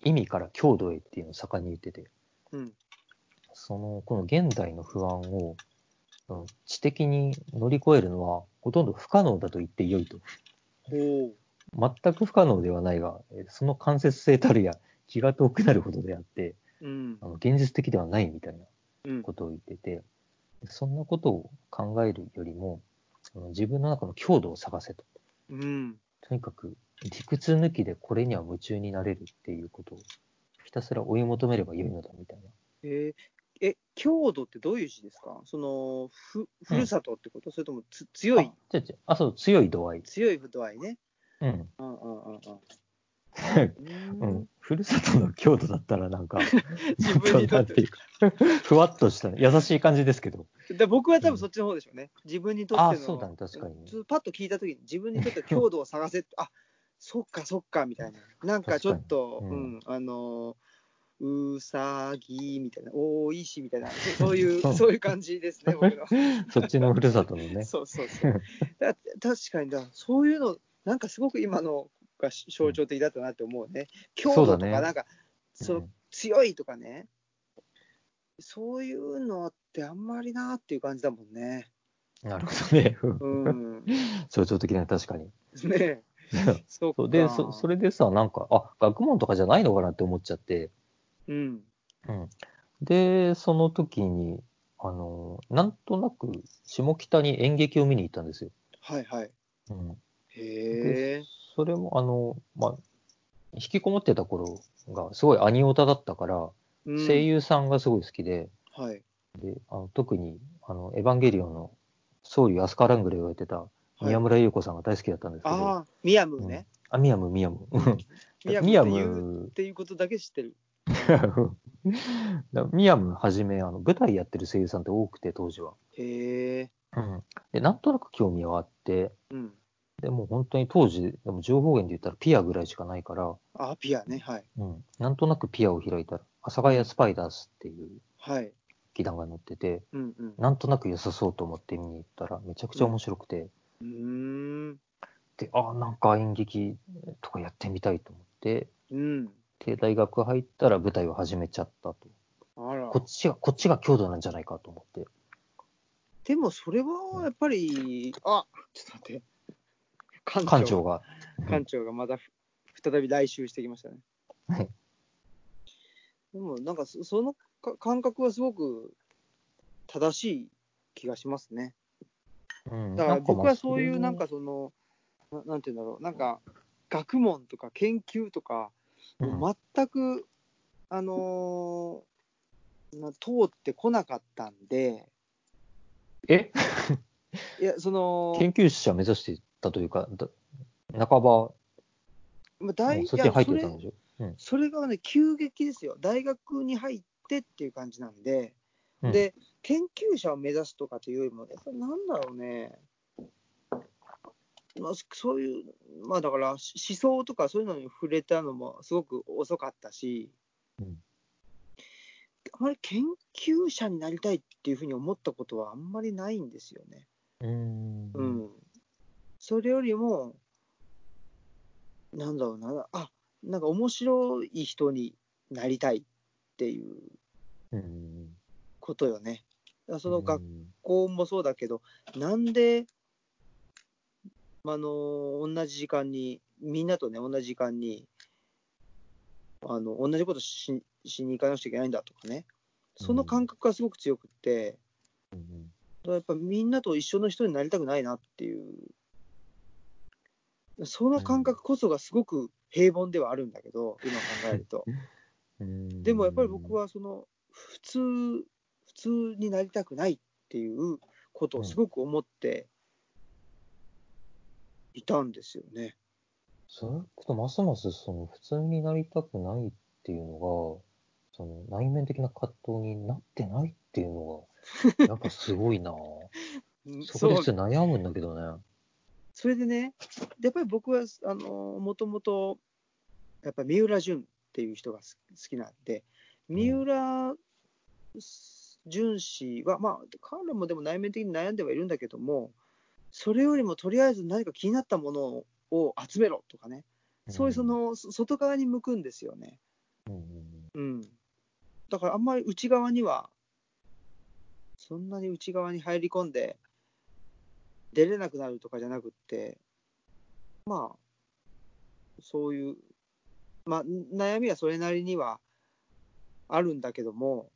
[SPEAKER 2] 意味から強度へっていうのを盛んに言ってて、
[SPEAKER 1] うん。
[SPEAKER 2] その、この現代の不安を、うん知的に乗り越えるのは、ほとんど不可能だと言ってよいと。
[SPEAKER 1] ほ
[SPEAKER 2] 全く不可能ではないが、えその間接性たるや気が遠くなるほどであって、
[SPEAKER 1] う。うん
[SPEAKER 2] あ。の現実的ではないみたいな
[SPEAKER 1] うん。
[SPEAKER 2] ことを言ってて、そんなことを考えるよりも、その自分の中の強度を探せと。
[SPEAKER 1] うん。
[SPEAKER 2] とにかく理屈抜きでこれには夢中になれるっていうことをひたすら追い求めればよいのだみたいな。
[SPEAKER 1] へえ。え、強度ってどういう字ですかその、ふ、ふるさとってこと、それともつ強い
[SPEAKER 2] あ、違う違うあ、そう、強い度合い。
[SPEAKER 1] 強い度合いね。
[SPEAKER 2] うん。
[SPEAKER 1] うんうん うんうん。
[SPEAKER 2] う、
[SPEAKER 1] うん
[SPEAKER 2] ふるさとの強度だったらなんか、
[SPEAKER 1] 自分にとって
[SPEAKER 2] なんなんていうかふわっとした、優しい感じですけど。
[SPEAKER 1] ん、で僕は多分そっちの方でしょうね。自分にとっての。
[SPEAKER 2] あそうだね確かにね
[SPEAKER 1] ちょっとパッと聞いたときに、自分にとっての強度を探せって、あそっかそっかみたいな。なんかちょっと、
[SPEAKER 2] 確
[SPEAKER 1] う
[SPEAKER 2] かにうん
[SPEAKER 1] ん、あのー、うさぎみたいな、大石みたいな、そそういう
[SPEAKER 2] そ、う
[SPEAKER 1] そういう感じです ね、僕の。
[SPEAKER 2] そっちのふるさとのね。
[SPEAKER 1] そうそうそう。だ確かにだ、そういうの、なんかすごく今のが象徴的だったなって思うね。強
[SPEAKER 2] そう
[SPEAKER 1] 度
[SPEAKER 2] だ
[SPEAKER 1] と
[SPEAKER 2] ね
[SPEAKER 1] か、なんか、
[SPEAKER 2] うん
[SPEAKER 1] その強いとかね、そういうのってあんまりなっていう感じだもんね。
[SPEAKER 2] なるほどね。
[SPEAKER 1] うん。ね
[SPEAKER 2] 象徴的な、確かに。
[SPEAKER 1] え。そっ
[SPEAKER 2] そう
[SPEAKER 1] か。
[SPEAKER 2] でそ、それでさ、なんか、あ、学問とかじゃないのかなって思っちゃって。
[SPEAKER 1] うん。
[SPEAKER 2] うん、で、その時に、あの、なんとなく下北に演劇を見に行ったんですよ。
[SPEAKER 1] はいはい。
[SPEAKER 2] うん、
[SPEAKER 1] へえ。
[SPEAKER 2] それも、あの、まあ、引きこもってた頃がすごい兄オタだったから、
[SPEAKER 1] うん
[SPEAKER 2] 声。優さんがすごい好きで、
[SPEAKER 1] はい。
[SPEAKER 2] であの特にあの、エヴァンゲリオンの僧侶アスカラングレーをやってた
[SPEAKER 1] い
[SPEAKER 2] 宮村優子さんが大好きだったんですけど、
[SPEAKER 1] ああ、ミヤム
[SPEAKER 2] うん
[SPEAKER 1] ね。
[SPEAKER 2] あ、ミヤム、ミヤム。
[SPEAKER 1] ミヤム
[SPEAKER 2] ミヤ
[SPEAKER 1] っていう
[SPEAKER 2] ム
[SPEAKER 1] っ、ていうことだけ知ってる。
[SPEAKER 2] ミヤムはじめ、あの舞台やってる声優さんって多くて、当時は。
[SPEAKER 1] へえ。
[SPEAKER 2] うん、でなんとなく興味はあって、
[SPEAKER 1] うん。
[SPEAKER 2] でもう本当に当時、でも情報源で言ったらピアぐらいしかないから、
[SPEAKER 1] あ、ピアね。はい。
[SPEAKER 2] うん、なんとなくピアを開いたら、阿佐ヶ谷スパイダースっていう
[SPEAKER 1] はい。
[SPEAKER 2] 劇団が載ってて、
[SPEAKER 1] うんうん。
[SPEAKER 2] なんとなく良さそうと思って見に行ったら、めちゃくちゃ面白くて、
[SPEAKER 1] うーん。
[SPEAKER 2] で、ああ、なんか演劇とかやってみたいと思って、
[SPEAKER 1] うん。
[SPEAKER 2] で、大学入ったら舞台を始めちゃったと。
[SPEAKER 1] あら
[SPEAKER 2] こ。っちが、こっちが強度なんじゃないかと思って。
[SPEAKER 1] でもそれはやっぱり、あちょっと待って。館
[SPEAKER 2] 館長が。
[SPEAKER 1] 館長がまたふ再び来襲してきましたね。
[SPEAKER 2] はい
[SPEAKER 1] でもなんかそそのか感覚はすごく正しい気がしますね。
[SPEAKER 2] うん
[SPEAKER 1] だから僕はそういうな
[SPEAKER 2] なんんか
[SPEAKER 1] かそのななんていうんだろうなんか学問とか研究とか
[SPEAKER 2] まあ、
[SPEAKER 1] もう全く、あのーな通ってこなかったんで
[SPEAKER 2] え
[SPEAKER 1] いやその
[SPEAKER 2] 研究者目指してたというか、だ半ば、も
[SPEAKER 1] まあ
[SPEAKER 2] う
[SPEAKER 1] 大い
[SPEAKER 2] そっちに
[SPEAKER 1] や
[SPEAKER 2] 入っ
[SPEAKER 1] そ
[SPEAKER 2] て
[SPEAKER 1] れ
[SPEAKER 2] たんでしょ
[SPEAKER 1] それがね、急激ですよ。大学に入ってっていう感じなんで、
[SPEAKER 2] うん
[SPEAKER 1] で、研究者を目指すとかというよりも、やっぱりなんだろうね、まあ、そそういう、まあだから思想とかそういうのに触れたのもすごく遅かったし、
[SPEAKER 2] うん
[SPEAKER 1] あまり研究者になりたいっていうふうに思ったことはあんまりないんですよね。
[SPEAKER 2] うーん。
[SPEAKER 1] う。ん、それよりも、なんだろうな、あなんか面白い人になりたいっていう
[SPEAKER 2] うん。
[SPEAKER 1] ことよね。だからその
[SPEAKER 2] う
[SPEAKER 1] 学
[SPEAKER 2] ん
[SPEAKER 1] 校もそうだけど、なんで、あの同じ時間に、みんなとね、同じ時間に、あの同じことししに行かなくちゃいけないんだとかね、その感覚がすごく強くって。
[SPEAKER 2] うん
[SPEAKER 1] だからやっぱみんなと一緒の人になりたくないなっていう、その感覚こそがすごく平凡ではあるんだけど、今考えると。
[SPEAKER 2] うん
[SPEAKER 1] でもやっぱり僕はその普通、普通になりたくないっていうことをすごく思っていたんですよね。
[SPEAKER 2] それこそますますその普通になりたくないっていうのが、その内面的な葛藤になってないっていうの が、やっぱすごいなぁ
[SPEAKER 1] うん
[SPEAKER 2] そこで
[SPEAKER 1] そう
[SPEAKER 2] ちょっと悩むんだけどね。
[SPEAKER 1] それでね、でやっぱり僕は、あのもともと、やっぱり三浦淳っていう人がす好きなんで、三浦淳氏は、まあ、彼らもでも内面的に悩んではいるんだけども、それよりもとりあえず何か気になったものを集めろとかね、そういうその、そ外側に向くんですよね。
[SPEAKER 2] うん、うん
[SPEAKER 1] うん。だからあんまり内側には、そんなに内側に入り込んで、出れなくなるとかじゃなくって、まあ、そういう、まあ、悩みはそれなりにはあるんだけども、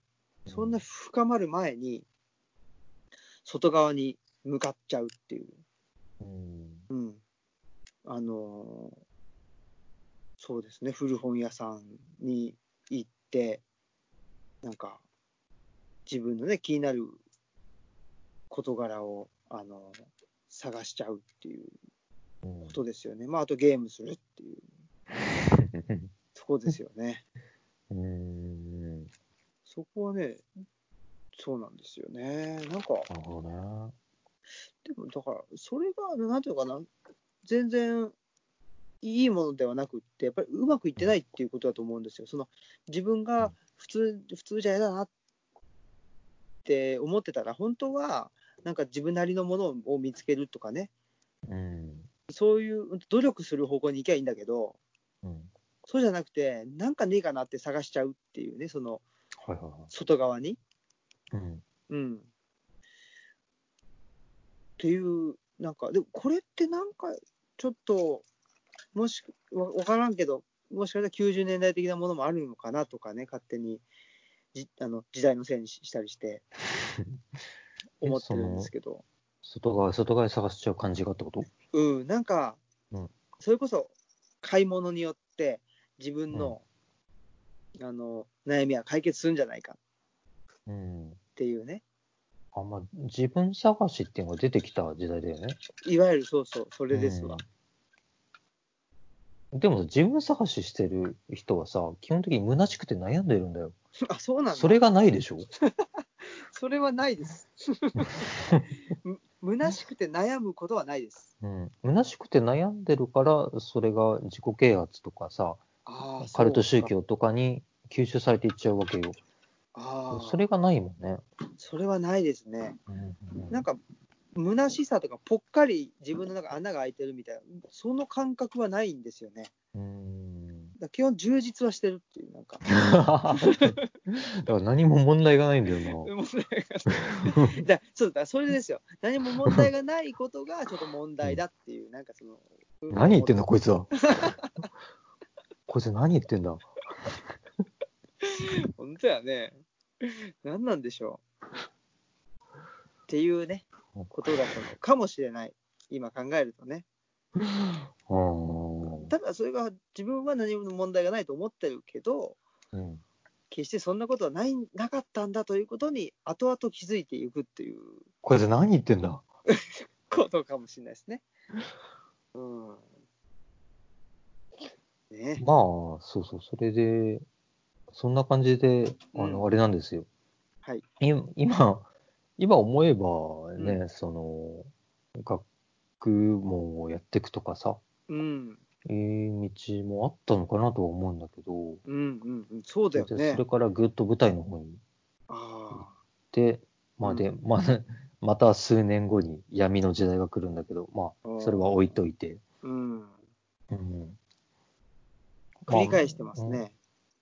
[SPEAKER 1] そんな深まる前に、外側に向かっちゃうっていう。
[SPEAKER 2] うん
[SPEAKER 1] うん。あのーそうですね、古本屋さんに行って、なんか、自分のね、気になる事柄を、あのー探しちゃうっていう
[SPEAKER 2] うん
[SPEAKER 1] ことですよね。まあ、あとゲームするっていう、そこですよね。
[SPEAKER 2] うん、
[SPEAKER 1] そこはね、そうなんですよね。なんか、
[SPEAKER 2] なるほどね。
[SPEAKER 1] でもだから、それが、なんていうのかな、全然いいものではなくって、やっぱりうまくいってないっていうことだと思うんですよ。その自分が普通普通じゃ嫌だなって思ってたら、本当はなんか自分なりのものを見つけるとかね、
[SPEAKER 2] うん、
[SPEAKER 1] そういう努力する方向に行けばいいんだけど、
[SPEAKER 2] うん、
[SPEAKER 1] そうじゃなくて、なんかねえかなって探しちゃうっていうね、その
[SPEAKER 2] はいはいは
[SPEAKER 1] 外側に。
[SPEAKER 2] い。うん、
[SPEAKER 1] うん。っていう、なんか、でもこれってなんか、ちょっと、もし、わわからんけど、もしかしたら90年代的なものもあるのかなとかね、勝手に、じあの時代のせいにししたり して、思ってるんですけど、
[SPEAKER 2] 外側、外側で探しちゃう感じがってこと
[SPEAKER 1] うん、なんか、
[SPEAKER 2] うん
[SPEAKER 1] それこそ、買い物によって、自分の、あの、悩みは解決するんじゃないかっ
[SPEAKER 2] うん。
[SPEAKER 1] ていうね、
[SPEAKER 2] あんま自分探しっていうのが出てきた時代だよね。
[SPEAKER 1] いわゆるそうそう、それですわ。
[SPEAKER 2] うん。でも自分探ししてる人はさ、基本的に虚しくて悩んでるんだよ。
[SPEAKER 1] あ、そうなんだ。
[SPEAKER 2] それがないでしょ
[SPEAKER 1] それはないです。む虚しくて悩むことはないです。
[SPEAKER 2] うん。虚しくて悩んでるから、それが自己啓発とかさ、
[SPEAKER 1] ああ、
[SPEAKER 2] カルト宗
[SPEAKER 1] そうか。
[SPEAKER 2] 教とかに吸収されていっちゃうわけよ。
[SPEAKER 1] ああ、
[SPEAKER 2] それがないもんね。
[SPEAKER 1] それはないですね。
[SPEAKER 2] うん
[SPEAKER 1] なんか、虚しさとか、ぽっかり自分の中穴が開いてるみたいな、その感覚はないんですよね。
[SPEAKER 2] うん。
[SPEAKER 1] だから基本、充実はしてるっていう、なん か。
[SPEAKER 2] だから何も問題がないんだよ
[SPEAKER 1] 問題がだそうだ、それですよ。何も問題がないことがちょっと問題だっていう、なんかその。
[SPEAKER 2] な。何言ってんだ、こいつは。 こいつ何言ってんだ。
[SPEAKER 1] 本当やね。何なんでしょう。っていうね、ことだったのかもしれない。今考えるとね。
[SPEAKER 2] うん。
[SPEAKER 1] ただそれが自分は何も問題がないと思ってるけど、
[SPEAKER 2] うん
[SPEAKER 1] 決してそんなことはないなかったんだということに後々気づいていくっていう
[SPEAKER 2] こいつ何言ってんだ。
[SPEAKER 1] ことかもしれないですね。うん。ね。
[SPEAKER 2] まあ、そうそう、それで、そんな感じで、あの、
[SPEAKER 1] うん
[SPEAKER 2] あれなんですよ。
[SPEAKER 1] はい。
[SPEAKER 2] い今、今思えば
[SPEAKER 1] う
[SPEAKER 2] ね、その、学問をやっていくとかさ、
[SPEAKER 1] うん。
[SPEAKER 2] いう道もあったのかなとは思うんだけど、
[SPEAKER 1] うんうんうん。そうだよ
[SPEAKER 2] そ
[SPEAKER 1] ね
[SPEAKER 2] れ。からぐっと舞台の方に行っ
[SPEAKER 1] ああ。
[SPEAKER 2] て、まあで、
[SPEAKER 1] う
[SPEAKER 2] まあ、また数年後に闇の時代が来るんだけど、まあ、それは置いといて。
[SPEAKER 1] うん。
[SPEAKER 2] うん。
[SPEAKER 1] 繰り返してますね。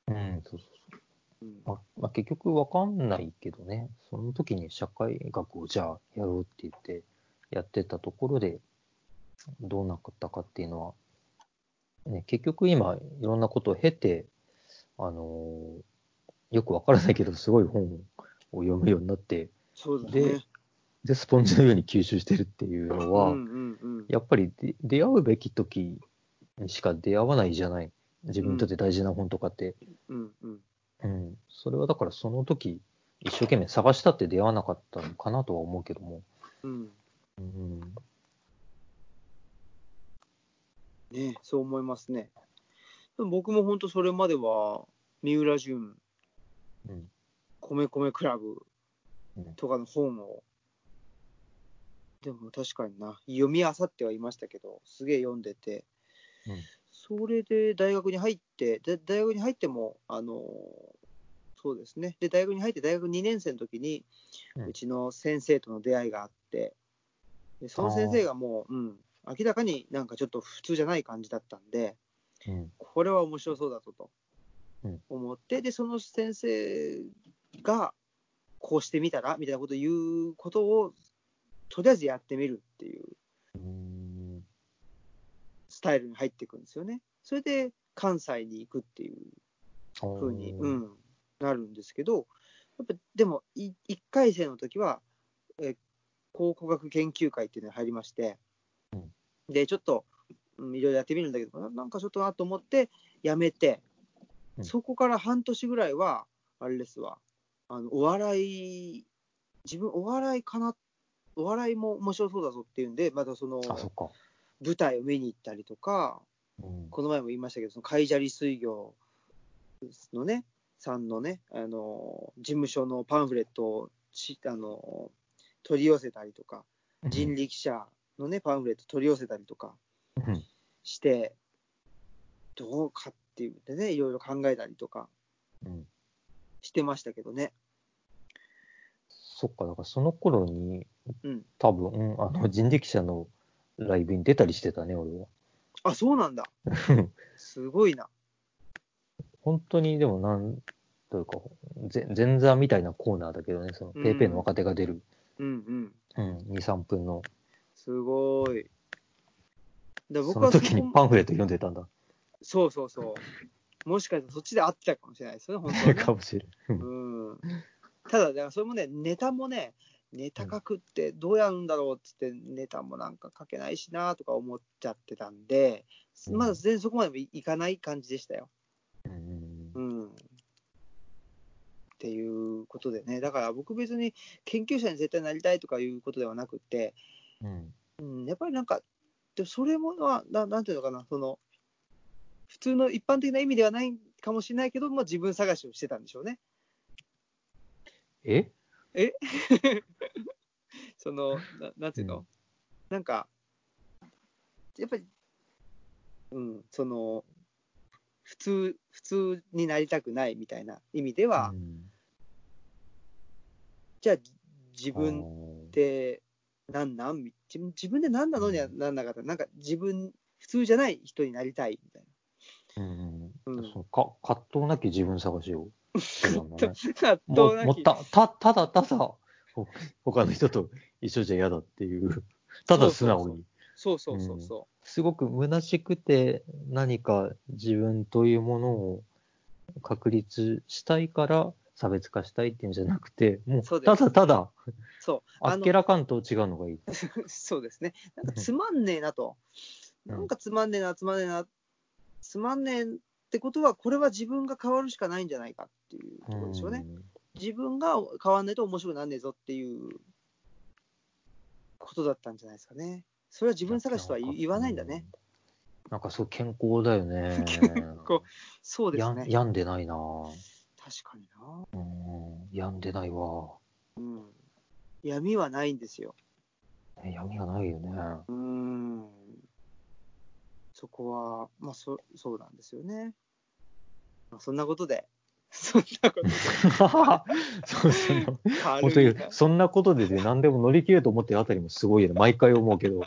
[SPEAKER 2] まあ。うん、うんそうそうそ
[SPEAKER 1] う
[SPEAKER 2] う。
[SPEAKER 1] ん
[SPEAKER 2] まあまあ、結局わかんないけどね、その時に社会学をじゃあやろうって言ってやってたところで、どうなったかっていうのは、ね、結局今いろんなことを経て、あのーよくわからないけど、すごい本を読むようになって、
[SPEAKER 1] そうだ
[SPEAKER 2] で
[SPEAKER 1] ね。
[SPEAKER 2] で、スポンジのように吸収してるっていうのは、
[SPEAKER 1] うんうんうん、
[SPEAKER 2] やっぱりで出会うべき時にしか出会わないじゃない。自分にとって大事な本とかって。
[SPEAKER 1] うんうん、
[SPEAKER 2] うん、それはだからその時一生懸命探したって出会わなかったのかなとは思うけども、
[SPEAKER 1] うん。
[SPEAKER 2] うん、
[SPEAKER 1] ね、そう思いますね。でも僕も本当それまでは、三浦淳、
[SPEAKER 2] うん
[SPEAKER 1] 米米クラブ
[SPEAKER 2] うん
[SPEAKER 1] とかの本を、でも確かにな、読み漁ってはいましたけど、すげえ読んでて、
[SPEAKER 2] うん
[SPEAKER 1] それで大学に入って、で大学に入っても、あのーそうですね、で大学に入って、大学2年生の時に、
[SPEAKER 2] うん
[SPEAKER 1] うちの先生との出会いがあって、でその先生がもう、うん、明らかになんかちょっと普通じゃない感じだったんで、
[SPEAKER 2] うん、
[SPEAKER 1] これは面白そうだぞと
[SPEAKER 2] うん
[SPEAKER 1] 思って、でその先生がこうしてみたらみたいなことを言うことをとりあえずやってみるっていう
[SPEAKER 2] うん、
[SPEAKER 1] スタイルに入っていくんですよね。それで関西に行くっていう風に、う
[SPEAKER 2] うん、
[SPEAKER 1] ん、なるんですけど、やっぱでもい1回生の時は、えー考古学研究会っていうのに入りまして、
[SPEAKER 2] うん
[SPEAKER 1] で、ちょっと、うんいろいろやってみるんだけど、ななんかちょっとなと思って、やめて、
[SPEAKER 2] うん
[SPEAKER 1] そこから半年ぐらいは、あれですわ、あのお笑い、自分、お笑いかな、お笑いも面白そうだぞっていうんで、またその
[SPEAKER 2] あ、そっか。
[SPEAKER 1] 舞台を見に行ったりとか、
[SPEAKER 2] うん、
[SPEAKER 1] この前も言いましたけど、その海砂利水魚のね、さんのね、あの事務所のパンフレットをしあの取り寄せたりとか、人力車のね、パンフレット取り寄せたりとか
[SPEAKER 2] うん、
[SPEAKER 1] して、どうかっていうでね、いろいろ考えたりとか
[SPEAKER 2] うん、
[SPEAKER 1] してましたけどね。
[SPEAKER 2] そっか、だからその頃に、
[SPEAKER 1] うん、
[SPEAKER 2] 多分、うんあの人力車のライブに出たりしてたね、俺は。
[SPEAKER 1] あ、そうなん だ。すごいな。
[SPEAKER 2] 本当に、でも、なんというか、ぜ前座みたいなコーナーだけどね、その
[SPEAKER 1] うん
[SPEAKER 2] ペーペーの若手が出る、
[SPEAKER 1] うんうん。
[SPEAKER 2] うん、2、3分の、
[SPEAKER 1] すごい。だから
[SPEAKER 2] そ
[SPEAKER 1] 僕
[SPEAKER 2] の
[SPEAKER 1] はそ
[SPEAKER 2] 時
[SPEAKER 1] こ
[SPEAKER 2] に
[SPEAKER 1] も
[SPEAKER 2] パンフレット読んでたんだ、
[SPEAKER 1] そうそうそう。もしかしたらそっちで会ってたかもしれないですよね、本当はね
[SPEAKER 2] かもしれない。うん
[SPEAKER 1] うんただ、だからそれもね、ネタもね、ネタ書くってどうやるんだろうっつって、ネタもなんか書けないしなとか思っちゃってたんで、
[SPEAKER 2] うん
[SPEAKER 1] まだ全然そこまでもいいかない感じでしたよ。
[SPEAKER 2] うん
[SPEAKER 1] うん。っていうことでね、だから僕別に研究者に絶対なりたいとかいうことではなくて、
[SPEAKER 2] うん
[SPEAKER 1] うん、やっぱりなんか、でもそれもなな、なんていうのかな、その、普通の一般的な意味ではないかもしれないけど、まあ、自分探しをしてたんでしょうね。
[SPEAKER 2] え
[SPEAKER 1] そのななんていうの、
[SPEAKER 2] うん
[SPEAKER 1] なんかやっぱりうんその普通普通になりたくないみたいな意味では、
[SPEAKER 2] うん
[SPEAKER 1] じゃあ自
[SPEAKER 2] あ
[SPEAKER 1] 分
[SPEAKER 2] ー
[SPEAKER 1] ってなんなんみ自分自分で何なのにはなんなかったなんか自分普通じゃない人になりたいみたい
[SPEAKER 2] うん
[SPEAKER 1] うん
[SPEAKER 2] そのか葛藤なき自分探しをしてたんだね。
[SPEAKER 1] な。葛藤
[SPEAKER 2] ももう
[SPEAKER 1] なき
[SPEAKER 2] たたただただほ他の人と一緒じゃ嫌だっていうただ素直に
[SPEAKER 1] そうそうそうそうそう。
[SPEAKER 2] すごく虚しくて何か自分というものを確立したいから差別化したいっていうんじゃなくても
[SPEAKER 1] そう
[SPEAKER 2] う
[SPEAKER 1] で
[SPEAKER 2] た
[SPEAKER 1] す
[SPEAKER 2] だただ
[SPEAKER 1] そう
[SPEAKER 2] あ
[SPEAKER 1] あ
[SPEAKER 2] っ
[SPEAKER 1] の
[SPEAKER 2] けらかんと違うのがいい。
[SPEAKER 1] そうですね。なんかつまんねえなと。
[SPEAKER 2] うん
[SPEAKER 1] なんかつまんねえな、つまんねえな、つまんねえってことは、これは自分が変わるしかないんじゃないかっていうところでしょうね。自分が変わんないと面白くなんねえぞっていうことだったんじゃないですかね。それは自分探しとは言言わないんだね。。
[SPEAKER 2] なんかそう健康だ よね。
[SPEAKER 1] 康そうです
[SPEAKER 2] やん
[SPEAKER 1] ね。
[SPEAKER 2] 病んでないな。
[SPEAKER 1] 確かにな。
[SPEAKER 2] うん病んでないわ。
[SPEAKER 1] うん。闇はないんですよ。
[SPEAKER 2] ね闇がな いよね。
[SPEAKER 1] うーん。そこは、まあそ、そうなんですよね。まあ、そんなことで、 そんなことで
[SPEAKER 2] そうその本当
[SPEAKER 1] 軽い
[SPEAKER 2] に
[SPEAKER 1] な。
[SPEAKER 2] そんなことでね、何でも乗り切れると思ってるあたりもすごいよね、毎回思うけど、ま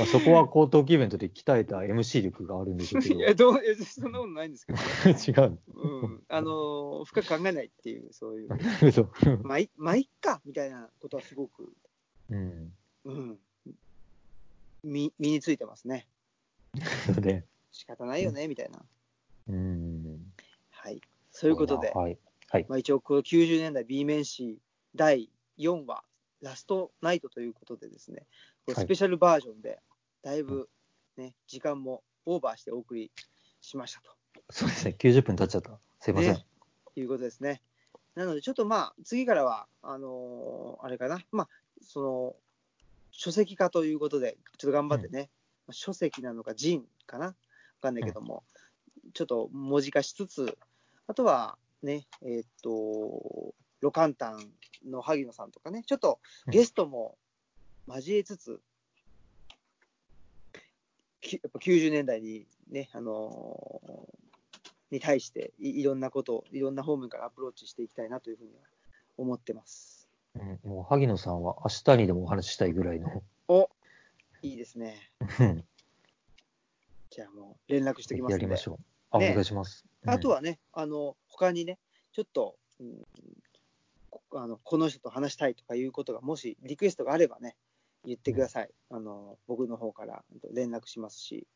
[SPEAKER 2] あそこは高等イベントで鍛えた MC 力があるんでしょうけど、
[SPEAKER 1] い
[SPEAKER 2] 違
[SPEAKER 1] や、どう、いやそんなことないんですけ ど、
[SPEAKER 2] う
[SPEAKER 1] うん。あのー深く考えないっていう、そういう、
[SPEAKER 2] けど、
[SPEAKER 1] まあ、いまあ、いっか、みたいなことはすごく、
[SPEAKER 2] うん、
[SPEAKER 1] うん。み身についてますね。
[SPEAKER 2] ので、
[SPEAKER 1] 仕方ないよね、みたいな。
[SPEAKER 2] うん、
[SPEAKER 1] はい。
[SPEAKER 2] と
[SPEAKER 1] そういうことで、
[SPEAKER 2] はい、
[SPEAKER 1] まあ、一応、この90年代 B 面誌第4話、ラストナイトということでですね、これ
[SPEAKER 2] はい
[SPEAKER 1] スペシャルバージョンで、だいぶ、ね、時間もオーバーしてお送りしましたと
[SPEAKER 2] そうですね、90分経っちゃった、すいません、
[SPEAKER 1] ねいうことですね。なので、ちょっとまあ、次からは、あのーあれかな、まあ、その、書籍化ということで、ちょっと頑張ってね、まあ書籍なのか、人かな、わかんないけども、ちょっと文字化しつつ、あとはね、えーっと、ロカンタンの萩野さんとかね、ちょっとゲストも交えつつ、きやっぱ90年代にね、あのーに対していいろんなことをいろんな方面からアプローチしていきたいなというふうには思ってます。
[SPEAKER 2] うん、もう萩野さんは明日にでもお話ししたいぐらいの、
[SPEAKER 1] おいいですね。
[SPEAKER 2] うん
[SPEAKER 1] じゃあもう連絡して
[SPEAKER 2] ぜ
[SPEAKER 1] おきますので
[SPEAKER 2] ひやりましょう。あ、
[SPEAKER 1] ね
[SPEAKER 2] お願いします。
[SPEAKER 1] あと
[SPEAKER 2] は、
[SPEAKER 1] はね、あの他にね、ちょっと、うん、こあのこの人と話したいとかいうことが、もしリクエストがあればね、言ってください。あの僕の方から連絡しますし。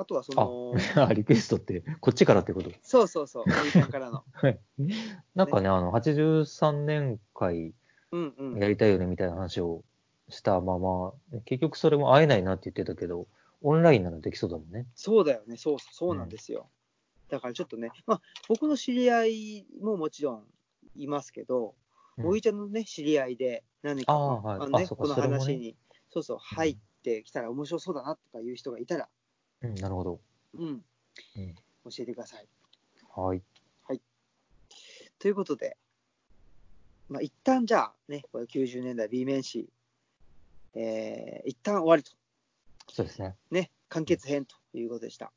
[SPEAKER 1] あとはその、
[SPEAKER 2] あ、リクエストって、こっちからってこと。
[SPEAKER 1] そうそうそう、おじさんからの。
[SPEAKER 2] はい。なんかね、あの、83年会
[SPEAKER 1] うんうん。
[SPEAKER 2] やりたいよねみたいな話をしたまま、結局それも会えないなって言ってたけど、オンラインならできそうだもんね。
[SPEAKER 1] そうだよね、そうそうなんですよ。だからちょっとね、まあ、僕の知り合いももちろんいますけど、
[SPEAKER 2] うん
[SPEAKER 1] おいちゃんのね、知り合いで、何か、
[SPEAKER 2] あーはい
[SPEAKER 1] あのね
[SPEAKER 2] あそうか
[SPEAKER 1] この
[SPEAKER 2] それもね
[SPEAKER 1] 話に、そうそう、入ってきたら面白そうだなとかいう人がいたら、
[SPEAKER 2] うん、なるほど。
[SPEAKER 1] うん、
[SPEAKER 2] うん
[SPEAKER 1] 教えてください。
[SPEAKER 2] はい。
[SPEAKER 1] ということで、まあ、一旦じゃあ、ね、これ90年代 B 面誌、えー、一旦終わりと、
[SPEAKER 2] そうですね。
[SPEAKER 1] ね、完結編ということでした。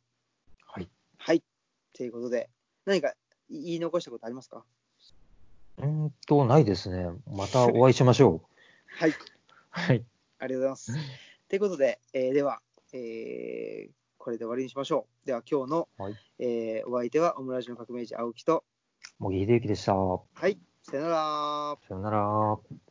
[SPEAKER 2] はい。
[SPEAKER 1] はい。ということで、何か言い残したことありますか
[SPEAKER 2] うーんと、ないですね。またお会いしましょう。
[SPEAKER 1] はい。
[SPEAKER 2] はい。
[SPEAKER 1] ありがとうござい ます。ということで、えーでは、えーこれで終わりにしましょう。では、今日の、
[SPEAKER 2] はい
[SPEAKER 1] えーお相手はオムラジの革命児青木と、
[SPEAKER 2] 茂木秀幸でした。さ
[SPEAKER 1] はい、さよなら。
[SPEAKER 2] よなら。